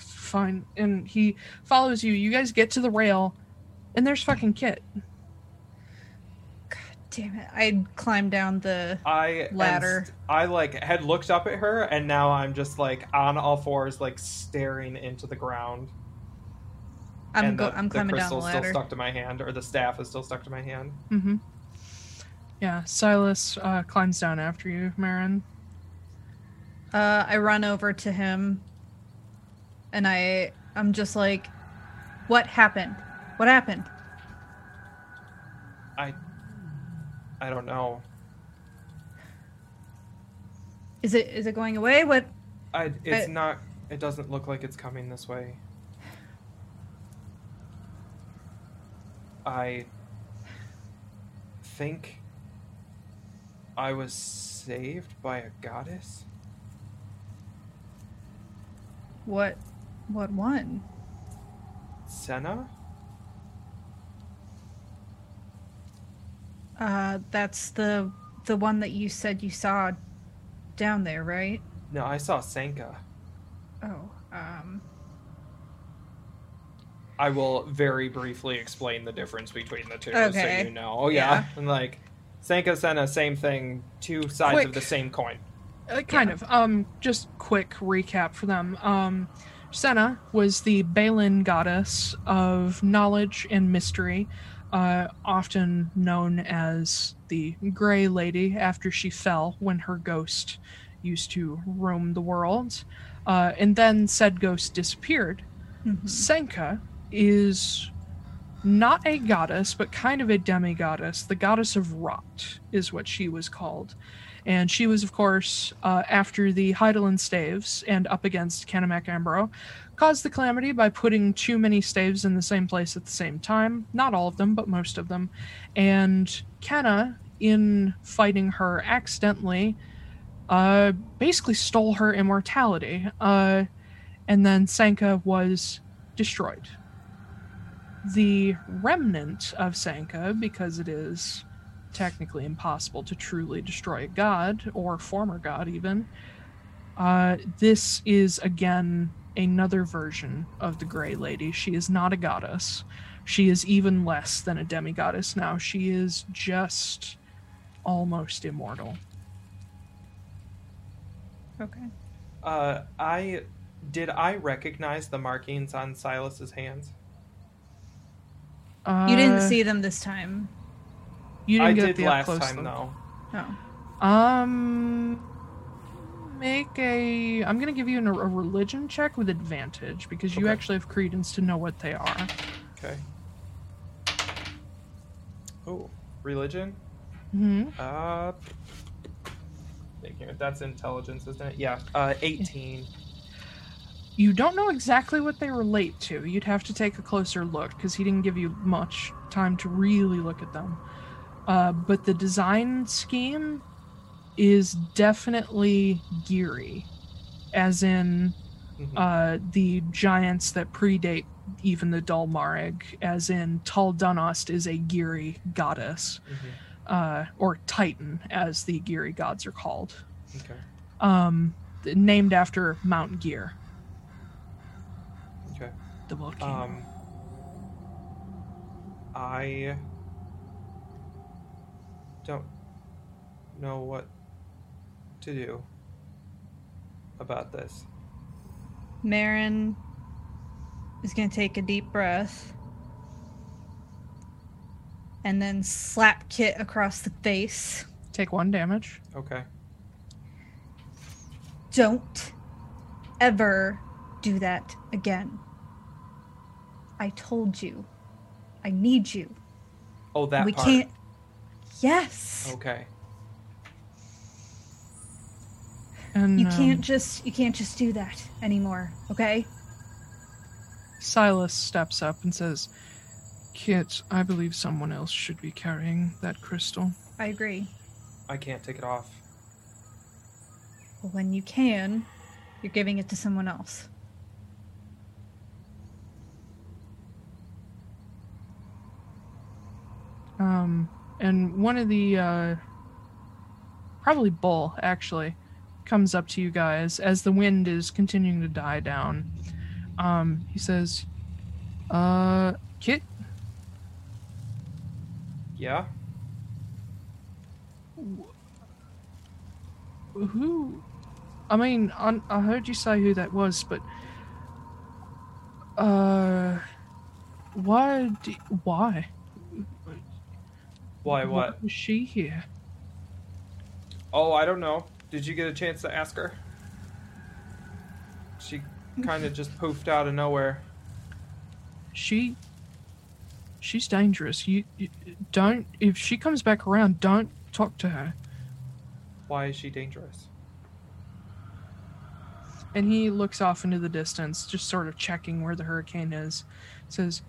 Fine, and he follows you. You guys get to the rail, and there's fucking Kit.
Damn it! I climbed down the.
I am
Ladder.
st- I like had looked up at her, and now I'm just like on all fours, like staring into the ground.
I'm
and
go.
the,
I'm climbing down the
crystal's
ladder.
still stuck to my hand, or the staff is still stuck to my hand.
Mm-hmm. Yeah, Silas uh, climbs down after you, Marin.
Uh, I run over to him, and I I'm just like, "What happened? What happened?"
I, I don't know.
Is it is it going away? What
I it's
I-
not. It doesn't look like it's coming this way. I think I was saved by a goddess.
What? What one?
Senna?
Uh, that's the the one that you said you saw down there, right?
No, I saw Senka.
Oh, um,
I will very briefly explain the difference between the two
Okay.
so you know. Oh yeah. And like Senka Senna, same thing, two sides of
Quick.
the same coin.
Uh, kind of. Um, just quick recap for them. Um, Senna was the Balin goddess of knowledge and mystery, uh, often known as the Grey Lady after she fell when her ghost used to roam the world. Uh, and then said ghost disappeared.
mhm.
Senka is not a goddess, but kind of a demigoddess. The goddess of rot is what she was called. And she was, of course, uh, after the Heidelin staves and up against Canamek Ambro, caused the calamity by putting too many staves in the same place at the same time. Not all of them, but most of them. And Kenna, in fighting her accidentally, uh, basically stole her immortality. Uh, and then Sanka was destroyed. The remnant of Sanka, because it is technically impossible to truly destroy a god or former god, even, uh, this is again another version of the Grey Lady. She is not a goddess. She is even less than a demigoddess now. She is just almost immortal.
okay.
Uh I did I recognize the markings on Silas's hands?
You didn't
Uh,
see them this time.
You didn't
I
get
did
the
last
up-close look.
time though.
Oh,
Um, make a. I'm gonna give you an, a religion check with advantage because you
Okay.
actually have credence to know what they are.
Okay. Oh, religion?
hmm
Uh thinking that's intelligence, isn't it? Yeah. Uh eighteen.
You don't know exactly what they relate to. You'd have to take a closer look because he didn't give you much time to really look at them. Uh, but the design scheme is definitely geary, as in
Mhm.
uh, the giants that predate even the Dalmarig, as in Tal Dunost is a Giri goddess,
Mhm.
uh, or Titan, as the Giri gods are called,
Okay.
um, th- named after Mount Gear,
Okay.
the volcano.
Um, I don't know what to do about this.
Marin is gonna take a deep breath and then slap Kit across the face.
Take one damage.
Okay.
Don't ever do that again. I told you. I need you.
Oh, that
we
part.
can't. Yes.
Okay. Oh,
And
You
um,
can't just you can't just do that anymore, okay?
Silas steps up and says, "Kit, I believe someone else should be carrying that crystal."
I agree.
I can't take it off.
But when you can, you're giving it to someone else.
Um, and one of the, uh, probably Bull, actually, comes up to you guys as the wind is continuing to die down. Um, he says, uh, Kit,
Yeah.
who? I mean, I, I heard you say who that was, but, uh, why? d why?
Why? What?
was she here?
Oh, I don't know. Did you get a chance to ask her? She kind of just poofed out of nowhere.
she she's dangerous you, you don't if she comes back around don't talk to her
Why is she dangerous?
and he looks off into the distance just sort of checking where the hurricane is says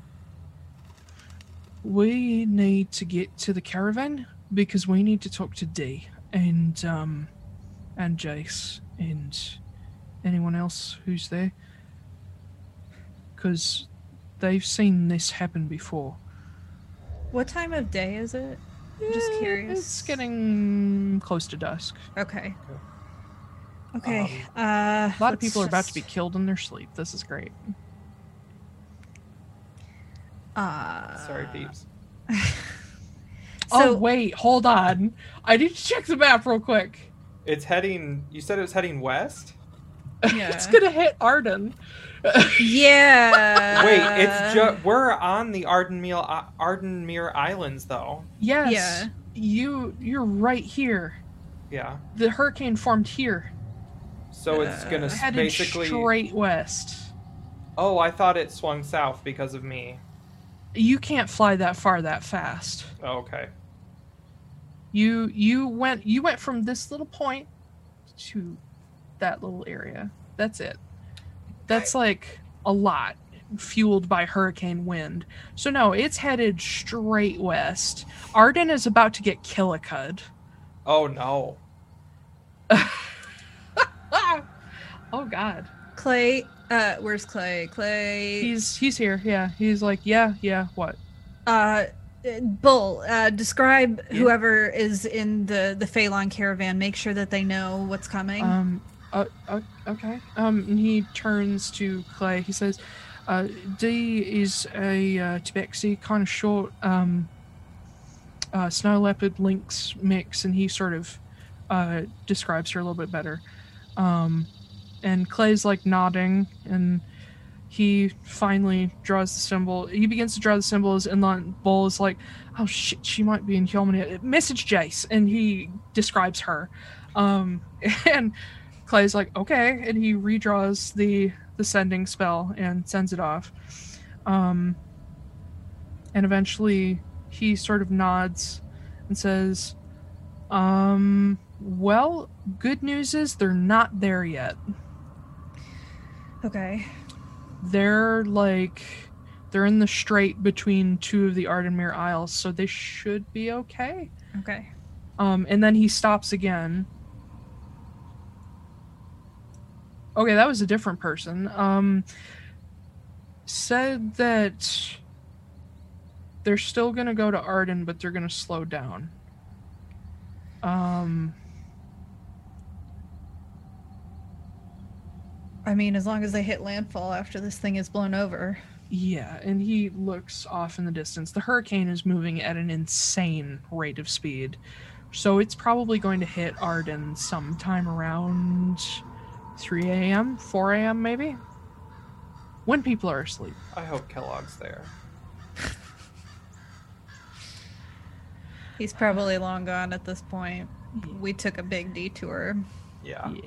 we need to get to the caravan because we need to talk to dee and um and jace and anyone else who's there because they've seen this happen before.
What time of day is it? I'm just
Eh,
curious.
It's getting close to dusk.
Okay. Okay.
Um,
uh,
A lot of people are about to be killed in their sleep. This is great.
Uh,
Sorry, peeps.
oh
So-
wait, hold on. I need to check the map real quick.
It's heading. You said it was heading west.
it's
Yeah.
gonna hit Arden.
yeah.
Wait,
Uh,
it's just we're on the Ardenmere I- Ardenmere Islands though.
Yes.
Yeah.
You you're right here.
Yeah.
The hurricane formed here.
So it's gonna s-
Headed
basically.
straight west.
Oh, I thought it swung south because of me.
You can't fly that far that fast.
Oh, okay.
You you went you went from this little point to that little area. That's it. That's like a lot fueled by hurricane wind. So no, it's headed straight west. Arden is about to get killicud.
Oh no.
Ah! Oh god.
Clay. Uh, where's Clay? Clay.
He's he's here. Yeah. He's like, "Yeah, yeah, what?"
uh, Bull. Uh, describe
Yeah.
whoever is in the the Phelan caravan. Make sure that they know what's coming.
Um, uh, uh, okay. Um, and he turns to Clay. He says, uh, "D is a uh, tabaxi, kind of short, um, uh, snow leopard lynx mix," and he sort of uh, describes her a little bit better. Um, and Clay's like nodding, and he finally draws the symbol. He begins to draw the symbols, and then Bull is like, "Oh shit, she might be in human." Message Jace, and he describes her. Um, and Clay's like, okay, and he redraws the the sending spell and sends it off. Um, and eventually, he sort of nods and says, um, "Well, good news is they're not there yet.
okay.
They're like." They're in the strait between two of the Ardenmere Isles, so they should be okay.
Okay.
Um, and then he stops again. Okay, that was a different person. Um, said that they're still going to go to Arden, but they're going to slow down. Um,
I mean, as long as they hit landfall after this thing is blown over.
yeah, and he looks off in the distance. The hurricane is moving at an insane rate of speed. So it's probably going to hit Arden sometime around 3 a.m., 4 a.m., maybe? When people are asleep.
I hope Kellogg's there.
He's probably long gone at this point. We took a big detour.
Yeah.
Yeah.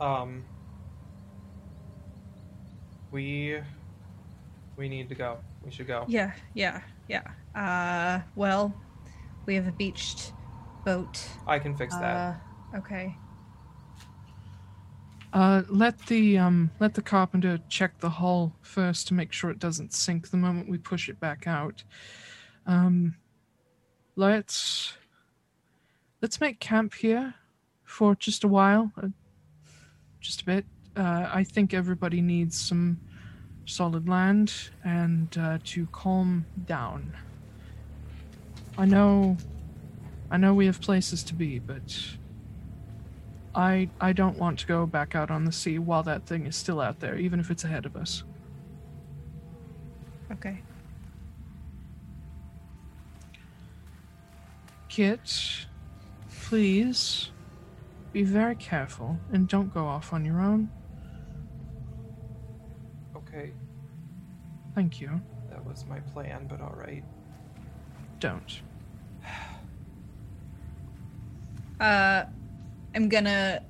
Um. We. We need to go. We should go.
Yeah, yeah, yeah. Uh, well, we have a beached boat.
I can fix that.
Uh, okay.
Uh, let the um, let the carpenter check the hull first to make sure it doesn't sink the moment we push it back out. Um, let's let's make camp here for just a while, uh, just a bit. Uh, I think everybody needs some solid land and uh, to calm down. I know, I know we have places to be, but. I I don't want to go back out on the sea while that thing is still out there, even if it's ahead of us.
Okay.
Kit, please be very careful and don't go off on your own.
Okay.
Thank you.
That was my plan, but alright.
Don't.
Uh, I'm gonna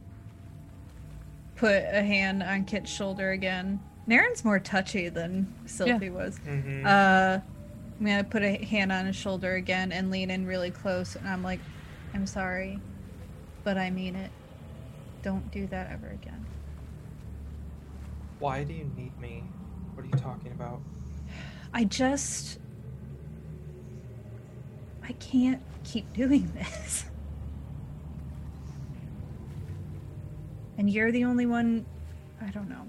put a hand on Kit's shoulder again. Naren's more touchy than Sylvie was.
Mm-hmm.
Uh, I'm gonna put a hand on his shoulder again and lean in really close, and I'm like, I'm sorry, but I mean it. Don't do that ever again.
Why do you need me? What are you talking about?
I just. I can't keep doing this. And you're the only one. I don't know.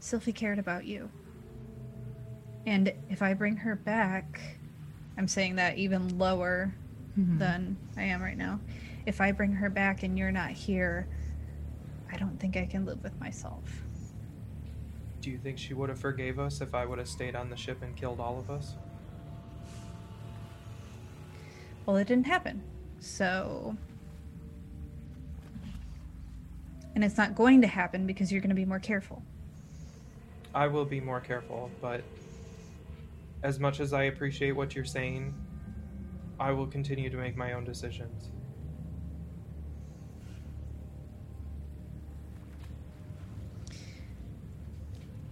Sylphie cared about you. And if I bring her back, I'm saying that even lower
Mm-hmm.
than I am right now. If I bring her back and you're not here, I don't think I can live with myself.
Do you think she would have forgave us if I would have stayed on the ship and killed all of us?
Well, it didn't happen. So. And it's not going to happen because you're going to be more careful.
I will be more careful, but as much as I appreciate what you're saying, I will continue to make my own decisions.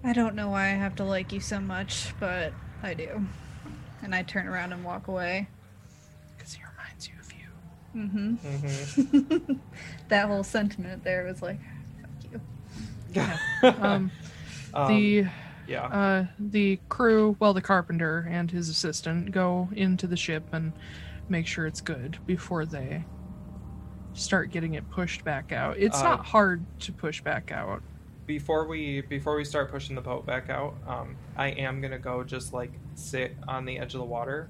I don't know why I have to like you so much, but I do. And I turn around and walk away.
Because he reminds you of you.
Mm-hmm.
Mm-hmm.
that whole sentiment there was like, fuck you.
Um, the
Um, yeah.
uh, the crew, well, the carpenter and his assistant, go into the ship and make sure it's good before they start getting it pushed back out. It's
Uh,
not hard to push back out.
before we before we start pushing the boat back out, um, I am gonna go just like sit on the edge of the water,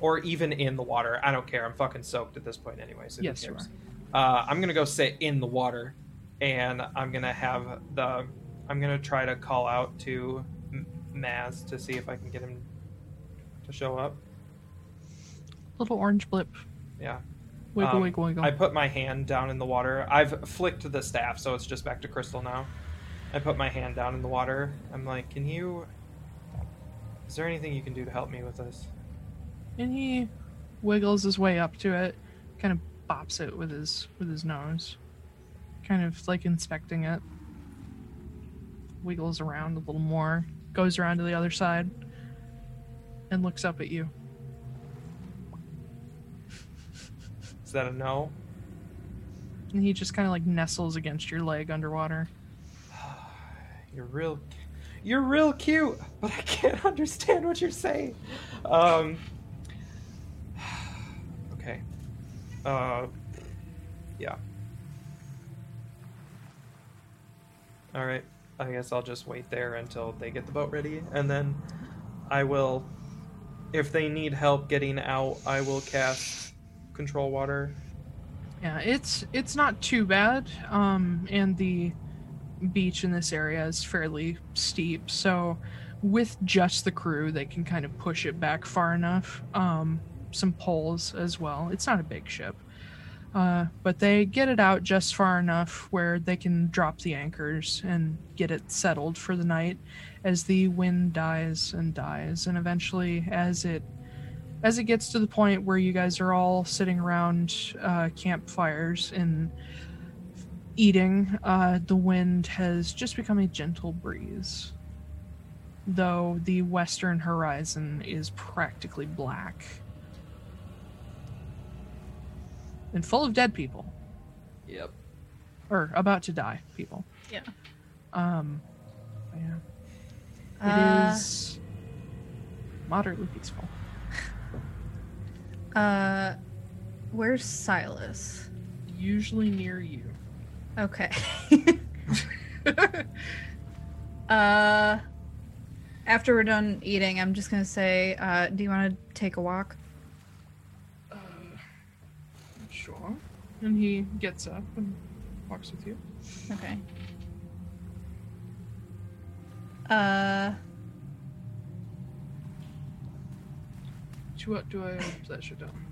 or even in the water. I don't care. I'm fucking soaked at this point anyway. So who
Yes, you
cares? Uh, I'm gonna go sit in the water, and I'm gonna have the I'm gonna try to call out to M- Maz to see if I can get him to show up.
Little orange blip.
Yeah.
Wiggle,
Um,
wiggle, wiggle.
I put my hand down in the water. I've flicked the staff, so it's just back to crystal now. I put my hand down in the water. I'm like, can you. Is there anything you can do to help me with this?
and he wiggles his way up to it, kind of bops it with his with his nose, kind of like inspecting it. Wiggles around a little more, goes around to the other side, and looks up at you.
Is that a no?
And he just kind of like nestles against your leg underwater.
You're real. You're real cute, but I can't understand what you're saying. Um. Okay. Uh. Yeah. All right. I guess I'll just wait there until they get the boat ready, and then I will. If they need help getting out, I will cast control water.
Yeah, it's it's not too bad. Um, and the beach in this area is fairly steep, so with just the crew, they can kind of push it back far enough. Um, some poles as well. It's not a big ship, uh, but they get it out just far enough where they can drop the anchors and get it settled for the night. As the wind dies and dies, and eventually, as it as it gets to the point where you guys are all sitting around uh, campfires and eating, uh, the wind has just become a gentle breeze. Though the western horizon is practically black and full of dead people,
Yep.
or about to die people.
Yeah.
Um, yeah. It is
Uh,
moderately peaceful.
Uh, where's Silas?
Usually near you.
Okay. uh, after we're done eating, I'm just gonna say, uh, do you want to take a walk?
Sure. And he gets up and walks with you.
Okay. Uh,
To what do I put that shit down?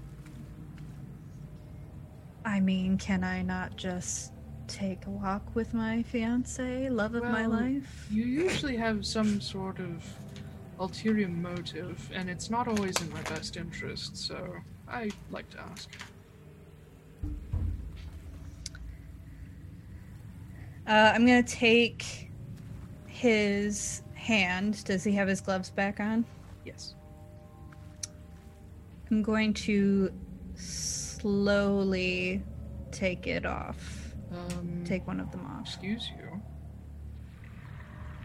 I mean, can I not just take a walk with my fiance, love of my
Well,
life?
You usually have some sort of ulterior motive, and it's not always in my best interest, so I like to ask.
Uh, I'm gonna take his hand. Does he have his gloves back on?
Yes.
I'm going to slowly take it off.
Um,
Take one of them off.
Excuse you. What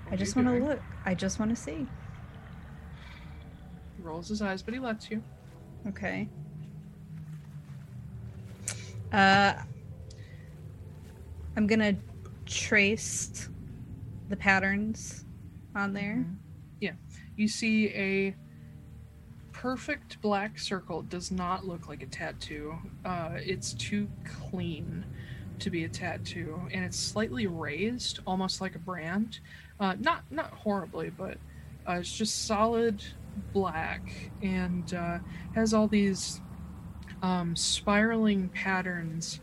I
are
just
you
want to
doing?
look. I just want to see.
He rolls his eyes, but he lets you.
Okay. Uh, I'm gonna trace the patterns on there.
You see a perfect black circle. It does not look like a tattoo. Uh, it's too clean to be a tattoo, and it's slightly raised, almost like a brand. Uh, not not horribly, but uh, it's just solid black and uh, has all these um, spiraling patterns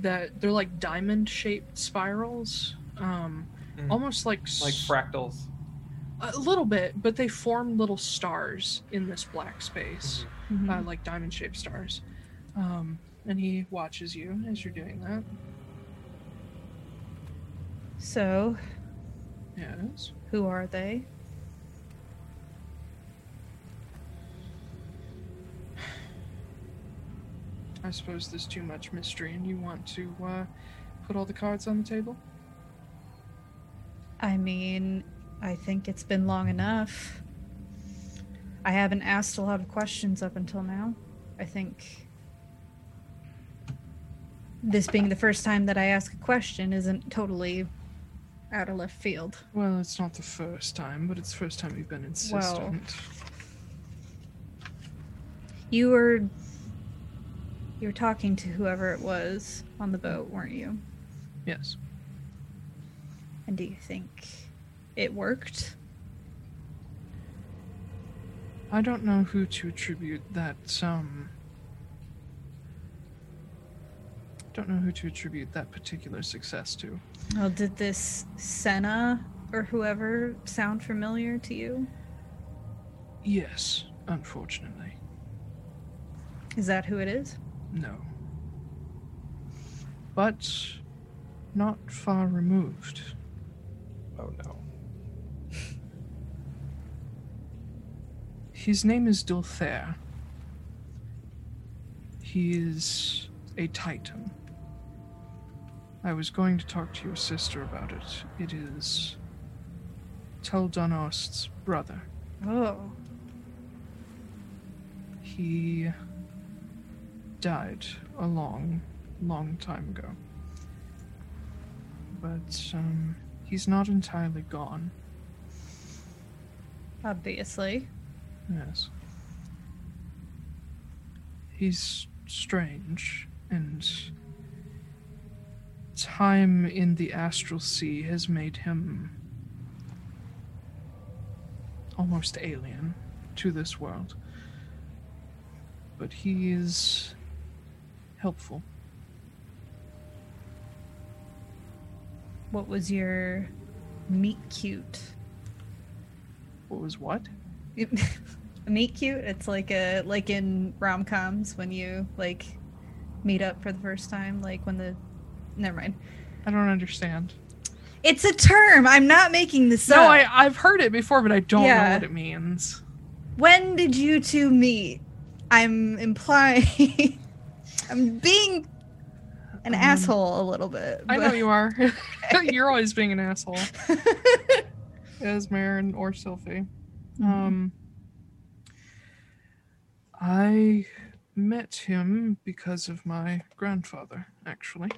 that they're like diamond shaped spirals, um,
Mm.
almost like s-
Like fractals.
a little bit, but they form little stars in this black space,
Mhm.
uh, like diamond shaped stars. Um, and he watches you as you're doing that.
So,
Yes.
who are they?
I suppose there's too much mystery, and you want to uh, put all the cards on the table?
I mean, I think it's been long enough. I haven't asked a lot of questions up until now. I think this being the first time that I ask a question isn't totally out of left field.
Well, it's not the first time, but it's the first time you've been insistent.
You were you were talking to whoever it was on the boat, weren't you?
Yes.
And do you think it worked?
I don't know who to attribute that, um. Don't know who to attribute that particular success to.
Well, did this Senna or whoever sound familiar to you?
Yes, unfortunately.
Is that who it is?
No. But not far removed.
Oh no.
His name is Dulthair. He is a titan. I was going to talk to your sister about it. It is Tel Donorst's brother.
Oh,
He died a long, long time ago. But um, he's not entirely gone.
obviously.
Yes. He's strange, and time in the astral sea has made him almost alien to this world. But he is helpful.
What was your meet cute?
What was what?
meet cute? It's like a like in rom coms when you like meet up for the first time, like when the never mind.
I don't understand.
It's a term. I'm not making this
no,
up.
I, I've heard it before, but I don't know
Yeah.
what it means.
When did you two meet? I'm implying I'm being an
Um,
asshole a little bit.
I know
but-
you are. You're always being an asshole. as Marin or Sylphie.
Mm-hmm.
Um, I met him because of my grandfather, actually.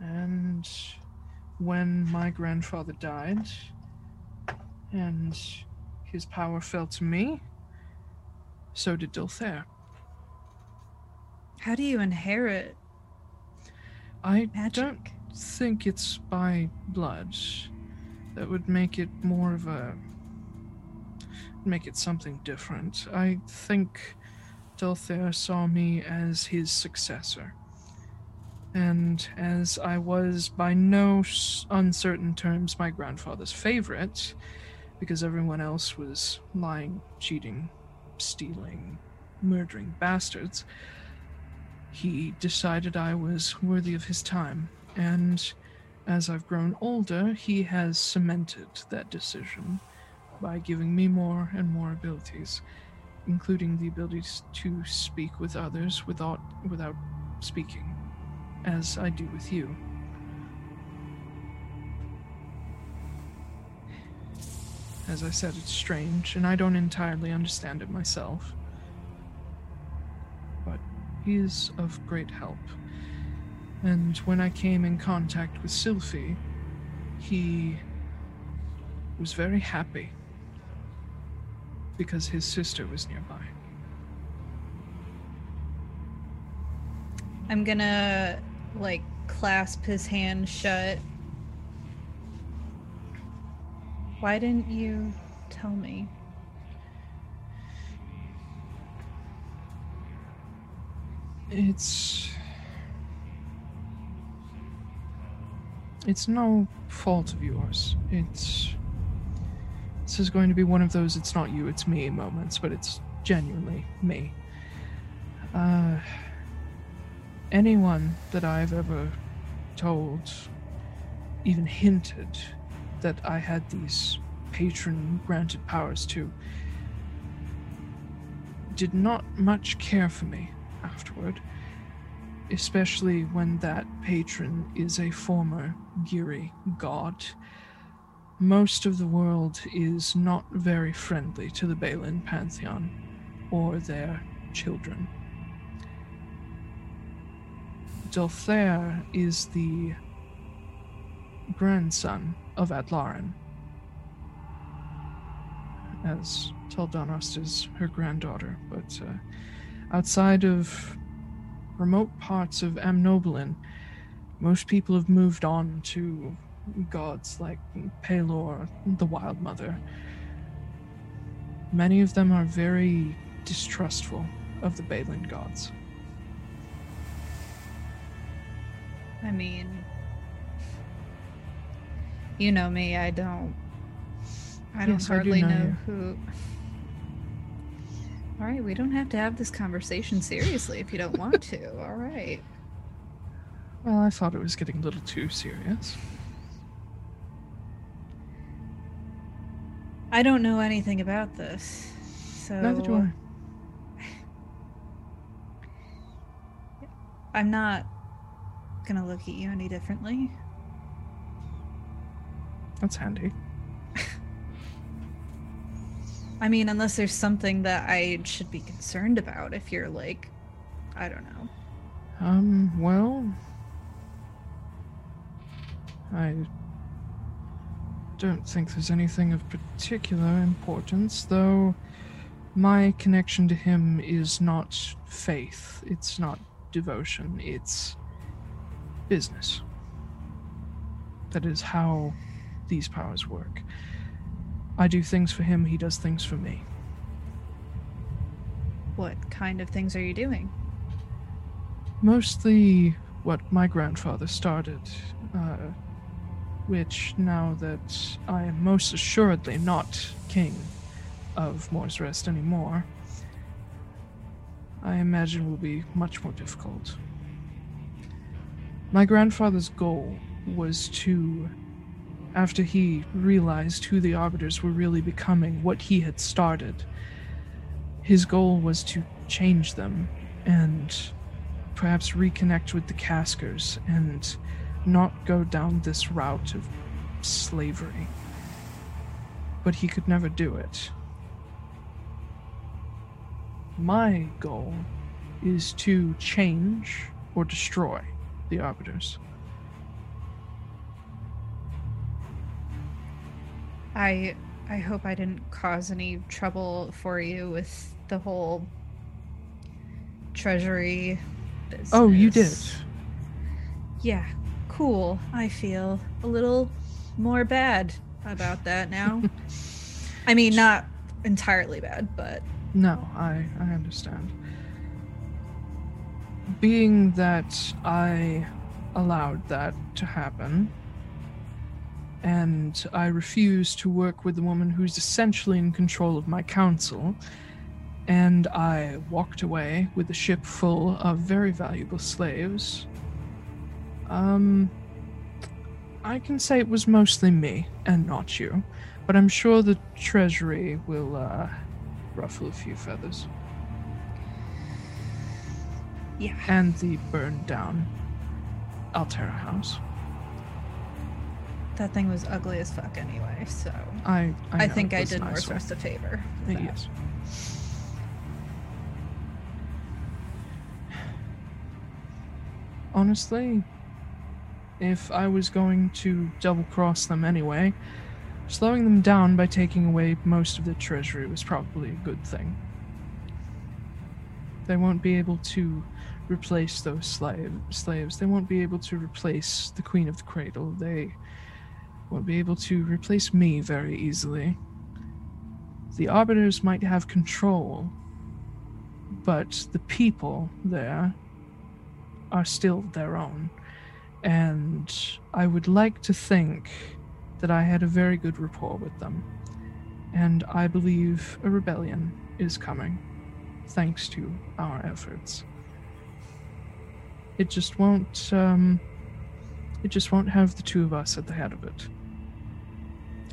And when my grandfather died and his power fell to me, so did Dilthair.
How do you inherit
I
magic?
don't think it's by blood. That would make it more of a. make it something different. I think Delthair saw me as his successor. And as I was by no s- uncertain terms my grandfather's favorite, because everyone else was lying, cheating, stealing, murdering bastards, he decided I was worthy of his time, and as I've grown older, he has cemented that decision by giving me more and more abilities, including the ability s- to speak with others without without speaking, as I do with you. As I said, it's strange, and I don't entirely understand it myself. He is of great help. And when I came in contact with Sylphie, he was very happy because his sister was nearby.
I'm gonna like clasp his hand shut. Why didn't you tell me?
It's. It's no fault of yours. It's. This is going to be one of those it's not you, it's me moments, but it's genuinely me. Uh, anyone that I've ever told, even hinted that I had these patron granted powers to, did not much care for me afterward, especially when that patron is a former Giri god. Most of the world is not very friendly to the Balin Pantheon or their children. Dolthair is the grandson of Adlaran, as Taldanost is her granddaughter, but uh, outside of remote parts of Amnoblin, most people have moved on to gods like Pelor, the Wild Mother. Many of them are very distrustful of the Balin gods.
I mean, you know me. I don't. I don't
Yes, I do
hardly
know
know,
you.
who. All right, we don't have to have this conversation seriously if you don't want to. All right.
Well, I thought it was getting a little too serious.
I don't know anything about this, so
Neither do I.
I'm not gonna look at you any differently.
That's handy.
I mean, unless there's something that I should be concerned about. If you're like, I don't know.
Um, well. I don't think there's anything of particular importance, though my connection to him is not faith, it's not devotion, it's business. That is how these powers work. I do things for him, he does things for me.
What kind of things are you doing?
mostly what my grandfather started, uh, which now that I am most assuredly not king of Moor's Rest anymore, I imagine will be much more difficult. My grandfather's goal was to, after he realized who the Arbiters were really becoming, what he had started, his goal was to change them and perhaps reconnect with the Caskers and not go down this route of slavery. But he could never do it. My goal is to change or destroy the Arbiters.
I I hope I didn't cause any trouble for you with the whole treasury business.
Oh, you did.
Yeah, cool. I feel a little more bad about that now. I mean, not entirely bad, but
No, I, I understand. Being that I allowed that to happen, and I refuse to work with the woman who's essentially in control of my council, and I walked away with a ship full of very valuable slaves, um, I can say it was mostly me and not you, but I'm sure the Treasury will, uh, ruffle a few feathers.
Yeah.
And the burned down Altera house.
that thing was ugly as fuck anyway, so
I I,
I,
know
think
it
I
was
did
an
more
eyesore.
Morsus a favor. with that.
Yes. Honestly, if I was going to double cross them anyway, slowing them down by taking away most of their treasury was probably a good thing. They won't be able to replace those slave, slaves. They won't be able to replace the Queen of the Cradle. They won't be able to replace me very easily. The Arbiters might have control, but the people there are still their own. And I would like to think that I had a very good rapport with them. And I believe a rebellion is coming, thanks to our efforts. It just won't. Um, it just won't have the two of us at the head of it.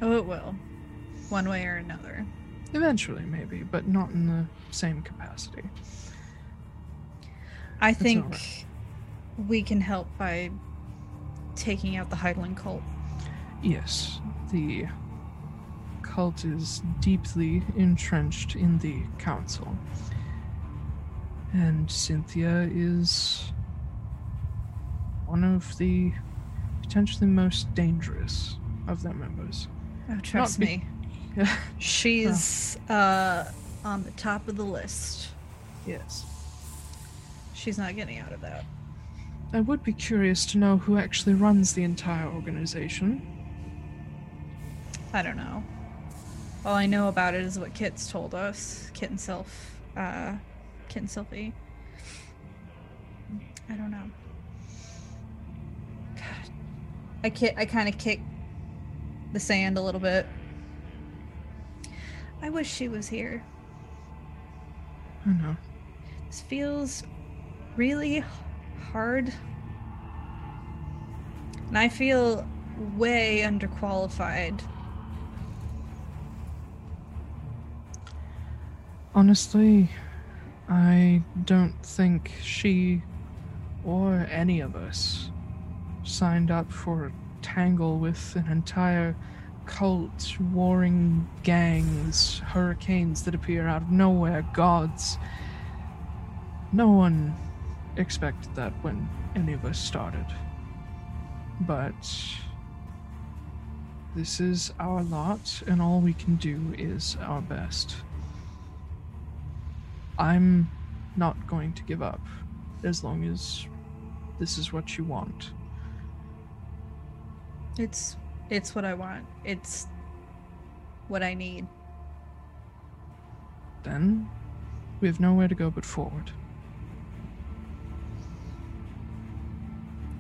Oh, it will. One way or another.
Eventually, maybe, but not in the same capacity.
I
all
think
right.
we can help by taking out the Heidling cult.
Yes, the cult is deeply entrenched in the council. And Cynthia is one of the potentially most dangerous of their members.
Oh, trust
be-
me. She's uh, on the top of the list.
yes.
She's not getting out of that.
I would be curious to know who actually runs the entire organization.
I don't know. All I know about it is what Kit's told us. Kit and Sylph. Uh, Kit and Sylphie. I don't know. God. I ki- I kind of kick the sand a little bit. I wish she was here.
I know.
This feels really h- hard. And I feel way underqualified.
Honestly, I don't think she or any of us signed up for a tangle with an entire cult, warring gangs, hurricanes that appear out of nowhere, gods. No one expected that when any of us started. But this is our lot, and all we can do is our best. I'm not going to give up as long as this is what you want.
It's it's what I want. It's what I need.
Then we have nowhere to go but forward.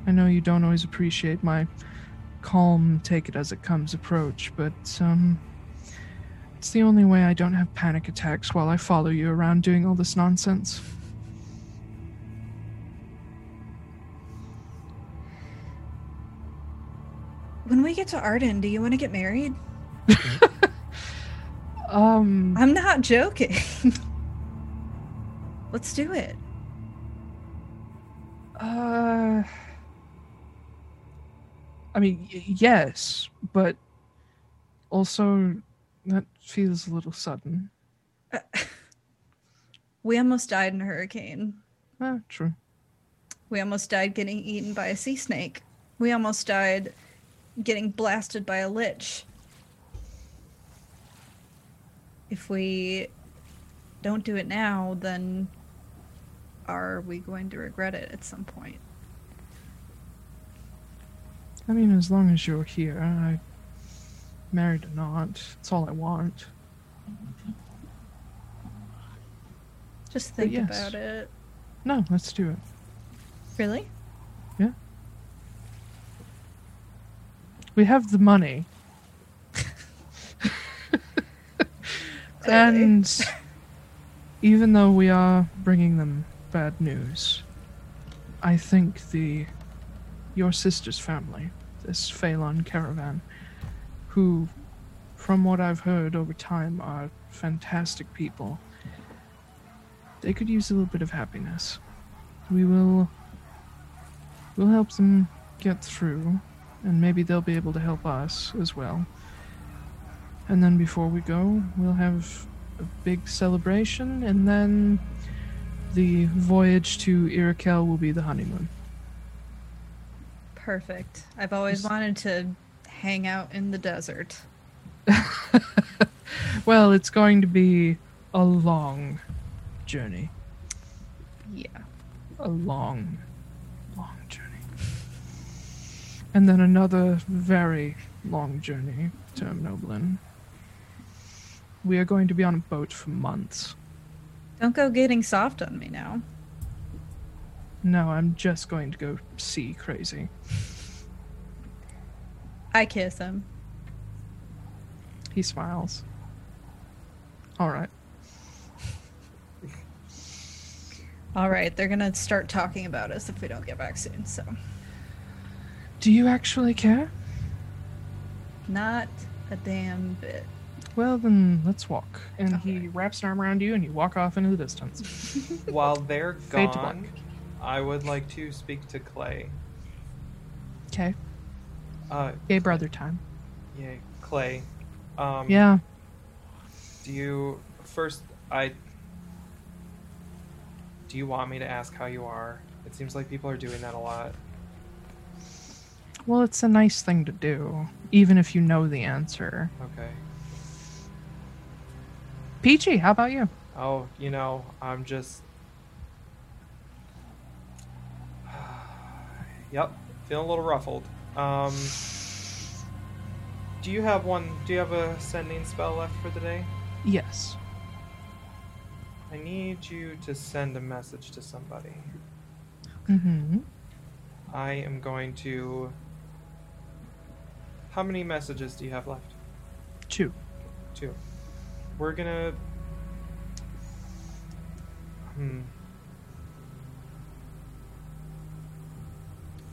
I know you don't always appreciate my calm, take it as it comes approach, but um, it's the only way I don't have panic attacks while I follow you around doing all this nonsense.
When we get to Arden, do you want to get married?
Um,
I'm not joking. Let's do it.
Uh, I mean, y- yes, but also that feels a little sudden.
We almost died in a hurricane.
Ah, true.
We almost died getting eaten by a sea snake. We almost died getting blasted by a lich. If we don't do it now, then are we going to regret it at some point?
I mean, as long as you're here, I married or not, it's all I want.
Just
But
think
yes.
about it.
No, let's do it.
Really?
We have the money. And even though we are bringing them bad news, I think the your sister's family, this Phelan caravan, who, from what I've heard over time, are fantastic people. They could use a little bit of happiness. We will. We'll help them get through, and maybe they'll be able to help us as well. And then before we go, we'll have a big celebration, and then the voyage to Irakel will be the honeymoon.
Perfect. I've always wanted to hang out in the desert.
well, it's going to be a long journey.
Yeah.
A long, long journey. And then another very long journey to Noblin. We are going to be on a boat for months.
Don't go getting soft on me now.
No, I'm just going to go see crazy.
I kiss him.
He smiles. All right.
All right, they're gonna start talking about us if we don't get back soon. So,
Do you actually care?
not a damn bit.
Well, then let's walk. And
Okay.
he wraps an arm around you and you walk off into the distance.
While they're
Fate
gone, I would like to speak to Clay.
Okay.
Uh,
Gay brother time.
yeah, Clay. Um,
Yeah.
Do you first? I. Do you want me to ask how you are? It seems like people are doing that a lot.
Well, it's a nice thing to do, even if you know the answer.
Okay.
Peachy, how about you?
Oh, you know, I'm just. yep, feeling a little ruffled. Um. Do you have one? Do you have a sending spell left for the day?
Yes.
I need you to send a message to somebody.
Mm-hmm.
I am going to. How many messages do you have left?
Two.
Two. We're gonna. Hmm.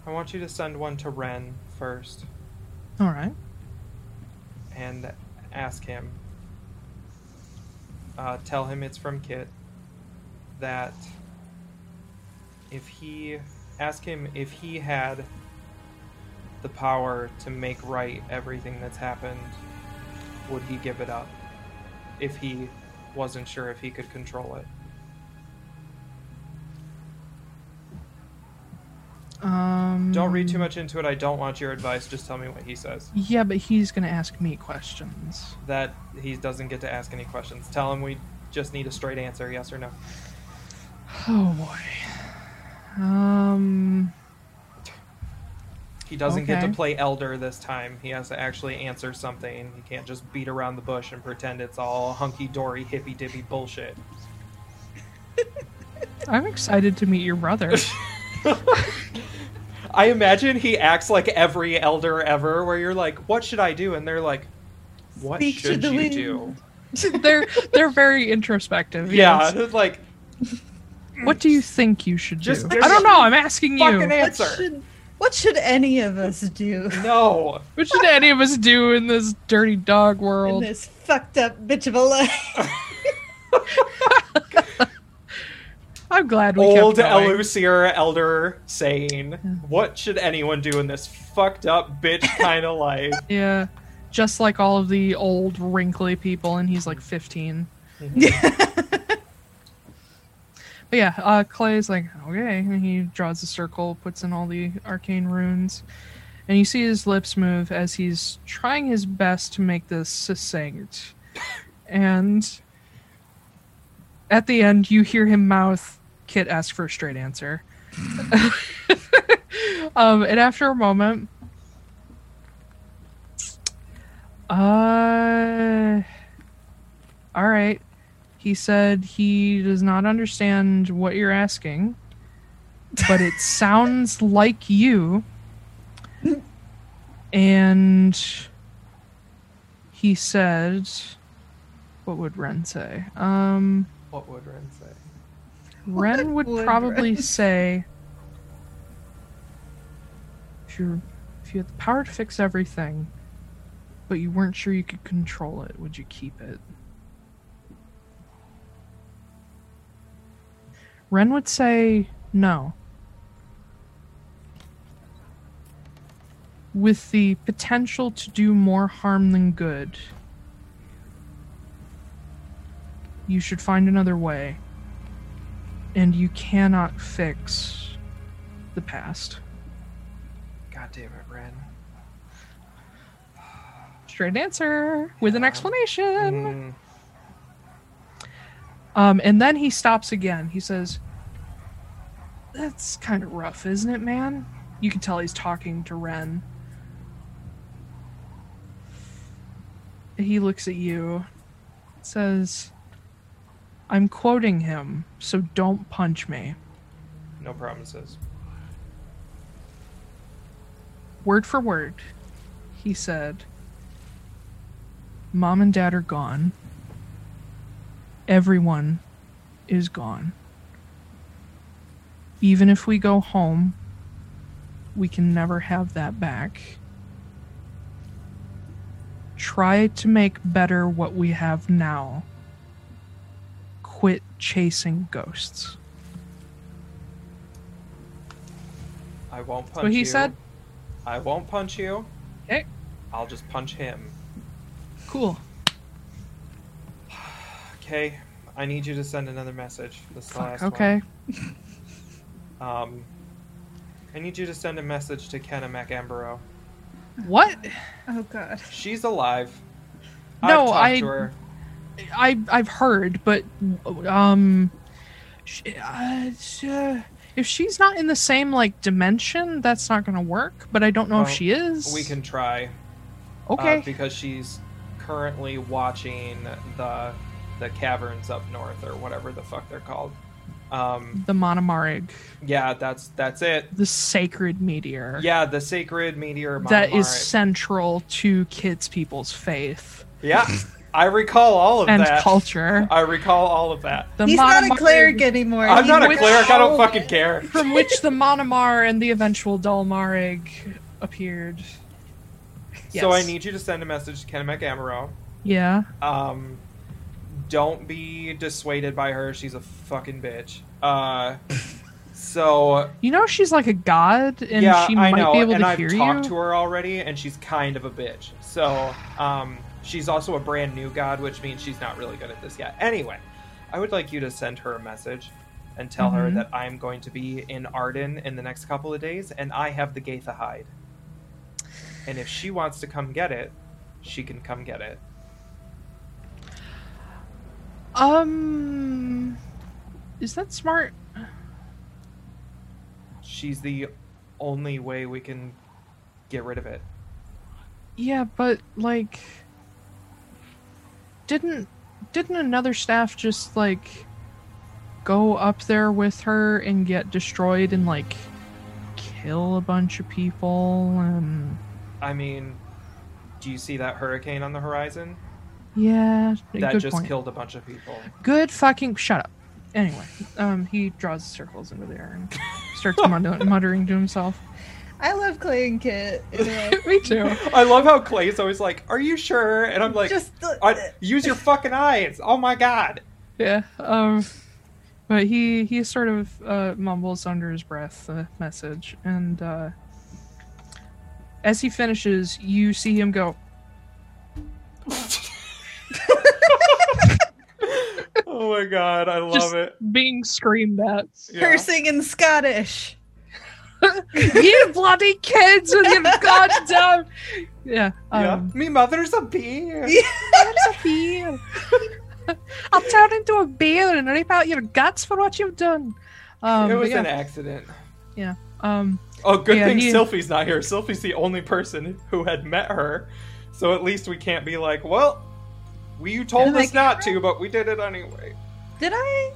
I want you to send one to Ren first
All right.
and ask him. Uh, tell him it's from Kit. That if he ask him if he had the power to make right everything that's happened, would he give it up? If he wasn't sure if he could control it.
Um.
Don't read too much into it. I don't want your advice. Just tell me what he says.
Yeah, but he's gonna ask me questions.
That he doesn't get to ask any questions. Tell him we just need a straight answer, yes or no.
Oh boy. Um.
He doesn't get to
Okay.
play Elder this time. He has to actually answer something. He can't just beat around the bush and pretend it's all hunky dory, hippy dippy bullshit.
I'm excited to meet your brother.
I imagine he acts like every Elder ever, where you're like, "What should I do?" and they're like, "What
Speak to
should
the
you
wind."
do?"
they're they're very introspective.
Yeah,
yes.
it's like
What do you think you should
Just
do?
give
I don't
me
know. I'm asking you.
fucking answer.
What should what should any of us do
No,
What should any of us do in this dirty dog
in
world?
this fucked up bitch of a life?
I'm glad we
old
kept going.
Elusir Elder saying, "What should anyone do in this fucked up bitch kind of life?"
Yeah. Just like all of the old wrinkly people, and he's like 15. but yeah, uh, Clay's like, okay. And he draws a circle, puts in all the arcane runes. And you see his lips move as he's trying his best to make this succinct. and at the end, you hear him mouth, Kit ask for a straight answer. um, and after a moment, Uh, all right. He said he does not understand what you're asking, but it sounds like you. And he said, what would Ren say? Um,
What would Ren say?
Ren would,
What would
probably
Ren-
say, if, you're, if you had the power to fix everything, but you weren't sure you could control it, would you keep it? Ren would say no. With the potential to do more harm than good, you should find another way and you cannot fix the past.
God, God damn it, Ren.
Straight answer with an
Yeah.
explanation.
Mm,
Um, and then he stops again. He says, That's kind of rough, isn't it, man? You can tell he's talking to Ren. He looks at you, says, I'm quoting him, so don't punch me.
no promises.
Word for word, he said, Mom and Dad are gone. Everyone is gone. Even if we go home, we can never have that back. Try to make better what we have now. Quit chasing ghosts.
I won't punch
what he
you.
said?
I won't punch you.
Okay.
I'll just punch him.
Cool.
Okay. I need you to send another message. This is the last
Fuck,
one.
okay.
Um, I need you to send a message to Kenna McEmbrough.
What?
Oh god.
She's alive.
No,
I've talked
I-
to her.
I I've heard, but um, sh uh, sh- uh, if she's not in the same like dimension, that's not gonna work. But I don't know if
Well,
she is.
We can try. uh,
Okay.
because she's currently watching the the caverns up north or whatever the fuck they're called. Um,
the Monomarig,
yeah, that's that's it.
the sacred meteor.
Yeah, the sacred meteor.
That is
Monomare.
central to kids people's faith
Yeah, I recall all of
and
that.
culture.
I recall all of that.
The
He's not a
Monomarig-
cleric anymore.
I'm
He
not a
would-
cleric. I don't fucking care.
from which the Monomar and the eventual Dalmarig appeared.
So I
Yes.
need you to send a message to Ken McAmaro.
Yeah.
Um, don't be dissuaded by her. She's a fucking bitch. Uh, so
You know she's like a god, and
yeah,
she
I
might
know,
be able
and
to
I've
hear
talked
you.
to her already, and she's kind of a bitch. So um, she's also a brand new god, which means she's not really good at this yet. Anyway, I would like you to send her a message and tell her
Mhm.
that I'm going to be in Arden in the next couple of days, and I have the Gaitha hide. And if she wants to come get it, she can come get it.
Um, is that smart?
She's the only way we can get rid of it.
Yeah, but like, didn't didn't another staff just like go up there with her and get destroyed and like kill a bunch of people Um, and
I mean, do you see that hurricane on the horizon?
yeah,
that
good
just
point.
killed a bunch of people.
Good fucking shut up. Anyway, um, he draws circles into the air and starts mud- muttering to himself.
I love Clay and Kit. Anyway,
Me too.
I love how Clay's always like, "Are you sure?" And I'm like,
just the-
I, "Use your fucking eyes!" Oh my god!
Yeah. Um, but he he sort of uh, mumbles under his breath the message, and uh, as he finishes, you see him go.
Oh my god! I love
Just-
it.
Being screamed at.
Yeah.
cursing in Scottish.
you bloody kids with your goddamn. Yeah.
Yeah.
Um,
Me mother's a bee.
"That's a bear. I'll turn into a bear and rip out your guts for what you've done. Um,
it
but
was
yeah,
an accident.
um,
Oh, good
Yeah,
thing
he-
Sylphie's not here. Sylphie's the only person who had met her, so at least we can't be like, "Well, we you told
I'm
us
like,
not to, but we did it anyway."
Did I?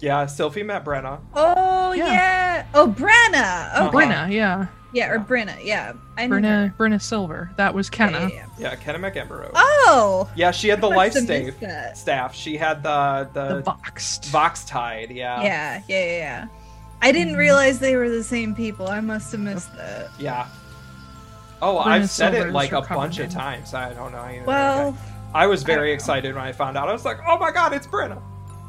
Yeah, Sylphie met Brenna.
Oh
Yeah.
yeah. Oh Brenna.
Uh-huh.
Okay.
Brenna, yeah.
Yeah, or Brenna. Yeah, I knew her.
Brenna, Brenna Silver. That was
Yeah,
Kenna.
yeah, yeah.
Yeah, Kenna McEmbrough.
Oh.
yeah, she had the
I
life
must have
staff.
missed that.
Staff. She had the the,
the boxed.
Vox Tide. Yeah.
Yeah, yeah, yeah, yeah. I
Mm-hmm.
didn't realize they were the same people. I must have missed that.
Yeah. Oh,
We're in
I've said it
Silver's
like a
recovery
bunch of
room.
times. I don't know. Either.
Well,
I was
I don't
very
know.
excited when I found out. I was like, "Oh my god, it's Brenna!"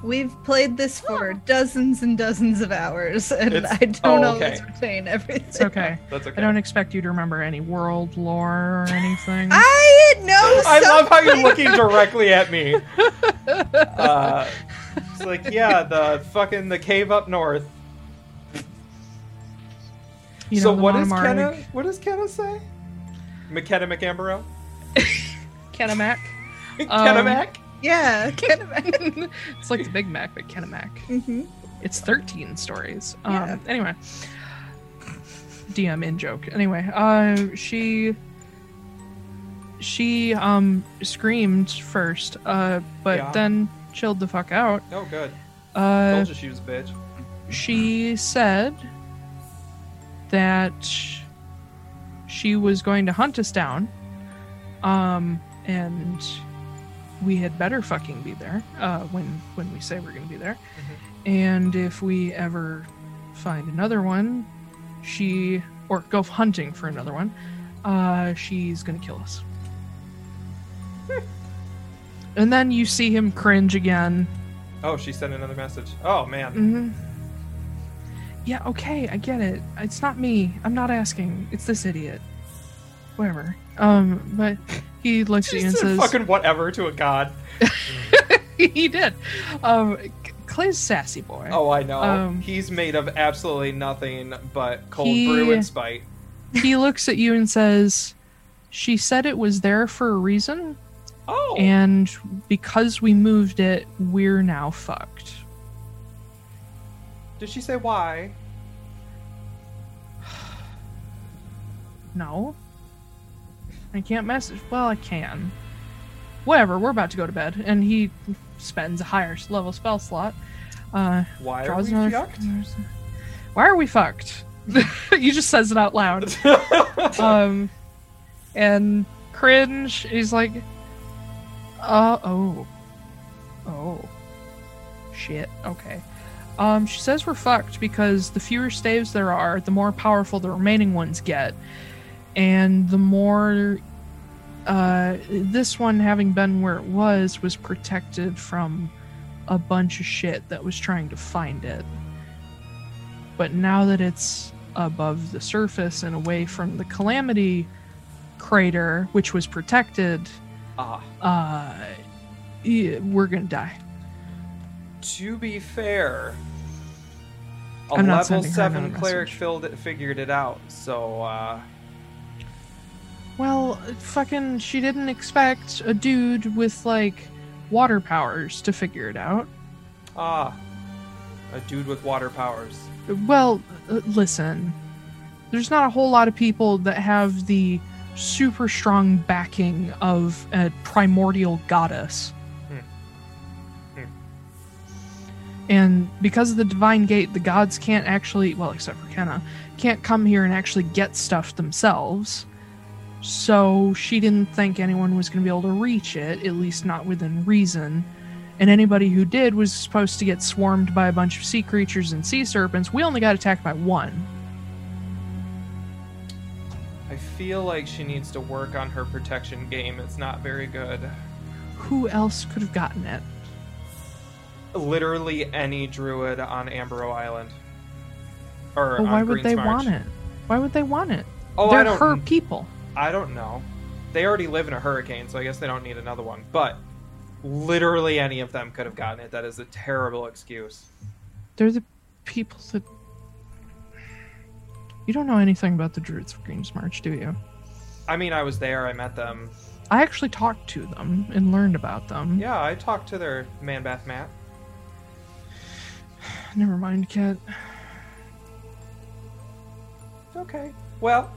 we've played this
Oh.
for dozens and dozens of hours, and
It's-
I don't
oh,
always
okay.
retain everything.
It's okay.
That's okay.
I don't expect you to remember any world lore or anything.
Ah!
I know.
I love how you're
something.
looking directly at me. Uh, it's like, yeah, the fucking the cave up north.
You
so
the
what does
Monomar-
Kenna? What does Kenna say? McKenna McAmbro?
Kennebec. Um,
Kenna Mac?
Yeah.
Kennebec. it's like the Big Mac, but Kennebec.
Mhm.
It's 13 stories. Um,
Yeah.
Anyway, DM in joke. Anyway, uh, she she um screamed first, uh, but
Yeah.
then chilled the fuck out.
Oh, good.
Uh,
Told you she was a bitch.
she said that she was going to hunt us down, um, and we had better fucking be there uh, when when we say we're going to be there. And if we ever find another one, she or go hunting for another one, uh, she's going to kill us. and then you see him cringe again.
Oh, she sent another message. Oh man.
hmm Yeah, okay, I get it. It's not me. I'm not asking. It's this idiot. Whatever. Um, but he looks at
She
you and
said
says,
fucking whatever to a god.
"He did." Um, C- Clay's sassy boy.
Oh, I know.
Um,
He's made of absolutely nothing but cold
He-
brew and spite.
He looks at you and says, "She said it was there for a reason,
Oh,
and because we moved it, we're now fucked."
did she say why?
No. I can't message. Well, I can. Whatever, we're about to go to bed. And he spends a higher level spell slot. Uh,
Why are
draws
we
another. Why are we fucked? he just says it out loud.
yucked?
Um, and cringe. He's like, uh oh, oh, shit. Okay. Um, she says we're fucked because the fewer staves there are, the more powerful the remaining ones get, and the more. Uh, this one, having been where it was, was protected from a bunch of shit that was trying to find it. But now that it's above the surface and away from the Calamity crater, which was protected,
ah,
uh, yeah, we're gonna die.
to be fair, a
I'm not
level
sending her
seven
another
cleric
message.
filled it, figured it out. So uh,
Well, fucking, she didn't expect a dude with like water powers to figure it out.
ah, a dude with water powers.
Well, uh, listen, there's not a whole lot of people that have the super strong backing of a primordial goddess.
Hmm. Hmm.
And because of the divine gate, the gods can't actually, well, except for Kenna, can't come here and actually get stuff themselves. So she didn't think anyone was going to be able to reach it, at least not within reason and anybody who did was supposed to get swarmed by a bunch of sea creatures and sea serpents. We only got attacked by one.
I feel like she needs to work on her protection game. It's not very good.
Who else could have gotten it?
Literally any druid on Ambro Island. Or
But
on
why would they
Greensmarch.
want it? Why would they want it?
Oh,
They're
I don't.
her people.
I don't know. They already live in a hurricane, so I guess they don't need another one. But literally any of them could have gotten it. That is a terrible excuse.
They're the people that. You don't know anything about the Druids of Green's March, do you?
I mean, I was there. I met them.
I actually talked to them and learned about them.
Yeah, I talked to their man bath map.
Never mind, Kat.
Okay. Well,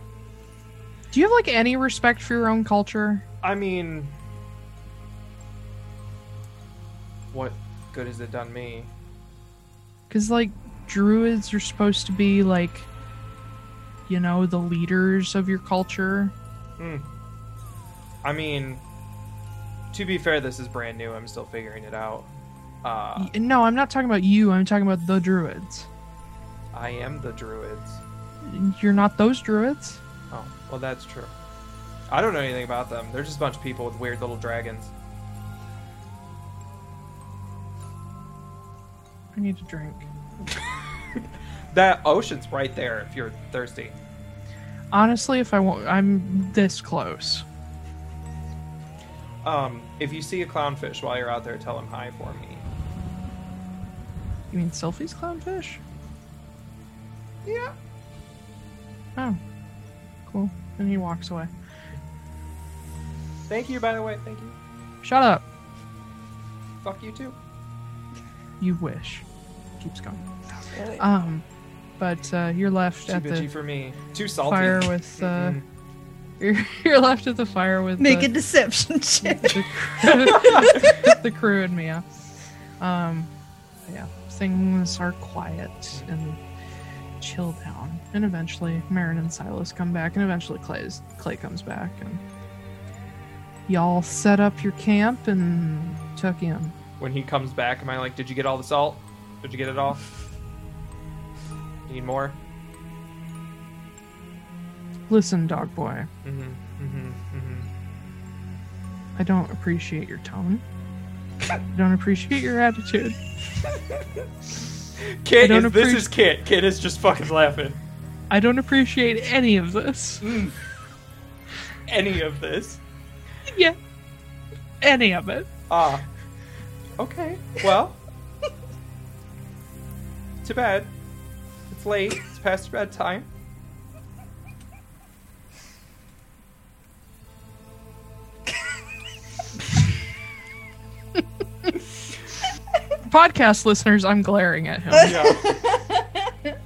Do you have like any respect for your own culture?
I mean, what good has it done me?
Because, like, druids are supposed to be, like, you know, the leaders of your culture.
Hmm. I mean, to be fair, this is brand new. I'm still figuring it out. Uh,
Y- no, I'm not talking about you. I'm talking about the druids.
I am the druids.
You're not those druids.
Oh, well, that's true. I don't know anything about them. They're just a bunch of people with weird little dragons.
I need to drink.
That ocean's right there if you're thirsty.
Honestly, if I won't, I'm this close.
Um, if you see a clownfish while you're out there, tell him hi for me.
You mean Sylphie's clownfish?
Yeah.
Oh, cool. And he walks away.
Thank you, by the way. Thank you.
Shut up.
Fuck you too.
You wish. Keeps going. Um, but uh, you're left
Too
at
bitchy
the
for me. Too salty.
fire with. Uh,
Mm-mm.
you're, you're left at the fire with.
Make
the,
a deception check.
the, the crew and Mia. Um, yeah, things are quiet and chill down, and eventually Marin and Silas come back, and eventually Clay's, Clay comes back, and y'all set up your camp and tuck in.
When he comes back, am I like, did you get all the salt? Did you get it all? Need more?
Listen, dog boy,
Mm-hmm. Mm-hmm. Mm-hmm.
I don't appreciate your tone. I don't appreciate your attitude. I
Kit,
don't
is, this
appreci-
is Kit. Kit is just fucking laughing.
I don't appreciate any of this.
Any of this.
Yeah, any of it.
Ah. Okay. Well. to bed. It's late. It's past bedtime.
podcast listeners, I'm glaring at him.
Yeah.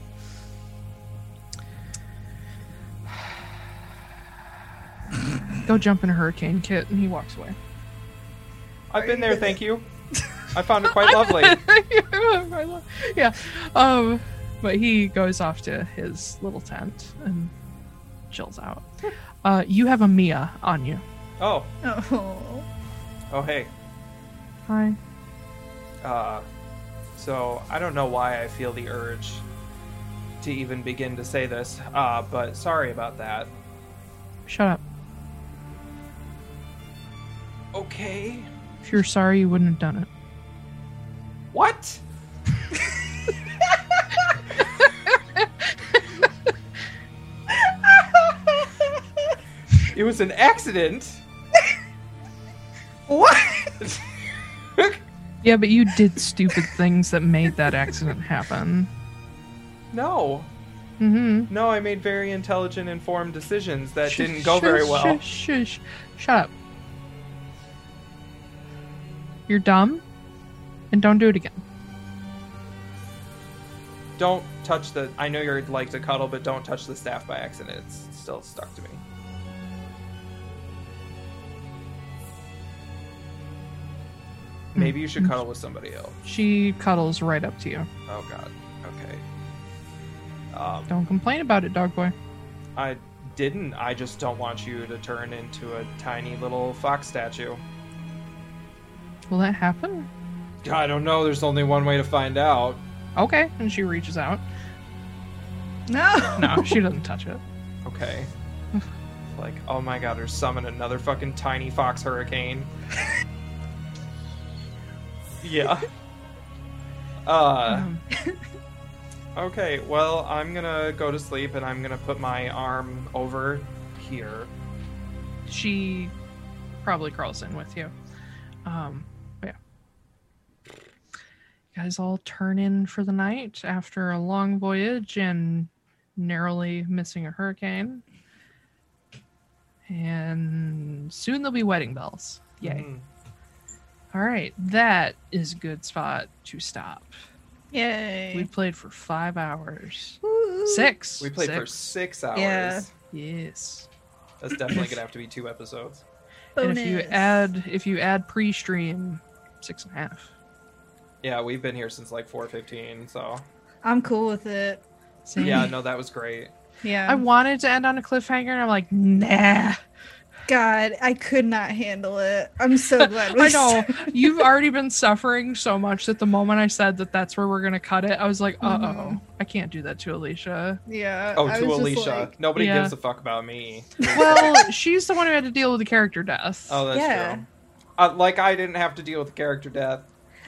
Go jump in a hurricane kit, and he walks away.
I've been there, thank you. I found it quite lovely.
I love- yeah, um, but he goes off to his little tent and chills out. Uh, you have a Mia on you.
Oh.
oh.
Oh, hey.
Hi.
Uh, so I don't know why I feel the urge to even begin to say this, uh, but sorry about that.
Shut up.
Okay.
If you're sorry, you wouldn't have done it.
What? It was an accident.
what?
Yeah, but you did stupid things that made that accident happen.
no.
Mm-hmm.
No, I made very intelligent, informed decisions that didn't go very well.
Shush, shush. Shut up. You're dumb, and don't do it again.
Don't touch the. I know you'd like to cuddle, but don't touch the staff by accident. It's still stuck to me. Maybe you should cuddle with somebody else.
She cuddles right up to you.
Oh God. Okay. Um,
Don't complain about it, dog boy.
I didn't. I just don't want you to turn into a tiny little fox statue.
Will that happen?
I don't know. There's only one way to find out.
Okay. And she reaches out.
No.
No, she doesn't touch it.
Okay. like, oh my God, or summon another fucking tiny fox hurricane. yeah. Uh.
Um,
Okay. Well, I'm gonna go to sleep, and I'm gonna put my arm over here.
she probably crawls in with you. Um, but yeah. You guys all turn in for the night after a long voyage and narrowly missing a hurricane. And soon there'll be wedding bells. Yay.
Mhm.
All right. That is a good spot to stop. We
Yay.
played for five hours.
Woo.
Six.
We played for
Six.
six hours.
Yeah.
Yes.
That's definitely gonna have to be two episodes.
And if you
Bonus.
add if you add pre-stream, six and a half.
Yeah, we've been here since like 4:15, so
I'm cool with it.
Same.
yeah, no, that was great.
Yeah.
I wanted to end on a cliffhanger, and I'm like, nah.
God, I could not handle it. I'm so glad. we
I know
started.
you've already been suffering so much that the moment I said that that's where we're gonna cut it, I was like, uh oh,
Mhm.
I can't do that to Alicia.
Yeah.
Oh,
I
to
was just
Alicia,
like-
nobody
Yeah.
gives a fuck about me.
Well, she's the one who had to deal with the character death.
Oh, that's
Yeah.
true. Uh, like I didn't have to deal with character death.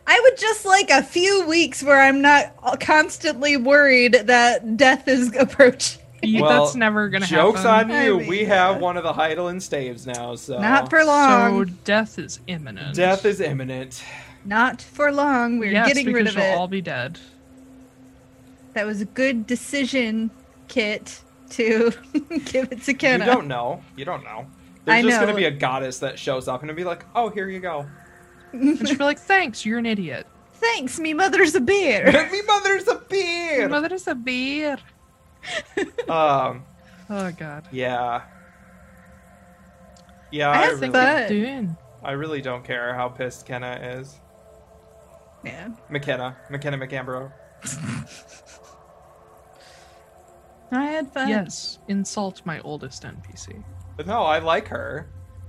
I would just like a few weeks where I'm not constantly worried that death is approaching.
You-
Well,
that's never gonna
Jokes
happen.
on
I
you.
mean,
we
yeah.
have one of the Heidelin staves now, so
Not for
So
long.
death is imminent.
death is imminent.
Not for long. We're
yes,
getting rid
because
of
you'll
it.
all be dead.
That was a good decision, Kit. to give it to Kenna.
You don't know. You don't know. There's
I
just going
know.
to be a goddess that shows up and it'll be like, oh, here you go.
And she'll be like, thanks, you're an idiot.
Thanks, me mother's a bear.
me mother's a
Your
beer.
mother is a bear.
um,
Oh, God.
yeah. Yeah,
I
I,
have
really,
fun.
What you doing?
I really don't care how pissed Kenna is.
yeah.
McKenna, McKenna McAmbro.
I had fun.
Yes, insult my oldest NPC.
But no, I like her.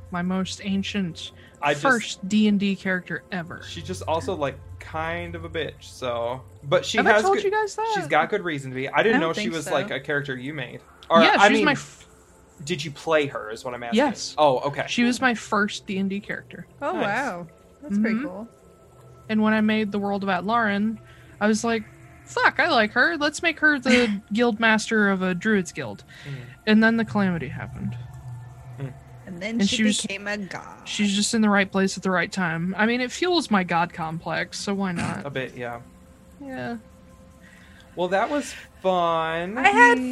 My most ancient,
I just-
first D&D character ever.
She just also like kind of a bitch. So, but she
Have I
has.
told
good-
you guys that?
She's got good reason to be. I didn't
I
know
don't
she
think
was
so.
like a character you made. Or
yeah,
I
she's
mean,
my f-
did you play her? Is what I'm asking.
Yes.
Oh, okay.
she was my first D&D character.
Oh
Nice.
wow, that's pretty
Mhm.
cool.
And when I made the world about Lauren, I was like, fuck, I like her. Let's make her the guild master of a druid's guild.
Mhm.
And then the calamity happened.
And then
And
she,
she was-
became a god.
She's just in the right place at the right time. I mean, it fuels my god complex, so why
A
not?
bit, yeah.
Yeah.
Well, that was fun.
I
Mm.
had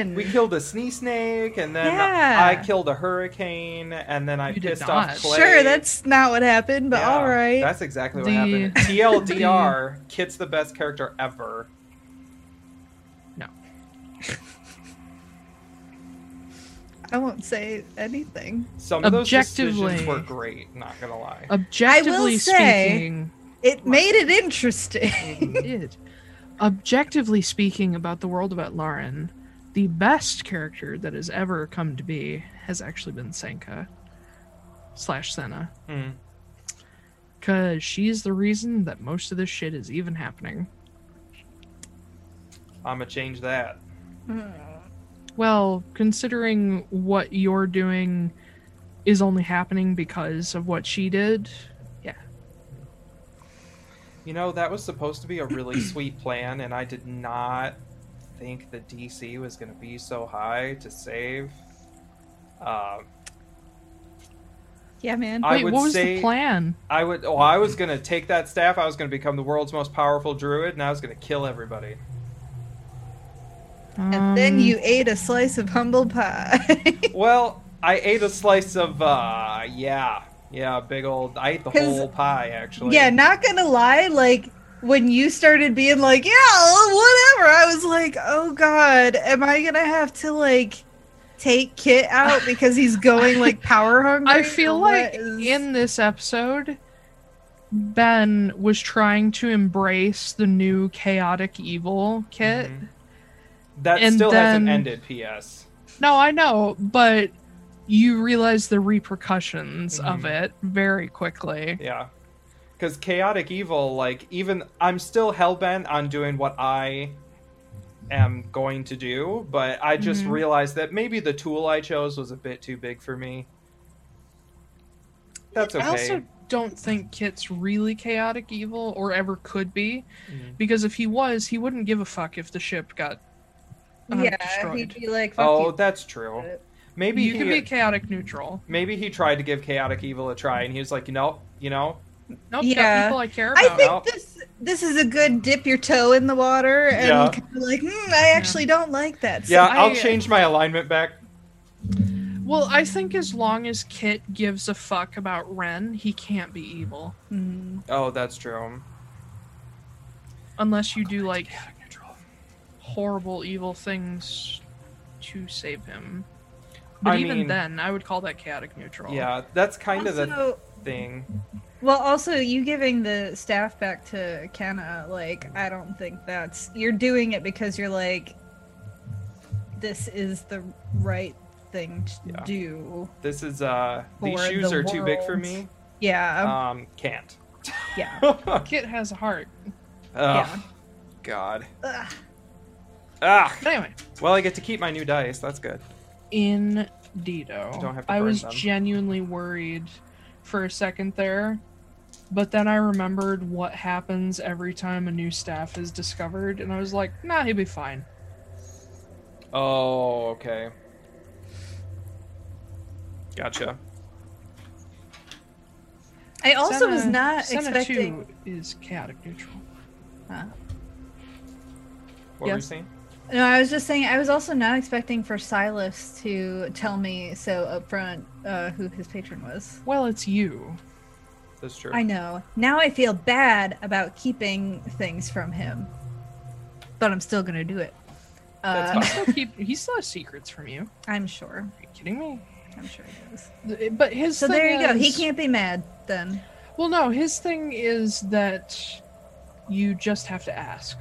fun.
we killed a snee snake, and then
Yeah.
I killed a hurricane, and then I
You did
pissed off
not.
Clay.
Sure, that's not what happened, but
Yeah,
all right.
That's exactly what
The-
happened. TLDR, Kit's the best character ever.
I won't say anything.
Some of those decisions
Objectively. Oh.
were great. Not gonna lie.
Objectively
say-
speaking,
It made it interesting.
it did. Objectively speaking about the world about Lauren, the best character that has ever come to be has actually been Senka slash Senna.
Hmm.
Because she's the reason that most of this shit is even happening.
I'm gonna change that.
Mm. Well, considering what you're doing is only happening because of what she did,
You know, that was supposed to be a really sweet plan, and I did not think the DC was going to be so high to save. Um,
yeah, man.
I
Wait,
would
what was
say-
the plan?
I would. Oh, I was going to take that staff. I was going to become the world's most powerful druid, and I was going to kill everybody.
and then you ate a slice of humble pie.
Well, I ate a slice of. uh Yeah, yeah, big old. I ate the
'Cause-
whole pie actually.
yeah, not gonna lie, like when you started being like, yeah, whatever, I was like, oh god, am I gonna have to like take Kit out because he's going like power hungry?
I feel
or what
like
is-
in this episode, Ben was trying to embrace the new chaotic evil kit.
Mhm. that
and
still hasn't
then-
ended. P.S.
No, I know, but you realize the repercussions of
Mhm.
it very quickly.
Yeah. Because chaotic evil, like, even I'm still hellbent on doing what I am going to do, but I just
Mhm.
realized that maybe the tool I chose was a bit too big for me. That's okay.
I also don't think Kit's really chaotic evil or ever could be,
Mhm.
because if he was, he wouldn't give a fuck if the ship got uh,
yeah,
destroyed.
he'd be like, Fuck
oh,
you.
that's true. Maybe
you
he,
can be chaotic neutral.
maybe he tried to give chaotic evil a try, and he was like, you know, you know,
Nope, not
Yeah.
people I care about.
I think
out.
this this is a good dip your toe in the water and
Yeah.
kind of like, hmm, I actually don't like that.
yeah,
I-
I'll change my alignment back.
Well, I think as long as Kit gives a fuck about Ren, he can't be evil.
Mm.
Oh, that's true.
Unless you do like horrible evil things to save him. But
I
even
mean-
then, I would call that chaotic neutral.
Yeah, that's kind of the
Also,
thing.
well, also you giving the staff back to Kenna, like, I don't think that's you're doing it because you're like, this is the right thing to
Yeah.
do.
This is uh, these
For
shoes
the
are too big for
world.
me.
Yeah,
Um, can't.
yeah.
Ugh,
Kit has a heart.
Yeah.
God.
Ugh.
Ah.
But anyway,
Well, I get to keep my new dice. That's good.
in Dido,
You don't have to
I
burn
was
them.
genuinely worried for a second there. But then I remembered what happens every time a new staff is discovered, and I was like, nah, he'll be fine.
Oh, okay. Gotcha.
I also was
Senna-
not
Senna
expecting. uh,
too is chaotic neutral.
What were you
Yes.
saying?
No, I was just saying. I was also not expecting for Silas to tell me so upfront uh, who his patron was.
Well, it's you.
That's true.
I know. Now I feel bad about keeping things from him, but I'm still gonna do it.
That's
Uh,
He still keep, he still has secrets from you.
I'm sure.
Are you kidding me?
I'm sure he does.
Th- But his
So
thing
there you go. He
is-
can't be mad then.
Well, no, his thing is that you just have to ask.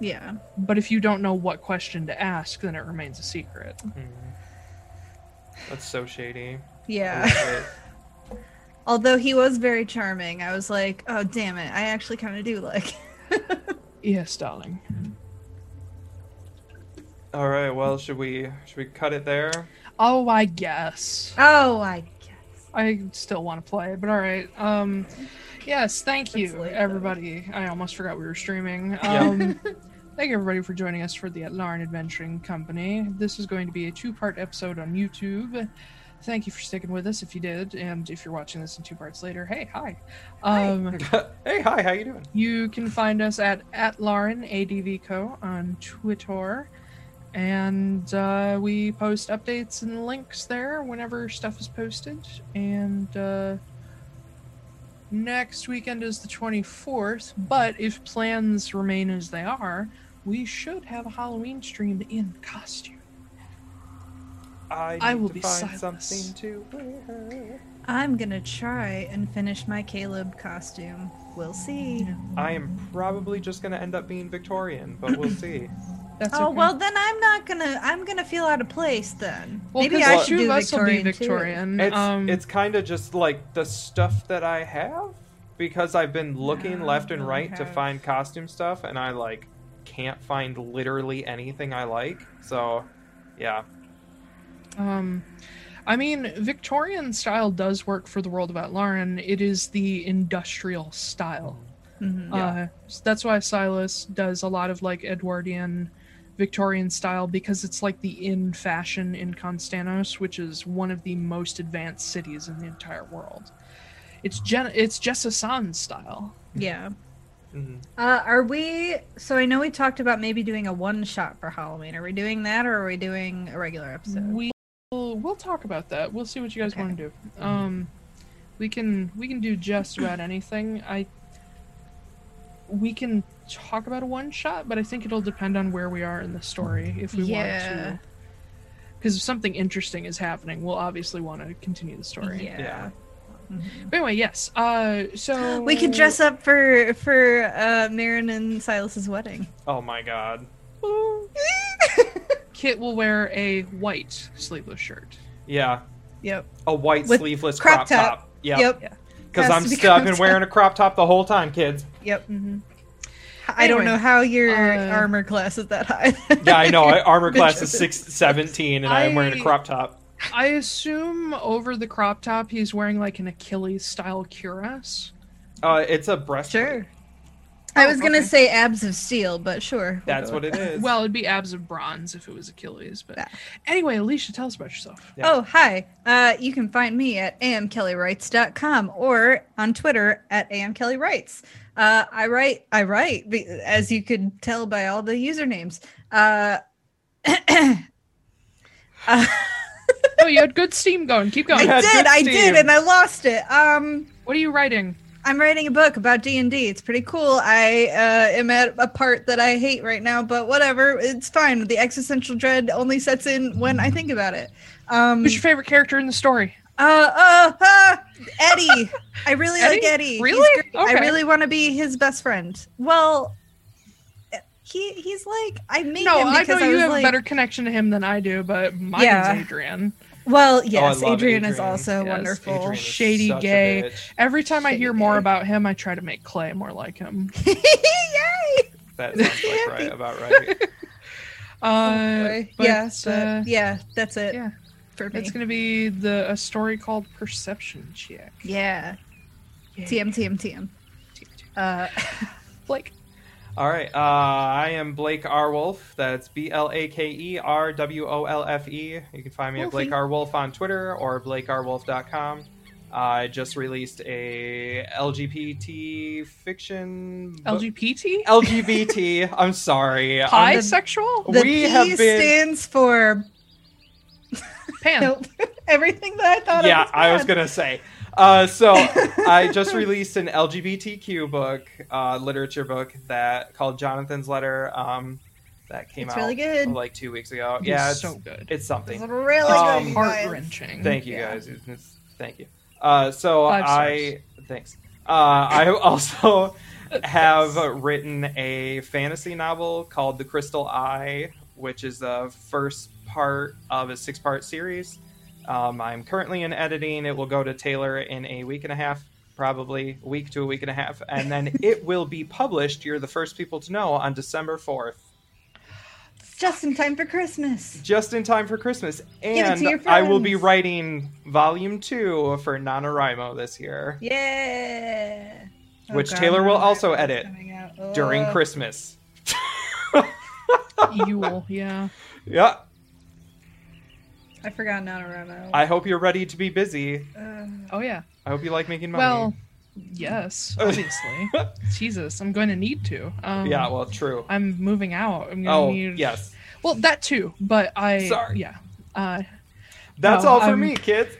Yeah.
But if you don't know what question to ask, then it remains a secret.
Mm. That's so shady. I
Yeah.
love
Although he was very charming, I was like, oh damn it, I actually kind of do like.
Yes, darling.
it. All right. Well, should we should we cut it there?
Oh, I guess.
oh, I guess.
I still want to play, but all right. Um, yes, thank
It's
you,
late, though.
everybody. I almost forgot we were streaming.
Yeah.
Um, thank you, everybody, for joining us for the At Larn Adventuring Company. This is going to be a two-part episode on YouTube. Thank you for sticking with us if you did, and if you're watching this in two parts later, hey, hi. Um,
hey, hi. How you doing?
You can find us at at Lauren ADVCo on Twitter, and uh, we post updates and links there whenever stuff is posted. And uh, next weekend is the twenty fourth, but if plans remain as they are, we should have a Halloween stream in costume.
I,
I
need
will
to
be
find
Silas.
something to wear.
I'm gonna try and finish my Caleb costume. We'll see.
I am probably just gonna end up being Victorian, but we'll see.
That's
oh
okay.
well, then I'm not gonna. I'm gonna feel out of place then.
Well,
Maybe
'cause
I
the
should
two
do
of us
Victorian,
will be Victorian.
Mm,
It's
um,
it's kind of just like the stuff that I have because I've been looking
Yeah,
left and
I
right to
have.
find costume stuff, and I like can't find literally anything I like. So, yeah,
Um, I mean, Victorian style does work for the world of Atlaran. It is the industrial style.
too. Mhm.
Uh, s- that's why Silas does a lot of like Edwardian, Victorian style because it's like the in fashion in Constanos, which is one of the most advanced cities in the entire world. It's gen- it's Jessasan style.
Yeah.
Mhm.
Uh, are we? So I know we talked about maybe doing a one shot for Halloween. Are we doing that, or are we doing a regular episode?
We will we'll talk about that. We'll see what you guys
Okay.
want to do. Um, we can we can do just about anything. I we can talk about a one shot, but I think it'll depend on where we are in the story if we
Yeah.
want to. Because if something interesting is happening, we'll obviously want to continue the story.
Yeah. Mhm.
But anyway, yes. Uh, so
We could dress up for for uh, Marin and Silas's wedding.
Oh my god.
Kit will wear a white sleeveless shirt.
Yeah,
yep.
a white
With
sleeveless
crop
crop,
top.
top.
Yep.
Yeah.
Because
Has
I'm
to be
still I've
crop
been
top.
wearing a crop top the whole time, kids.
Yep. I don't
Anyway,
know how your
uh,
armor class is that high.
Yeah, I know. I, armor class is
Bitches.
six seventeen, and I, am wearing a
I-
crop top.
I assume over the crop top, he's wearing like an Achilles style cuirass.
Uh, it's a breastplate.
Sure. I
Oh,
was gonna
okay.
say abs of steel, but sure. we'll
That's
go
what
with
it is.
Well, it'd be abs of bronze if it was Achilles. But
Yeah.
anyway, Alicia, tell us about yourself.
that. Oh, hi. Uh, you can find me at amkellywrites.com or on Twitter at amkellywrites. Uh, I write, I write, be- as you could tell by all the usernames. Uh, uh,
Oh, you had good steam going. Keep
I
going.
Oh, Yeah,
did,
good
I
Steve.
did, and I lost it. Um,
What are you writing?
I'm writing a book about D&D. It's pretty cool. I uh, am at a part that I hate right now, but whatever. It's fine. The existential dread only sets in when I think about it. Um,
Who's your favorite character in the story?
uh, uh, uh, Eddie. I really like
Eddie?
Eddie. He's
Really?
great. I
Okay.
really want to be his best friend. Well, he he's like I made
No,
him
I
because I,
know you
was
have
like,
a better connection to him than I do, but mine's
Yeah.
Adrian.
well, yes,
Oh, love
Adrian, is
Adrian.
also
Yes,
wonderful.
Adrian is
Shady
such a
gay.
bitch.
Every time I hear
Shady
more
guy.
about him, I try to make Clay more like him.
Yay!
That sounds like right about right.
Uh,
Oh, Boy.
but,
yeah, but-
uh,
yeah, that's it
yeah.
for me.
It's gonna be the a story called Perception Check.
Yeah.
Yay.
TM, TM, TM. Uh,
Blake.
All right. Uh, I am Blake R. Wolf. That's B L A K E R W O L F E. You can find me at
Wolfie.
Blake R. Wolf on Twitter or BlakeRWolf.com. I just released a LGBT fiction. book-
LGBT?
LGBT. I'm sorry. I'm-
Bisexual?
The
We
P
have been-
stands for
Pan.
nope. Everything that I thought.
yeah,
of
I was
bad.
gonna say. Uh, so I just released an LGBTQ book, uh, literature book that called Jonathan's Letter. Um, that came
It's
out
really good.
like two weeks ago.
It's
yeah, it's,
so good.
it's something.
It's really
Um,
good. you guys.
Heart wrenching.
Thank you
Yeah.
guys. It's- it's- thank you. Uh, so
Five
I thanks. Uh, I also have written a fantasy novel called The Crystal Eye, which is the first part of a six-part series. Um, I'm currently in editing. It will go to Taylor in a week and a half, probably a week to a week and a half, and then it will be published. You're the first people to know on December 4th,
It's just in time for Christmas.
just in time for Christmas.
it to
And
your
I will be
friends.
writing volume two for NaNoWriMo this year.
Yeah.
Which Taylor will
no, my
also
brain's
edit
coming out.
during
Ugh.
Christmas.
Yule, yeah.
Yeah,
I forgot NaNoWriMo.
I hope you're ready to be busy.
Ugh.
Oh, yeah.
I hope you like making money.
Well, yes, obviously. Jesus, I'm going to need to. Um,
yeah, well, true.
I'm moving out. I'm going to
Oh,
need.
yes.
Well, that too, but I.
Sorry.
Yeah. Uh,
That's
no,
all for
I'm-
me, kids.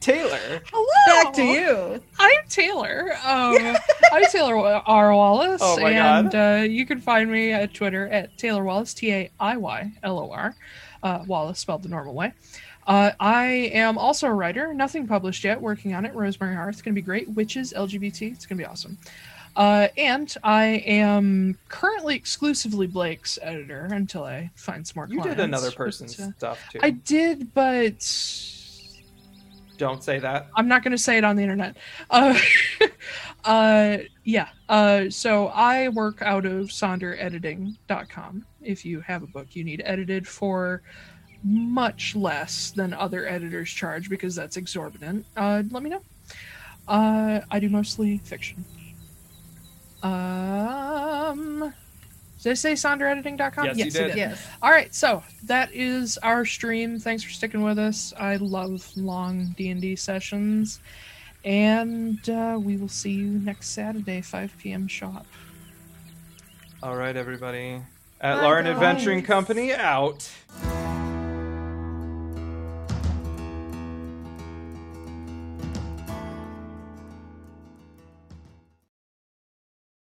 Taylor.
hello!
Back to you.
I'm Taylor. Um, I'm Taylor Wa- R. Wallace,
Oh my
and
God.
Uh, you can find me at Twitter at Taylor Wallace, T A I Y L O R, uh, Wallace spelled the normal way. Uh, I am also a writer, nothing published yet, working on it. Rosemary Hearth, going to be great. Witches, LGBT, it's going to be awesome. Uh, and I am currently exclusively Blake's editor until I find some more
You
clients.
did another
but,
person's
uh,
stuff too.
I did, but
Don't say that.
I'm not going to say it on the internet. Uh, uh, yeah. Uh, so I work out of sonderediting.com. If you have a book you need edited for much less than other editors charge because that's exorbitant, uh, let me know. Uh, I do mostly fiction. Um, did I say sonderediting.com?
Yes, you
I
did.
Yes.
all right, so that is our stream. Thanks for sticking with us. I love long D and D sessions, and uh, we will see you next Saturday, 5 p.m. shop.
All right, everybody. At
Bye,
Lauren
guys.
Adventuring Company out.